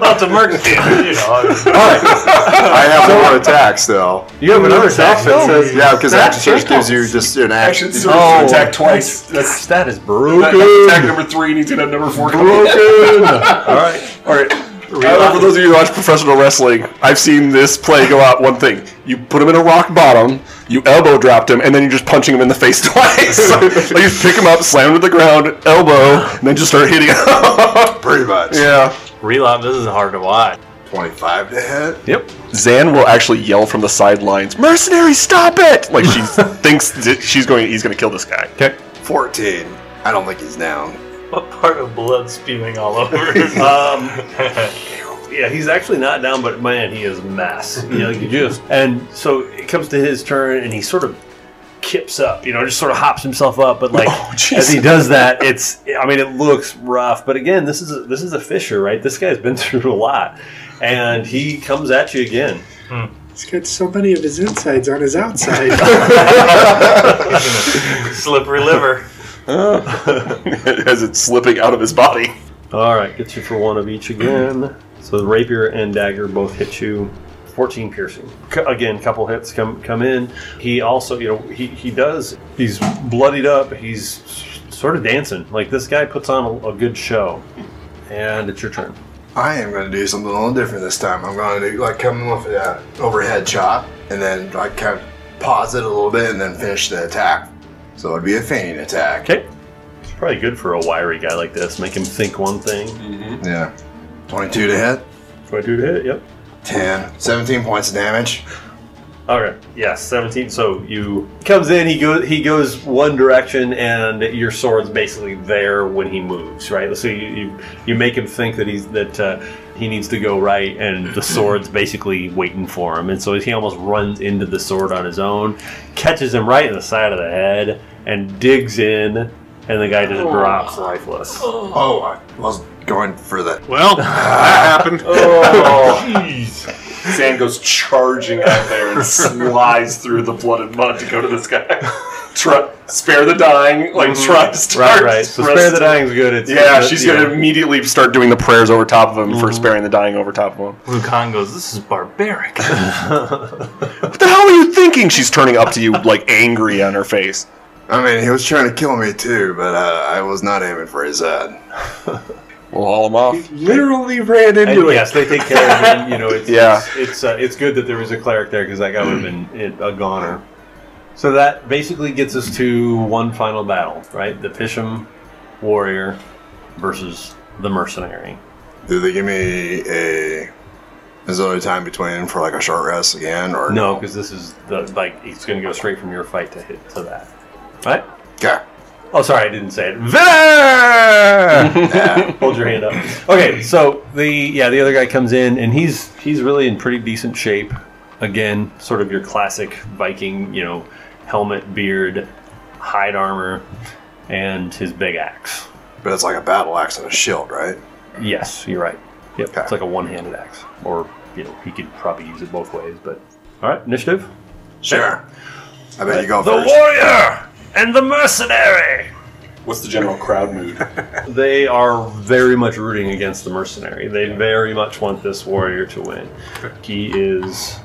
lots of murder. You know,
I have more attacks though.
you have another attack
It
that
says, yeah, because
That
action surge gives you just an action.
Action surge
Oh.
attack twice. That's
that is
that-
brutal.
that's attack number three, and he's gonna have number four. coming.
All right.
All right. Uh, for those of you who watch professional wrestling, I've seen this play go out one thing. You put him in a rock bottom, you elbow dropped him, and then you're just punching him in the face twice. like you pick him up, slam him to the ground, elbow, and then just start hitting him.
Pretty much.
yeah.
Relop, this is hard to watch.
25 to hit.
Yep.
Zan will actually yell from the sidelines, Mercenary, stop it! Like she thinks that she's going he's gonna kill this guy.
Okay.
14. I don't think he's down.
What part of blood spewing all over?
Um, yeah, he's actually not down, but man, he is mass. You know, you just and so it comes to his turn, and he sort of kips up. You know, just sort of hops himself up, but like
Oh,
as he does that, it's I mean, it looks rough. But again, this is a, this is a fisher, right? This guy's been through a lot, and he comes at you again.
He's got so many of his insides on his outside.
Slippery liver.
as it's slipping out of his body.
All right, gets you for one of each again. So the rapier and dagger both hit you. 14 piercing. C- again, couple hits come come in. He also, you know, he, he does. He's bloodied up. He's sort of dancing. Like this guy puts on a, a good show. And it's your turn.
I am going to do something a little different this time. I'm going to do like come with that overhead chop and then like kind of pause it a little bit and then finish the attack. So it'd be a feigning attack.
Okay. It's probably good for a wiry guy like this. Make him think one thing.
Yeah. 22 to hit.
22 to hit. Yep.
10. 17 points of damage.
Okay. Yes, seventeen. So you comes in. He goes. He goes one direction, and your sword's basically there when he moves. Right. So you you, you make him think that he's that uh, he needs to go right, and the sword's basically waiting for him. And so he almost runs into the sword on his own, catches him right in the side of the head, and digs in, and the guy just drops lifeless.
Oh, I was going for the.
Well, that happened.
Sand goes charging out there and slides through the blood and mud to go to this guy. Mm-hmm. Try, spare the dying, like try to start.
Right. Right. So spare the dying's good. It's
Yeah, she's
yeah.
gonna immediately start doing the prayers over top of him for sparing the dying over top of him.
Lucan goes, This is barbaric.
What the hell are you thinking? She's turning up to you like angry on her face.
I mean, he was trying to kill me too, but uh, I was not aiming for his uh, head.
We'll haul him off.
Literally ran
And
into it.
yes, they take care of him. You know, it's
Yeah.
it's it's, uh, it's good that there was a cleric there because that guy would have been it, a goner. So that basically gets us to one final battle, right? The Pisham warrior versus the mercenary.
Do they give me a. Is there a time between for like a short rest again? or
No, because this is the like it's going to go straight from your fight to hit to that, right?
Okay.
Oh, sorry, I didn't say it. Vinner! Hold your hand up. Okay, so the yeah the other guy comes in and he's he's really in pretty decent shape. Again, sort of your classic Viking, you know, helmet, beard, hide armor, and his big axe.
But it's like a battle axe and a shield, right?
Yes, you're right. Yep,
Okay.
it's like a one-handed axe, or you know, he could probably use it both ways. But all right, initiative.
Sure. I bet you go first.
warrior and the mercenary.
What's the general crowd mood?
They are very much rooting against the mercenary. They very much want this warrior to win. He is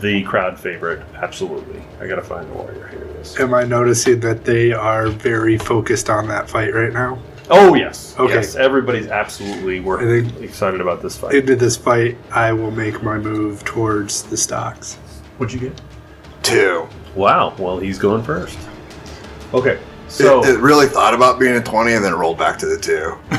the crowd favorite, absolutely. I gotta find the warrior. Here it is.
Am I noticing that they are very focused on that fight right now?
Oh yes,
Okay.
yes. Everybody's absolutely work-
I think-
excited about this fight.
Into this fight, I will make my move towards the stocks.
What'd you get?
Two.
Wow. Well, he's going first. Okay. So
it, it really thought about being a 20 and then it rolled back to the two.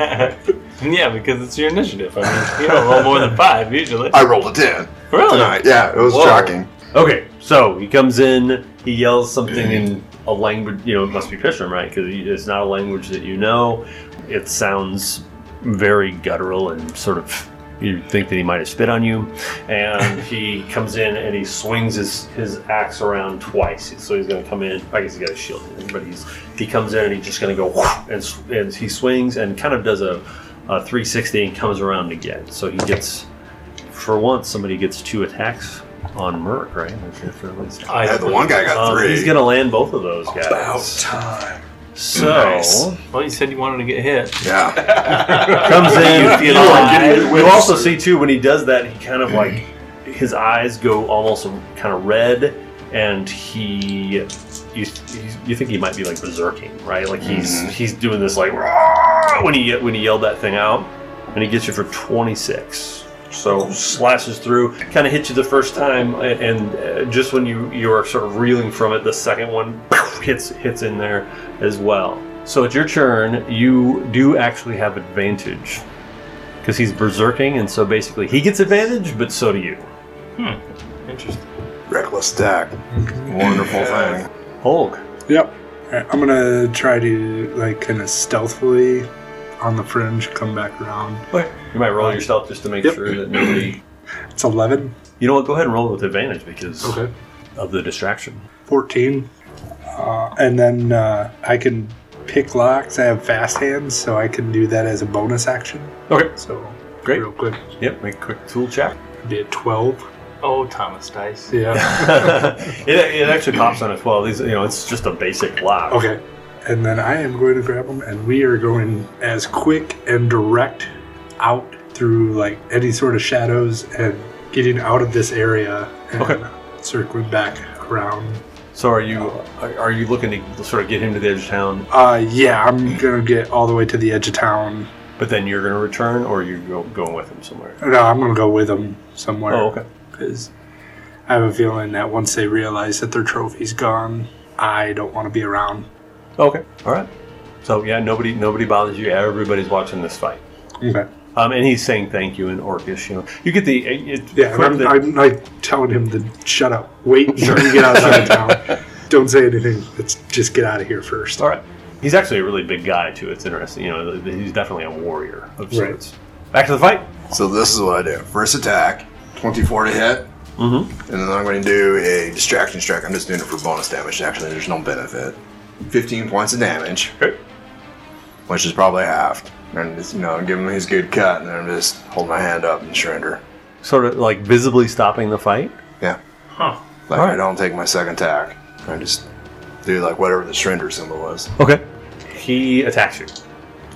yeah, because it's your initiative. I mean, you don't roll more than five usually.
I rolled a 10
Really?
tonight. Yeah, it was
Whoa.
shocking.
okay. So he comes in. He yells something in a language. You know, it must be Pishram, right? Because it's not a language that you know. It sounds very guttural and sort of you think that he might have spit on you and he comes in and he swings his, his axe around twice so he's going to come in i guess he got a shield but he's he comes in and he's just going to go whoosh, and, s- and he swings and kind of does a, a 360 and comes around again so he gets for once somebody gets two attacks on Merc, right? Like, if it was-
I had the one guy got
Um,
three.
he's gonna land both of those guys.
time.
So
Nice.
Well, you said you wanted to get hit.
yeah.
comes in.
You
You,
know, I'm
getting
you also see too when he does that, he kind of like his eyes go almost kind of red, and he you, you think he might be like berserking, right? Like he's
Mm-hmm.
he's doing this like "Rah!" when he when he yelled that thing out, and he gets you for twenty six. So slashes through, kind of hits you the first time, a- and uh, just when you you are sort of reeling from it, the second one hits hits in there as well. So it's your turn. You do actually have advantage because he's berserking, and so basically he gets advantage, but so do you.
Interesting.
Reckless attack. Wonderful thing.
Hulk,
Yep. Alright, I'm gonna try to like kind of stealthily on the fringe come back around.
You might roll your stealth just to make
Yep.
sure that nobody.
It's 11.
You know what? Go ahead and roll it with advantage because
Okay.
of the distraction.
14. Uh, and then uh, I can pick locks. I have fast hands, so I can do that as a bonus action.
Okay.
So
Great.
real quick,
Yep. Make a quick tool check.
I did 12.
Oh, Thomas Dice.
Yeah.
it, it actually pops on as well. These, you know, it's just a basic lock.
Okay. And then I am going to grab them, and we are going as quick and direct out through like any sort of shadows and getting out of this area and
Okay.
circling back around.
So are you are, are you looking to sort of get him to the edge of town,
Uh, yeah, I'm gonna get all the way to the edge of town.
but then you're going to return, or you go going with him somewhere?
No, I'm gonna go with them somewhere.
Oh, okay.
because I have a feeling that once they realize that their trophy's gone, I don't want to be around.
Okay. All right. So yeah, nobody nobody bothers you. Everybody's watching this fight.
Okay.
Um, and he's saying thank you in Orcish. You know, you get the it,
Yeah, and
from
I'm,
the-
I'm like telling him to shut up, wait until you get outside of town. Don't say anything. Let's just get out of here first.
All right. He's actually a really big guy too. It's interesting. You know, th- th- he's definitely a warrior of
Right.
sorts. Back to the fight.
So this is what I do. First attack, 24 to hit. Mm-hmm. And then I'm going to do a distraction strike. I'm just doing it for bonus damage. Actually, there's no benefit. 15 points of damage,
Okay.
which is probably half. And just, you know, give him his good cut, and then I'm just hold my hand up and surrender.
Sort of like visibly stopping the fight.
Yeah.
Huh.
Like
Alright.
I don't take my second attack. I just do like whatever the surrender symbol was.
Okay. He attacks you.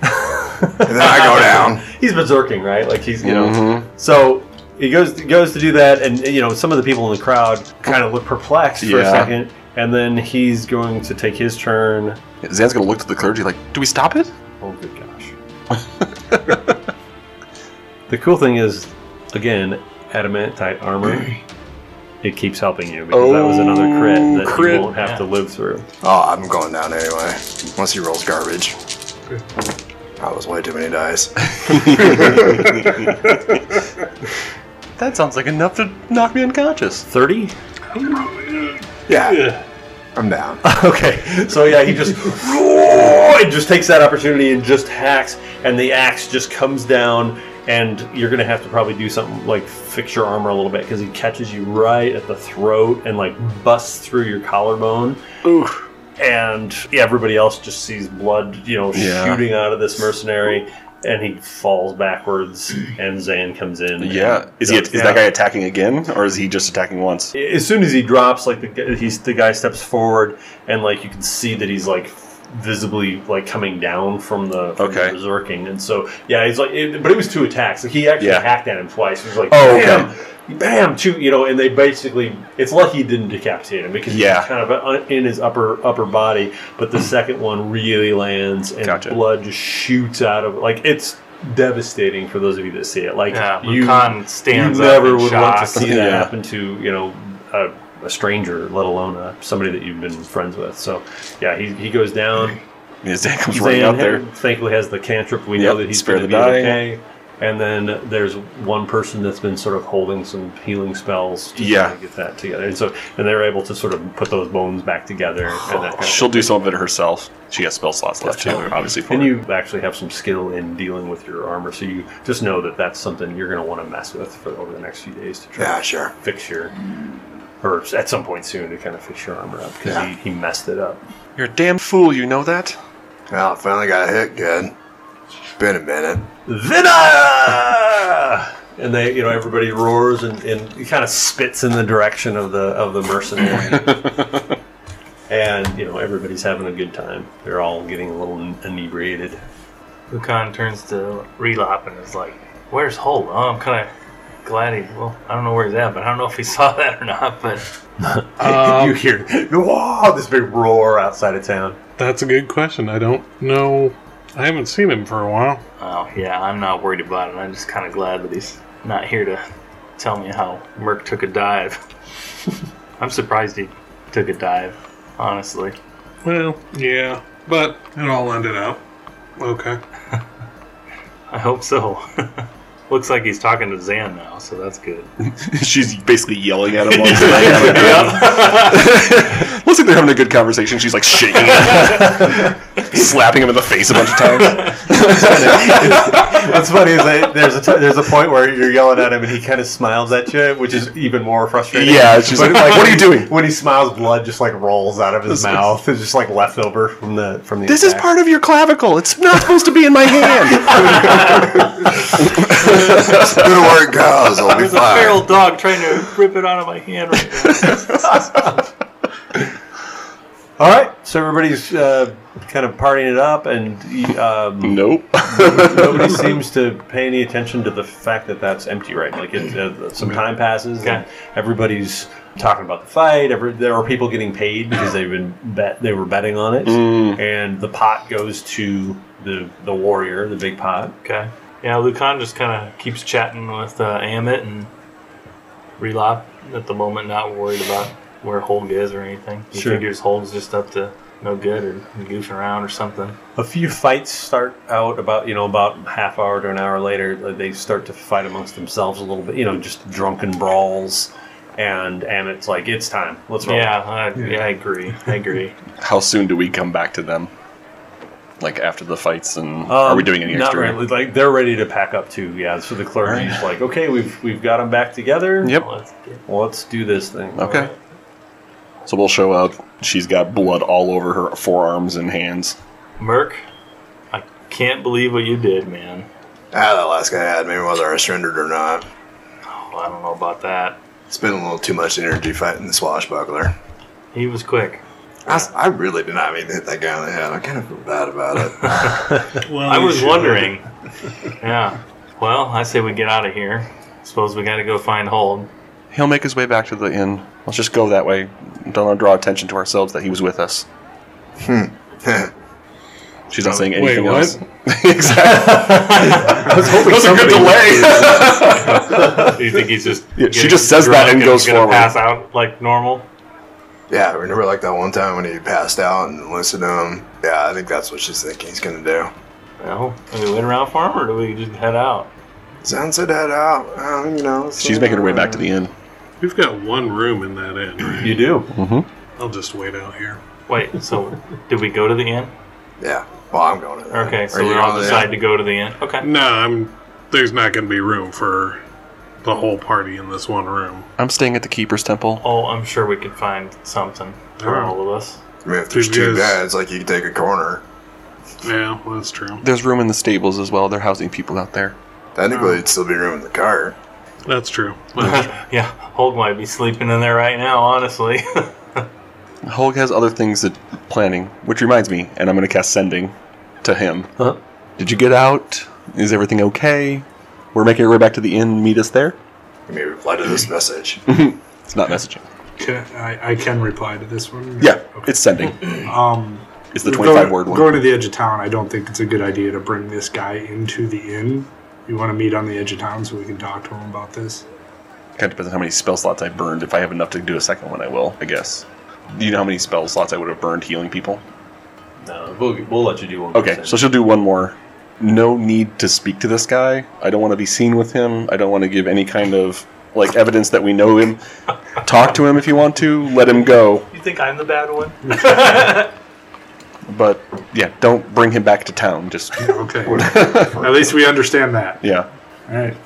And then I go down.
He's berserking, right? Like he's you know.
Mm-hmm.
So he goes goes to do that, and you know some of the people in the crowd kind of look perplexed for a
Yeah.
second, and then he's going to take his turn.
Zan's gonna look to the clergy like, do we stop it?
Oh good gosh. the cool thing is, again, adamantite armor. It keeps helping you because that was another crit that
Oh, crit.
you won't have to live through.
Oh, I'm going down anyway. Unless he rolls garbage. That was way too many dice.
That sounds like enough to knock me unconscious.
Thirty.
Yeah. I'm down.
Okay, so yeah, he just it just takes that opportunity and just hacks, and the axe just comes down, and you're gonna have to probably do something like fix your armor a little bit because he catches you right at the throat and like busts through your collarbone.
Oof.
And everybody else just sees blood, you know,
Yeah.
shooting out of this mercenary, and he falls backwards. And Zan comes in. and
Yeah. Is he?
does
Is that guy attacking again, or is he just attacking once?
as soon as he drops, like the gu- he's the guy steps forward, and like you can see that he's like visibly like coming down from the from
Okay.
the berserking, and so yeah, he's like, it, but it was two attacks. Like he actually
Yeah.
hacked at him twice. He was like,
Oh, okay.
bam, bam, two, you know, and they basically, it's lucky he didn't decapitate him because
Yeah.
he's kind of un- in his upper upper body, but the second one really lands, and
Gotcha.
blood just shoots out of like it's devastating for those of you that see it. Like
Yeah,
you
Lucan stands
you
up
never
in
would want
shock.
to see that
Yeah.
happen to you know a, a stranger, let alone uh somebody that you've been friends with. So yeah, he, he goes down.
Yeah, Zan comes
Zan
running out
ha-
there.
thankfully has the cantrip. We
Yep,
know that he's
spare
going
the
to be
dying.
okay. And then there's one person that's been sort of holding some healing spells to
Yeah.
try to get that together. And so and they're able to sort of put those bones back together. and, that kind of
She'll do some of it herself. She has spell slots left too, obviously. For
and
her.
you actually have some skill in dealing with your armor, so you just know that that's something you're going to want to mess with for over the next few days to try
Yeah,
to
sure.
fix your, or at some point soon to kind of fix your armor up because
Yeah.
he, he messed it up.
You're a damn fool. You know that.
Well, I finally got hit good. Been a minute.
Vinna! And they, you know, everybody roars and, and he kind of spits in the direction of the of the mercenary. and you know, everybody's having a good time. They're all getting a little inebriated.
Lucan turns to Relop and is like, "Where's Holt? Oh, I'm kind of glad he. Well, I don't know where he's at, but I don't know if he saw that or not. But
Um,
you hear "Whoa," this big roar outside of town.
That's a good question. I don't know. I haven't seen him for a while.
oh yeah, I'm not worried about it. I'm just kind of glad that he's not here to tell me how Merc took a dive. I'm surprised he took a dive, honestly.
Well, yeah, but it all ended up okay.
I hope so. Looks like he's talking to Zan now, so that's good.
She's basically yelling at him. All the time.
Yep.
Look Looks like they're having a good conversation. She's like shaking him, slapping him in the face a bunch of times.
What's funny is that there's a t- there's a point where you're yelling at him and he kind of smiles at you, which is even more frustrating.
Yeah, it's just
But,
like, "What are
when
you
he-
doing?"
When he smiles, blood just like rolls out of his
This is-
mouth. It's just like leftover from the from the.
This is
attack.
part of your clavicle. It's not supposed to be in my hand.
Good work, guys. I'll be
There's a feral
fine.
dog trying to rip it out of my hand right now.
All right, so everybody's uh, kind of partying it up, and um,
nope.
nobody seems to pay any attention to the fact that that's empty, right? Like, it, uh,
Mm-hmm.
some time passes, and everybody's talking about the fight. Every, there are people getting paid because they've been bet they were betting on it,
Mm.
and the pot goes to the the warrior, the big pot.
Okay. Yeah, Lucan just kind of keeps chatting with uh, Amit and Relop at the moment, not worried about where Holg is or anything. He
Sure.
figures Holg's just up to no good or goofing around or something.
A few fights start out about you know about half hour to an hour later. uh, They start to fight amongst themselves a little bit, you know, just drunken brawls. And and it's like it's time. Let's
Oh.
roll.
Yeah, I, yeah, I agree. I agree.
How soon do we come back to them? Like after the fights, and
Um,
are we doing any
not
extra?
really. Like they're ready to pack up too. Yeah. So the clergy's like, okay, we've we've got them back together.
Yep.
Let's get-
Let's do this thing.
Okay. So we'll show up. She's got blood all over her forearms and hands.
Merc, I can't believe what you did, man.
Ah, that last guy had me, whether I surrendered or not.
Oh, I don't know about that.
It's been a little too much energy fighting the swashbuckler.
He was quick.
I, s- I really did not mean to hit that guy on the head. I kind of feel bad about it.
Well,
I
you
was
should-
wondering. yeah. Well, I say we get out of here. Suppose we got to go find Holg.
He'll make his way back to the inn. Let's just go that way. Don't want to draw attention to ourselves that he was with us. She's not saying
Wait,
anything
what?
else. exactly. That's a good delay.
Do you think he's just?
Yeah, she
getting
just says that
drunk
and goes
gonna
forward.
Pass out like normal.
yeah, remember like that one time when he passed out and listened to him? Yeah, I think that's what she's thinking he's going to do.
Well, do we wait around for him, or do we just head out?
Sunset head out. Um, you know.
She's making her way back to the inn.
We've got one room in that inn, right?
You do.
I'll just wait out here.
Wait. So, did we go to the inn?
Yeah. Well, I'm going to that.
Okay.
Are
So
you
we
on
all
the
decide
inn?
to go to the inn. Okay.
No, I'm. There's not going to be room for the whole party in this one room.
I'm staying at the keeper's temple.
Oh, I'm sure we could find something for
Alright.
all of us.
I mean, if there's
Dude,
two
yes.
guys, like you can take a corner.
Yeah, well, that's true.
There's room in the stables as well. They're housing people out there.
Technically, it'd still be room in the car.
That's true. That's true.
Yeah, Holg might be sleeping in there right now. Honestly.
Hulk has other things that planning, which reminds me, and I'm going to cast sending to him.
Huh?
Did you get out? Is everything okay? We're making our way back to the inn. Meet us there.
You may reply to this message.
It's not messaging.
Can I, I can reply to this one.
Yeah, it's sending.
Um,
It's the 25
go-
word one.
Going to the edge of town, I don't think it's a good idea to bring this guy into the inn. You want to meet on the edge of town so we can talk to him about this?
Kind of depends on how many spell slots I burned. If I have enough to do a second one, I will, I guess. Do you know how many spell slots I would have burned healing people?
No, we'll, we'll let you do one.
Okay,
person.
so she'll do one more. No need to speak to this guy. I don't want to be seen with him. I don't want to give any kind of like evidence that we know him. Talk to him if you want to. Let him go.
you think I'm the bad one?
But yeah, don't bring him back to town. Just
Okay. At least we understand that.
yeah.
All right.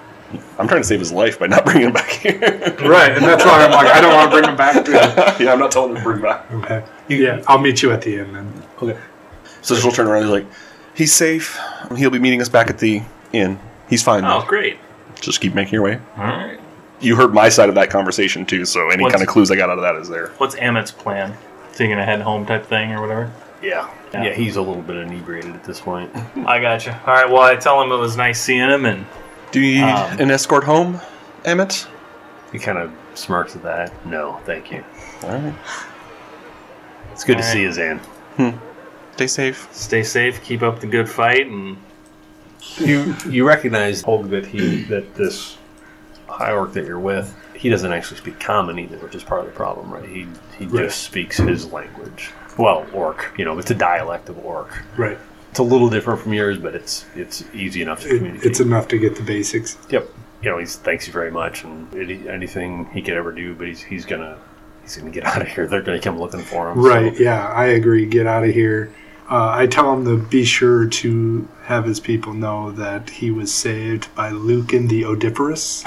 I'm trying to save his life by not bringing him back here.
Right, and that's why I'm like, I don't want to bring him back to
yeah, I'm not telling him to bring him back.
Okay. Yeah, I'll meet you at the inn then.
Okay.
So she'll turn around and be like, he's safe. He'll be meeting us back at the inn. He's fine. though.
Oh, great.
Just keep making your way.
All right.
You heard my side of that conversation too, so any
What's-
kind of clues I got out of that is there.
What's Amit's plan? So you gonna head home type thing or whatever?
Yeah.
Yeah.
Yeah, he's a little bit inebriated at this point.
I got you. All right. Well, I tell him it was nice seeing him, and
Do you need
Um,
an escort home, Emmett?
He kind of smirks at that. No, thank you.
All right.
It's good to
All right.
see you, Zan.
Stay safe.
stay safe, keep up the good fight, and
you you recognize Hulk that he that this high orc that you're with he doesn't actually speak common either which is part of the problem right he he just speaks his language well orc you know it's a dialect of orc
Right.
it's a little different from yours but it's it's easy enough to
It,
communicate
it's enough to get the basics.
yep you know he's thanks you very much and any, anything he could ever do but he's he's gonna he's going to get out of here. They're going to come looking for him.
Right.
So,
Yeah, I agree. Get out of here. Uh, I tell him to be sure to have his people know that he was saved by Lucan the Odiferous.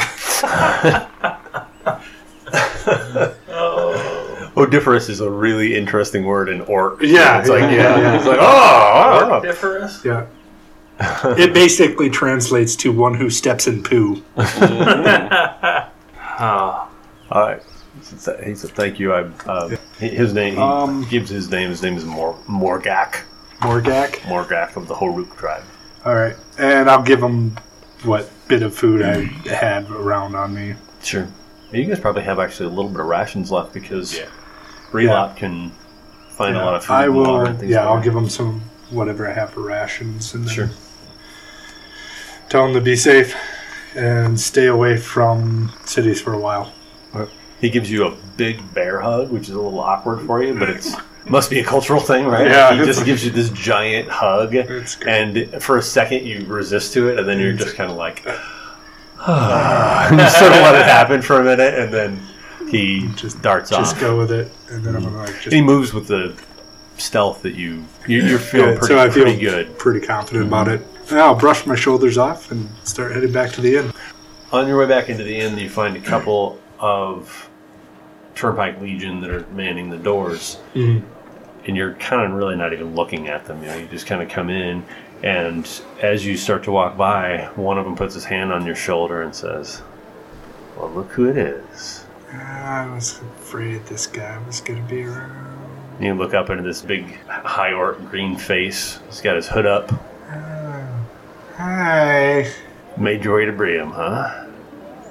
Odiferous is a really interesting word in orc.
Yeah,
It's like,
yeah,
yeah.
yeah.
It's like, oh, wow.
Odiferous?
Yeah. it basically translates to one who steps in poo.
Oh,
All right. He said, "Thank you." I uh, his name. He
Um,
gives his name. His name is Mor- Morgak.
Morgak.
Morgak of the Horuk tribe.
All right. And I'll give him what bit of food I had around on me.
Sure. You guys probably have actually a little bit of rations left because yeah. can find a lot of food.
I
and water
will.
and things
Yeah,
like
I'll
that.
give him some whatever I have for rations, and then
Sure.
tell him to be safe and stay away from cities for a while.
He gives you a big bear hug, which is a little awkward for you, but it's must be a cultural thing, right?
Yeah.
He just gives you this giant hug,
It's good.
and for a second you resist to it, and then you're just kind of like, just sort of let it happen for a minute, and then he just darts off.
Just go with it, and then I'm gonna like just.
He moves with the stealth that you you- you're feeling
Yeah,
pretty,
so I feel
pretty good. Mm-hmm.
pretty confident about it. And I'll brush my shoulders off and start heading back to the inn.
On your way back into the inn, you find a couple of Turnpike Legion that are manning the doors,
Mhm.
and you're kind of really not even looking at them. You know, you just kind of come in, and as you start to walk by, one of them puts his hand on your shoulder and says, "Well, look who it is."
Ah, I was afraid this guy was gonna be around.
And you look up into this big, high orc green face. He's got his hood up.
Ah. Hi.
Made your way to Briam, huh?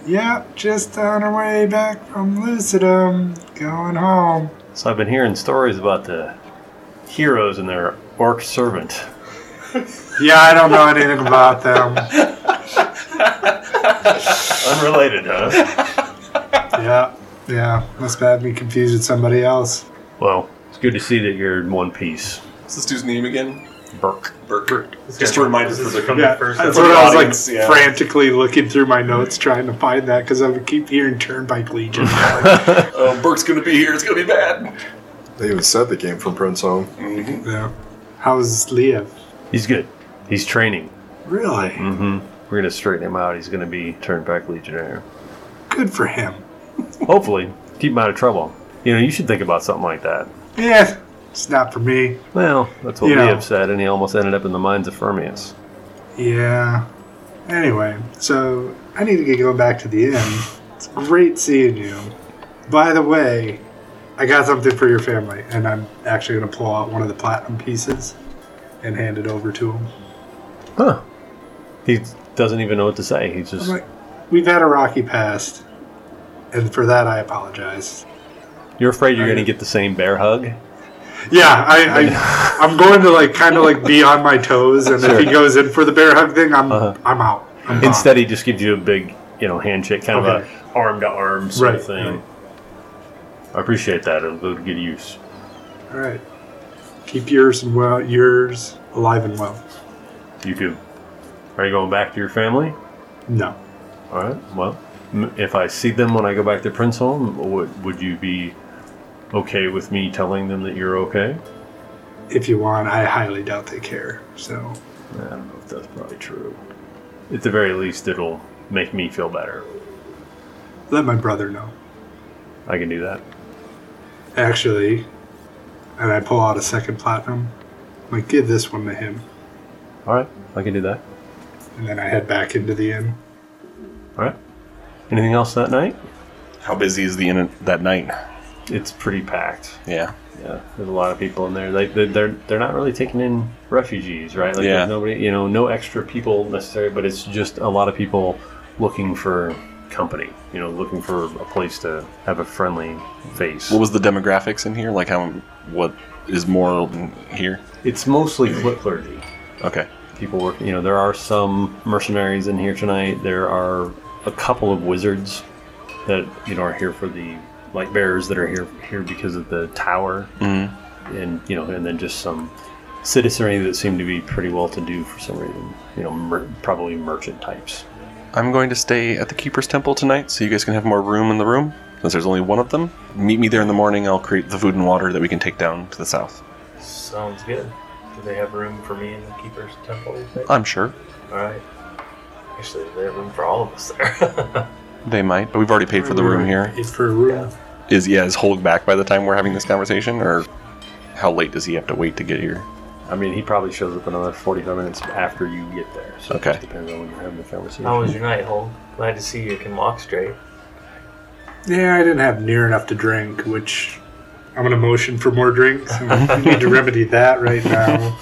Yep, just on our way back from Lucidum, going home.
So I've been hearing stories about the heroes and their orc servant.
Yeah, I don't know anything about them.
Unrelated, huh?
Yeah, yeah, must have had me confused with somebody else.
Well, it's good to see that you're in one piece.
What's this dude's name again?
Burke.
Burke. Just to remind us for the
Yeah,
first
that's
episode.
what I was
Audience,
like
yeah.
frantically looking through my notes trying to find that because I would keep hearing Turnpike Legion.
Oh, Burke's gonna be here. It's gonna be bad.
They even said they came from Prince Home.
yeah. How's Leah?
He's good. He's training.
Really?
Mm-hmm. We're gonna straighten him out. He's gonna be turnback legionnaire.
Good for him.
Hopefully, keep him out of trouble. You know, you should think about something like that.
Yeah, it's not for me.
Well, that's what
Yeah.
Leob said, and he almost ended up in the mines of Fermius.
Yeah. Anyway, so I need to get going back to the inn. It's great seeing you. By the way, I got something for your family, and I'm actually going to pull out one of the platinum pieces and hand it over to him.
Huh? He doesn't even know what to say. He's
I'm
just
like, we've had a rocky past, and for that I apologize.
you're afraid you're gonna get the same bear hug.
Yeah, I, I I'm going to like kind of like be on my toes, and if he goes in for the bear hug thing, I'm
Uh-huh.
I'm out. I'm gone.
Instead, he just gives you a big, you know, handshake, kind
Okay.
of a arm to arm sort of
Right,
thing.
right.
I appreciate that. It'll go to good use.
all right. Keep yours and well, yours alive and well.
You too. Are you going back to your family?
No.
All right. Well, m- if I see them when I go back to Prince Home, would, would you be okay with me telling them that you're okay?
If you want, I highly doubt they care. So,
I don't know if that's probably true. At the very least, it'll make me feel better.
let my brother know.
I can do that.
Actually, and I pull out a second platinum. I'm like, give this one to him.
All right. I can do that.
And then I head back into the inn.
All right. Anything else that night?
How busy is the inn that night?
It's pretty packed.
Yeah.
Yeah, there's a lot of people in there. Like they're they're, they're not really taking in refugees, right? Like
Yeah.
there's nobody, you know, no extra people necessary, but it's just a lot of people looking for company. You know, looking for a place to have a friendly face.
What was the demographics in here? Like how? What is more here?
it's mostly foot clergy.
Okay.
People work. You know, there are some mercenaries in here tonight. There are a couple of wizards that you know are here for the light bearers that are here here because of the tower
Mm.
and you know, and then just some citizenry that seem to be pretty well to do for some reason. You know, mer- probably merchant types.
I'm going to stay at the Keeper's Temple tonight, so you guys can have more room in the room. Since there's only one of them, meet me there in the morning. I'll create the food and water that we can take down to the south.
Sounds good. Do they have room for me in the Keeper's Temple, you think?
I'm sure
Alright. Actually, they have room for all of us there.
they might, but we've already paid for the room here.
If for a room.
Is yeah, is Holg back by the time we're having this conversation, or how late does he have to wait to get here?
I mean, he probably shows up another 45 minutes after you get there. So
Okay.
it just depends on when you're having the conversation.
How was your night, Hole? Glad to see you can walk straight.
Yeah, I didn't have near enough to drink, which I'm gonna motion for more drinks. I need to remedy that right now.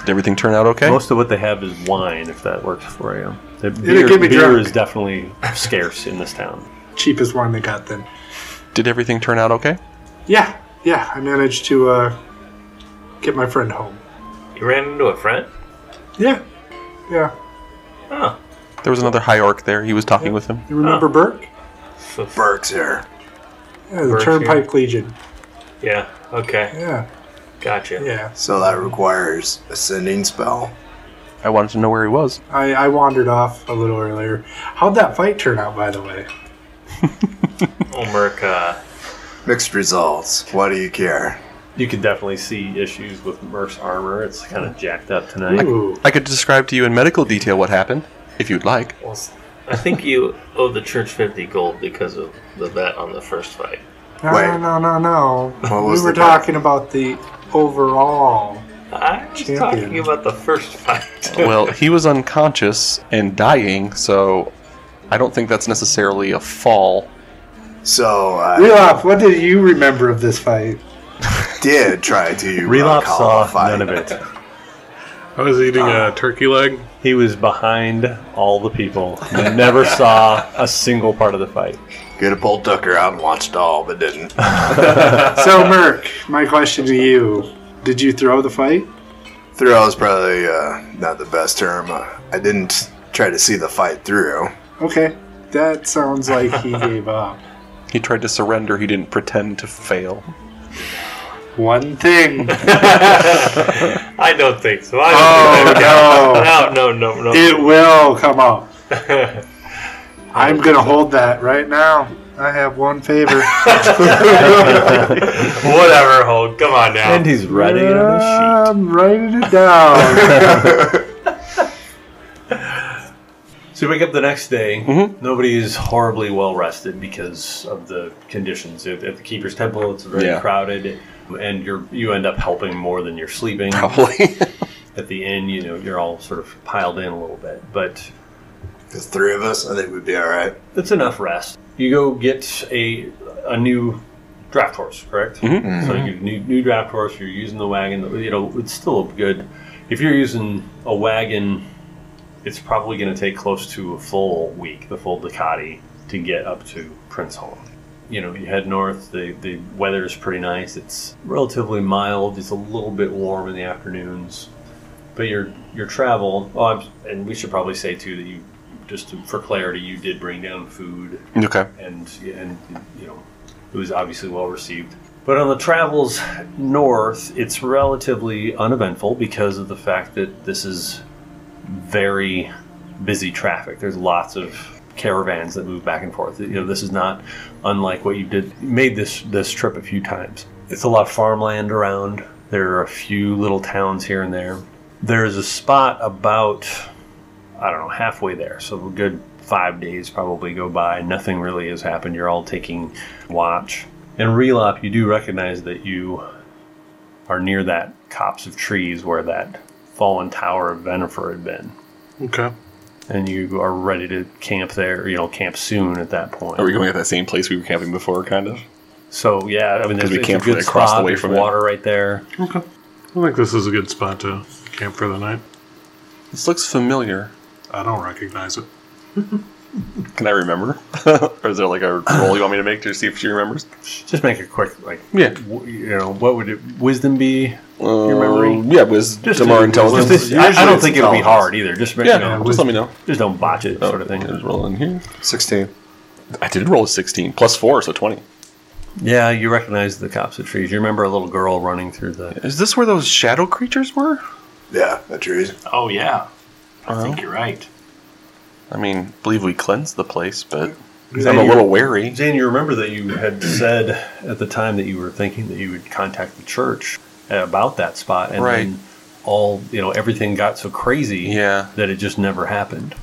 Did everything turn out okay?
Most of what they have is wine, if that works for you. The beer,
It'll get me
beer
drunk.
is definitely scarce in this town.
Cheapest one they got then.
Did everything turn out okay?
Yeah, yeah, I managed to uh, get my friend home.
You ran into a friend?
Yeah, yeah.
Huh.
There was another high orc there. He was talking with him.
You remember Burke?
F-
Burke's here.
Yeah, the
Burke's
Turnpike Legion.
Yeah, okay.
Yeah,
Gotcha.
yeah.
So that requires a sending spell.
I wanted to know where he was.
I, I wandered off a little earlier. How'd that fight turn out, by the way?
Ulmerk, uh,
Mixed results. Why do you care?
You could definitely see issues with Merc's armor. It's kind of jacked up tonight.
Ooh,
I could describe to you in medical detail what happened, if you'd like.
well, s- I think you owe the church 50 gold because of the bet on the first fight.
no,
Wait.
no, no, no.
What
we
was
were
the bet?
talking about the overall.
I was
Champion.
talking about the first fight.
well, he was unconscious and dying, so I don't think that's necessarily a fall.
So I
Reloff, what did you remember of this fight?
did try to
Relop
uh, call a
saw
fight.
none of it.
I was eating a turkey leg.
He was behind all the people. You never saw a single part of the fight.
Could have pulled Tucker out and watched all, but didn't.
So, Merc, my question to you Did you throw the fight?
Throw is probably uh, not the best term. Uh, I didn't try to see the fight through.
Okay. That sounds like he gave up.
He tried to surrender, he didn't pretend to fail.
One thing.
I don't think so. I
Oh, no.
don't, no, no, no, no.
It will come up. I'm going to hold that right now. I have one favor.
Whatever, Hulk. Come on now.
And he's writing it on the sheet.
I'm writing it down.
So you wake up the next day.
Mhm.
Nobody is horribly well rested because of the conditions. At, at the Keeper's Temple, it's very
Yeah.
crowded, and you're you end up helping more than you're sleeping.
Probably.
At the inn, you know you're all sort of piled in a little bit, but
The three of us, I think we'd be all right.
that's enough rest. You go get a a new draft horse, correct?
Mhm.
So you new new draft horse. You're using the wagon. You know it's still good. If you're using a wagon, it's probably going to take close to a full week, the full Ducati, to get up to Prince Holm. You know, you head north. The the weather is pretty nice. It's relatively mild. It's a little bit warm in the afternoons, but your your travel. Oh, I'm, and we should probably say too that you just to, for clarity, you did bring down food
okay.
and and you know it was obviously well received. But on the travels north, it's relatively uneventful because of the fact that this is very busy traffic. There's lots of caravans that move back and forth. You know, this is not unlike what you did you made this this trip a few times. It's a lot of farmland around. There are a few little towns here and there. There's a spot about I don't know, halfway there. So a good five days probably go by. Nothing really has happened. You're all taking watch. In Relop, you do recognize that you are near that copse of trees where that fallen tower of Venifer had been.
Okay.
And you are ready to camp there, you know, camp soon at that point.
Are we going at that same place we were camping before, kind of?
So, yeah, I mean, there's
we
it's a
camped
good
right across the
spot.
way
There's
from it.
water right there.
Okay. I think this is a good spot to camp for the night.
This looks familiar.
I don't recognize it.
Can I remember? or is there like a roll you want me to make to see if she remembers?
Just make a quick, like,
Yeah.
w- you know, what would it, wisdom be?
Your
memory?
Um, Yeah, was Damar intelligence.
Just- I, I
Usually
don't
it's
think it'll be
intelligence.
hard either. Just make,
yeah,
you know,
just let me know.
Just don't botch it, sort of
Just
thing.
roll in here.
16.
I did roll a 16, plus 4, so 20.
Yeah, you recognize the cops of trees. You remember a little girl running through the.
Is this where those shadow creatures were?
Yeah, the trees.
Oh, yeah. I
Oh.
think you're right.
I mean, believe we cleansed the place, but I'm a little wary.
Dan, you remember that you had said at the time that you were thinking that you would contact the church about that spot, and
Right.
then all you know, everything got so crazy
Yeah.
that it just never happened.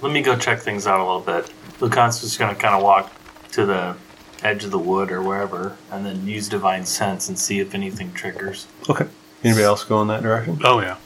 Let me go check things out a little bit. Lucan's just going to kind of walk to the edge of the wood or wherever and then use divine sense and see if anything triggers.
Okay. Anybody else go in that direction?
Oh yeah.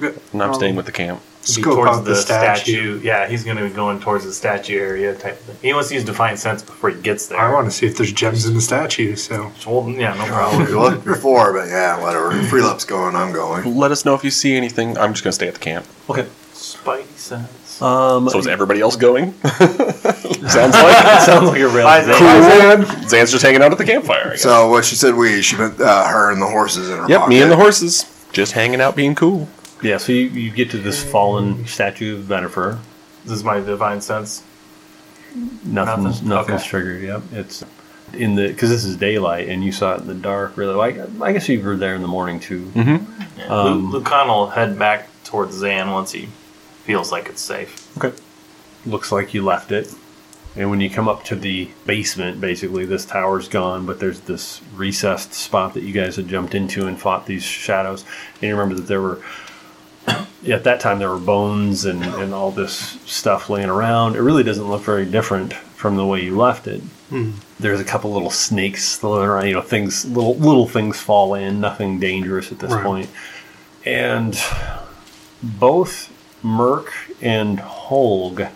And I'm
Um,
staying with the camp.
Be
Scope out the statue.
Yeah, he's going to be going towards the statue area type of thing. He wants to use divine sense before he gets there.
I want to see if there's gems in the statue. So
Well, yeah, no
We
problem.
looked before, but yeah, whatever. Freelup's going, I'm going.
Let us know if you see anything. I'm just gonna stay at the camp.
Okay.
Spidey sense.
Um,
So is everybody else going? Sounds like it.
sounds like a real.
Zan's just hanging out at the campfire. I guess.
So what she said, we she meant uh, her and the horses in her
yep,
pocket.
me and the horses just hanging out, being cool.
Yeah. So you, you get to this fallen statue of Benifer.
This is my divine sense.
Nothing's
Nothing.
nothing's
Okay.
triggered. Yep. It's in the because this is daylight and you saw it in the dark. Really, I, I guess you were there in the morning too. Um,
Lu- Lucan will head back towards Zan once he feels like it's safe.
Okay. Looks like you left it. And when you come up to the basement, basically, this tower's gone, but there's this recessed spot that you guys had jumped into and fought these shadows. And you remember that there were, at that time, there were bones and, and all this stuff laying around. It really doesn't look very different from the way you left it. There's a couple little snakes floating around, you know, things, little, little things fall in, nothing dangerous at this
Right.
point. And both Merk and Holg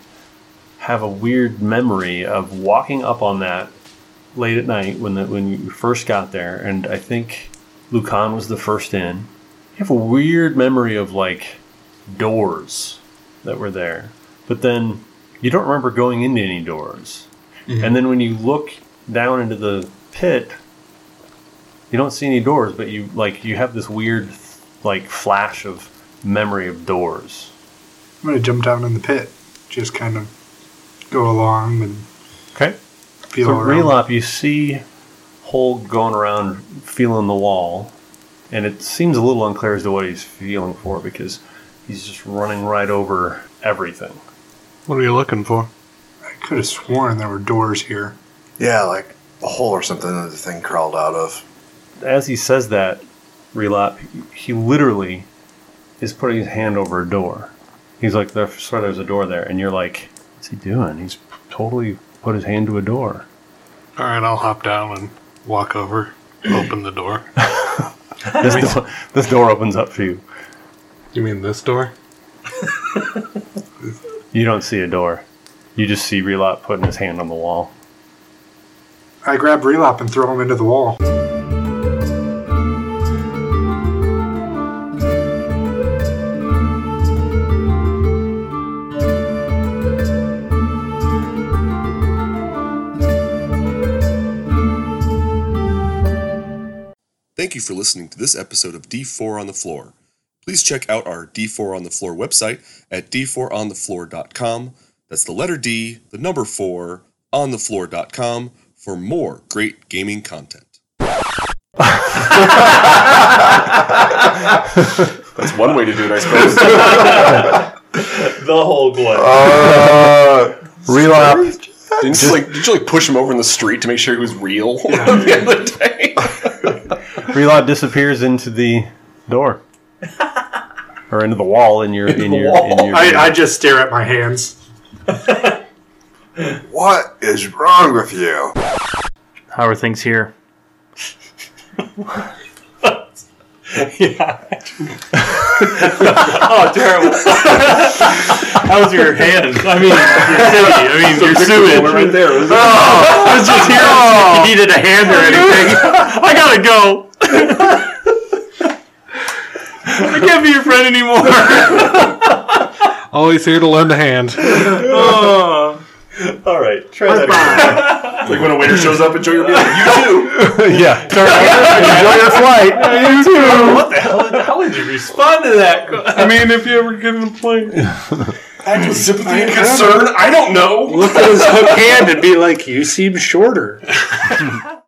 have a weird memory of walking up on that late at night when the, when you first got there, and I think Lucan was the first in. You have a weird memory of like doors that were there, but then you don't remember going into any doors. And then when you look down into the pit, you don't see any doors, but you like you have this weird like flash of memory of doors.
I'm gonna jump down in the pit. Just kind of go along and
Okay.
feel
So
around.
Relop, you see Hole going around feeling the wall, and it seems a little unclear as to what he's feeling for because he's just running right over everything.
What are you looking for?
I could have sworn there were doors here.
Yeah, like a hole or something that the thing crawled out of.
As he says that, Relop, he literally is putting his hand over a door. He's like, "There- sorry, there's a door there," and you're like, "What's he doing?" He's totally put his hand to a door.
All right, I'll hop down and walk over, open the door.
This, door, this door opens up for you.
You mean this door?
You don't see a door. You just see Relop putting his hand on the wall.
I grab Relop and throw him into the wall.
Thank you for listening to this episode of D4 on the Floor. Please check out our D4 on the Floor website at d4onthefloor.com. That's the letter D, the number 4, onthefloor.com for more great gaming content.
That's one way to do it, I suppose.
The whole one.
Relop
didn't, you like, didn't you like push him over in the street to make sure he was real the other day?
Relot disappears into the door, or into the wall in your in
the
your, in
wall.
your
I, I just stare at my hands.
What is wrong with you?
How are things here? yeah. oh, terrible. How was your hand? I mean, your city. I mean, your sewage. Right there. Oh, I was just here.
Oh.
if You needed a hand or anything. I gotta go. I can't be your friend anymore.
Always here to lend a hand.
All right, try that.
like when a waiter shows up, enjoy your meal. You too.
yeah, enjoy your flight.
How would you respond to that?
I mean, if you ever get in a plane.
Act with sympathy and concern. I don't know.
Look at his hook hand and be like, "You seem shorter."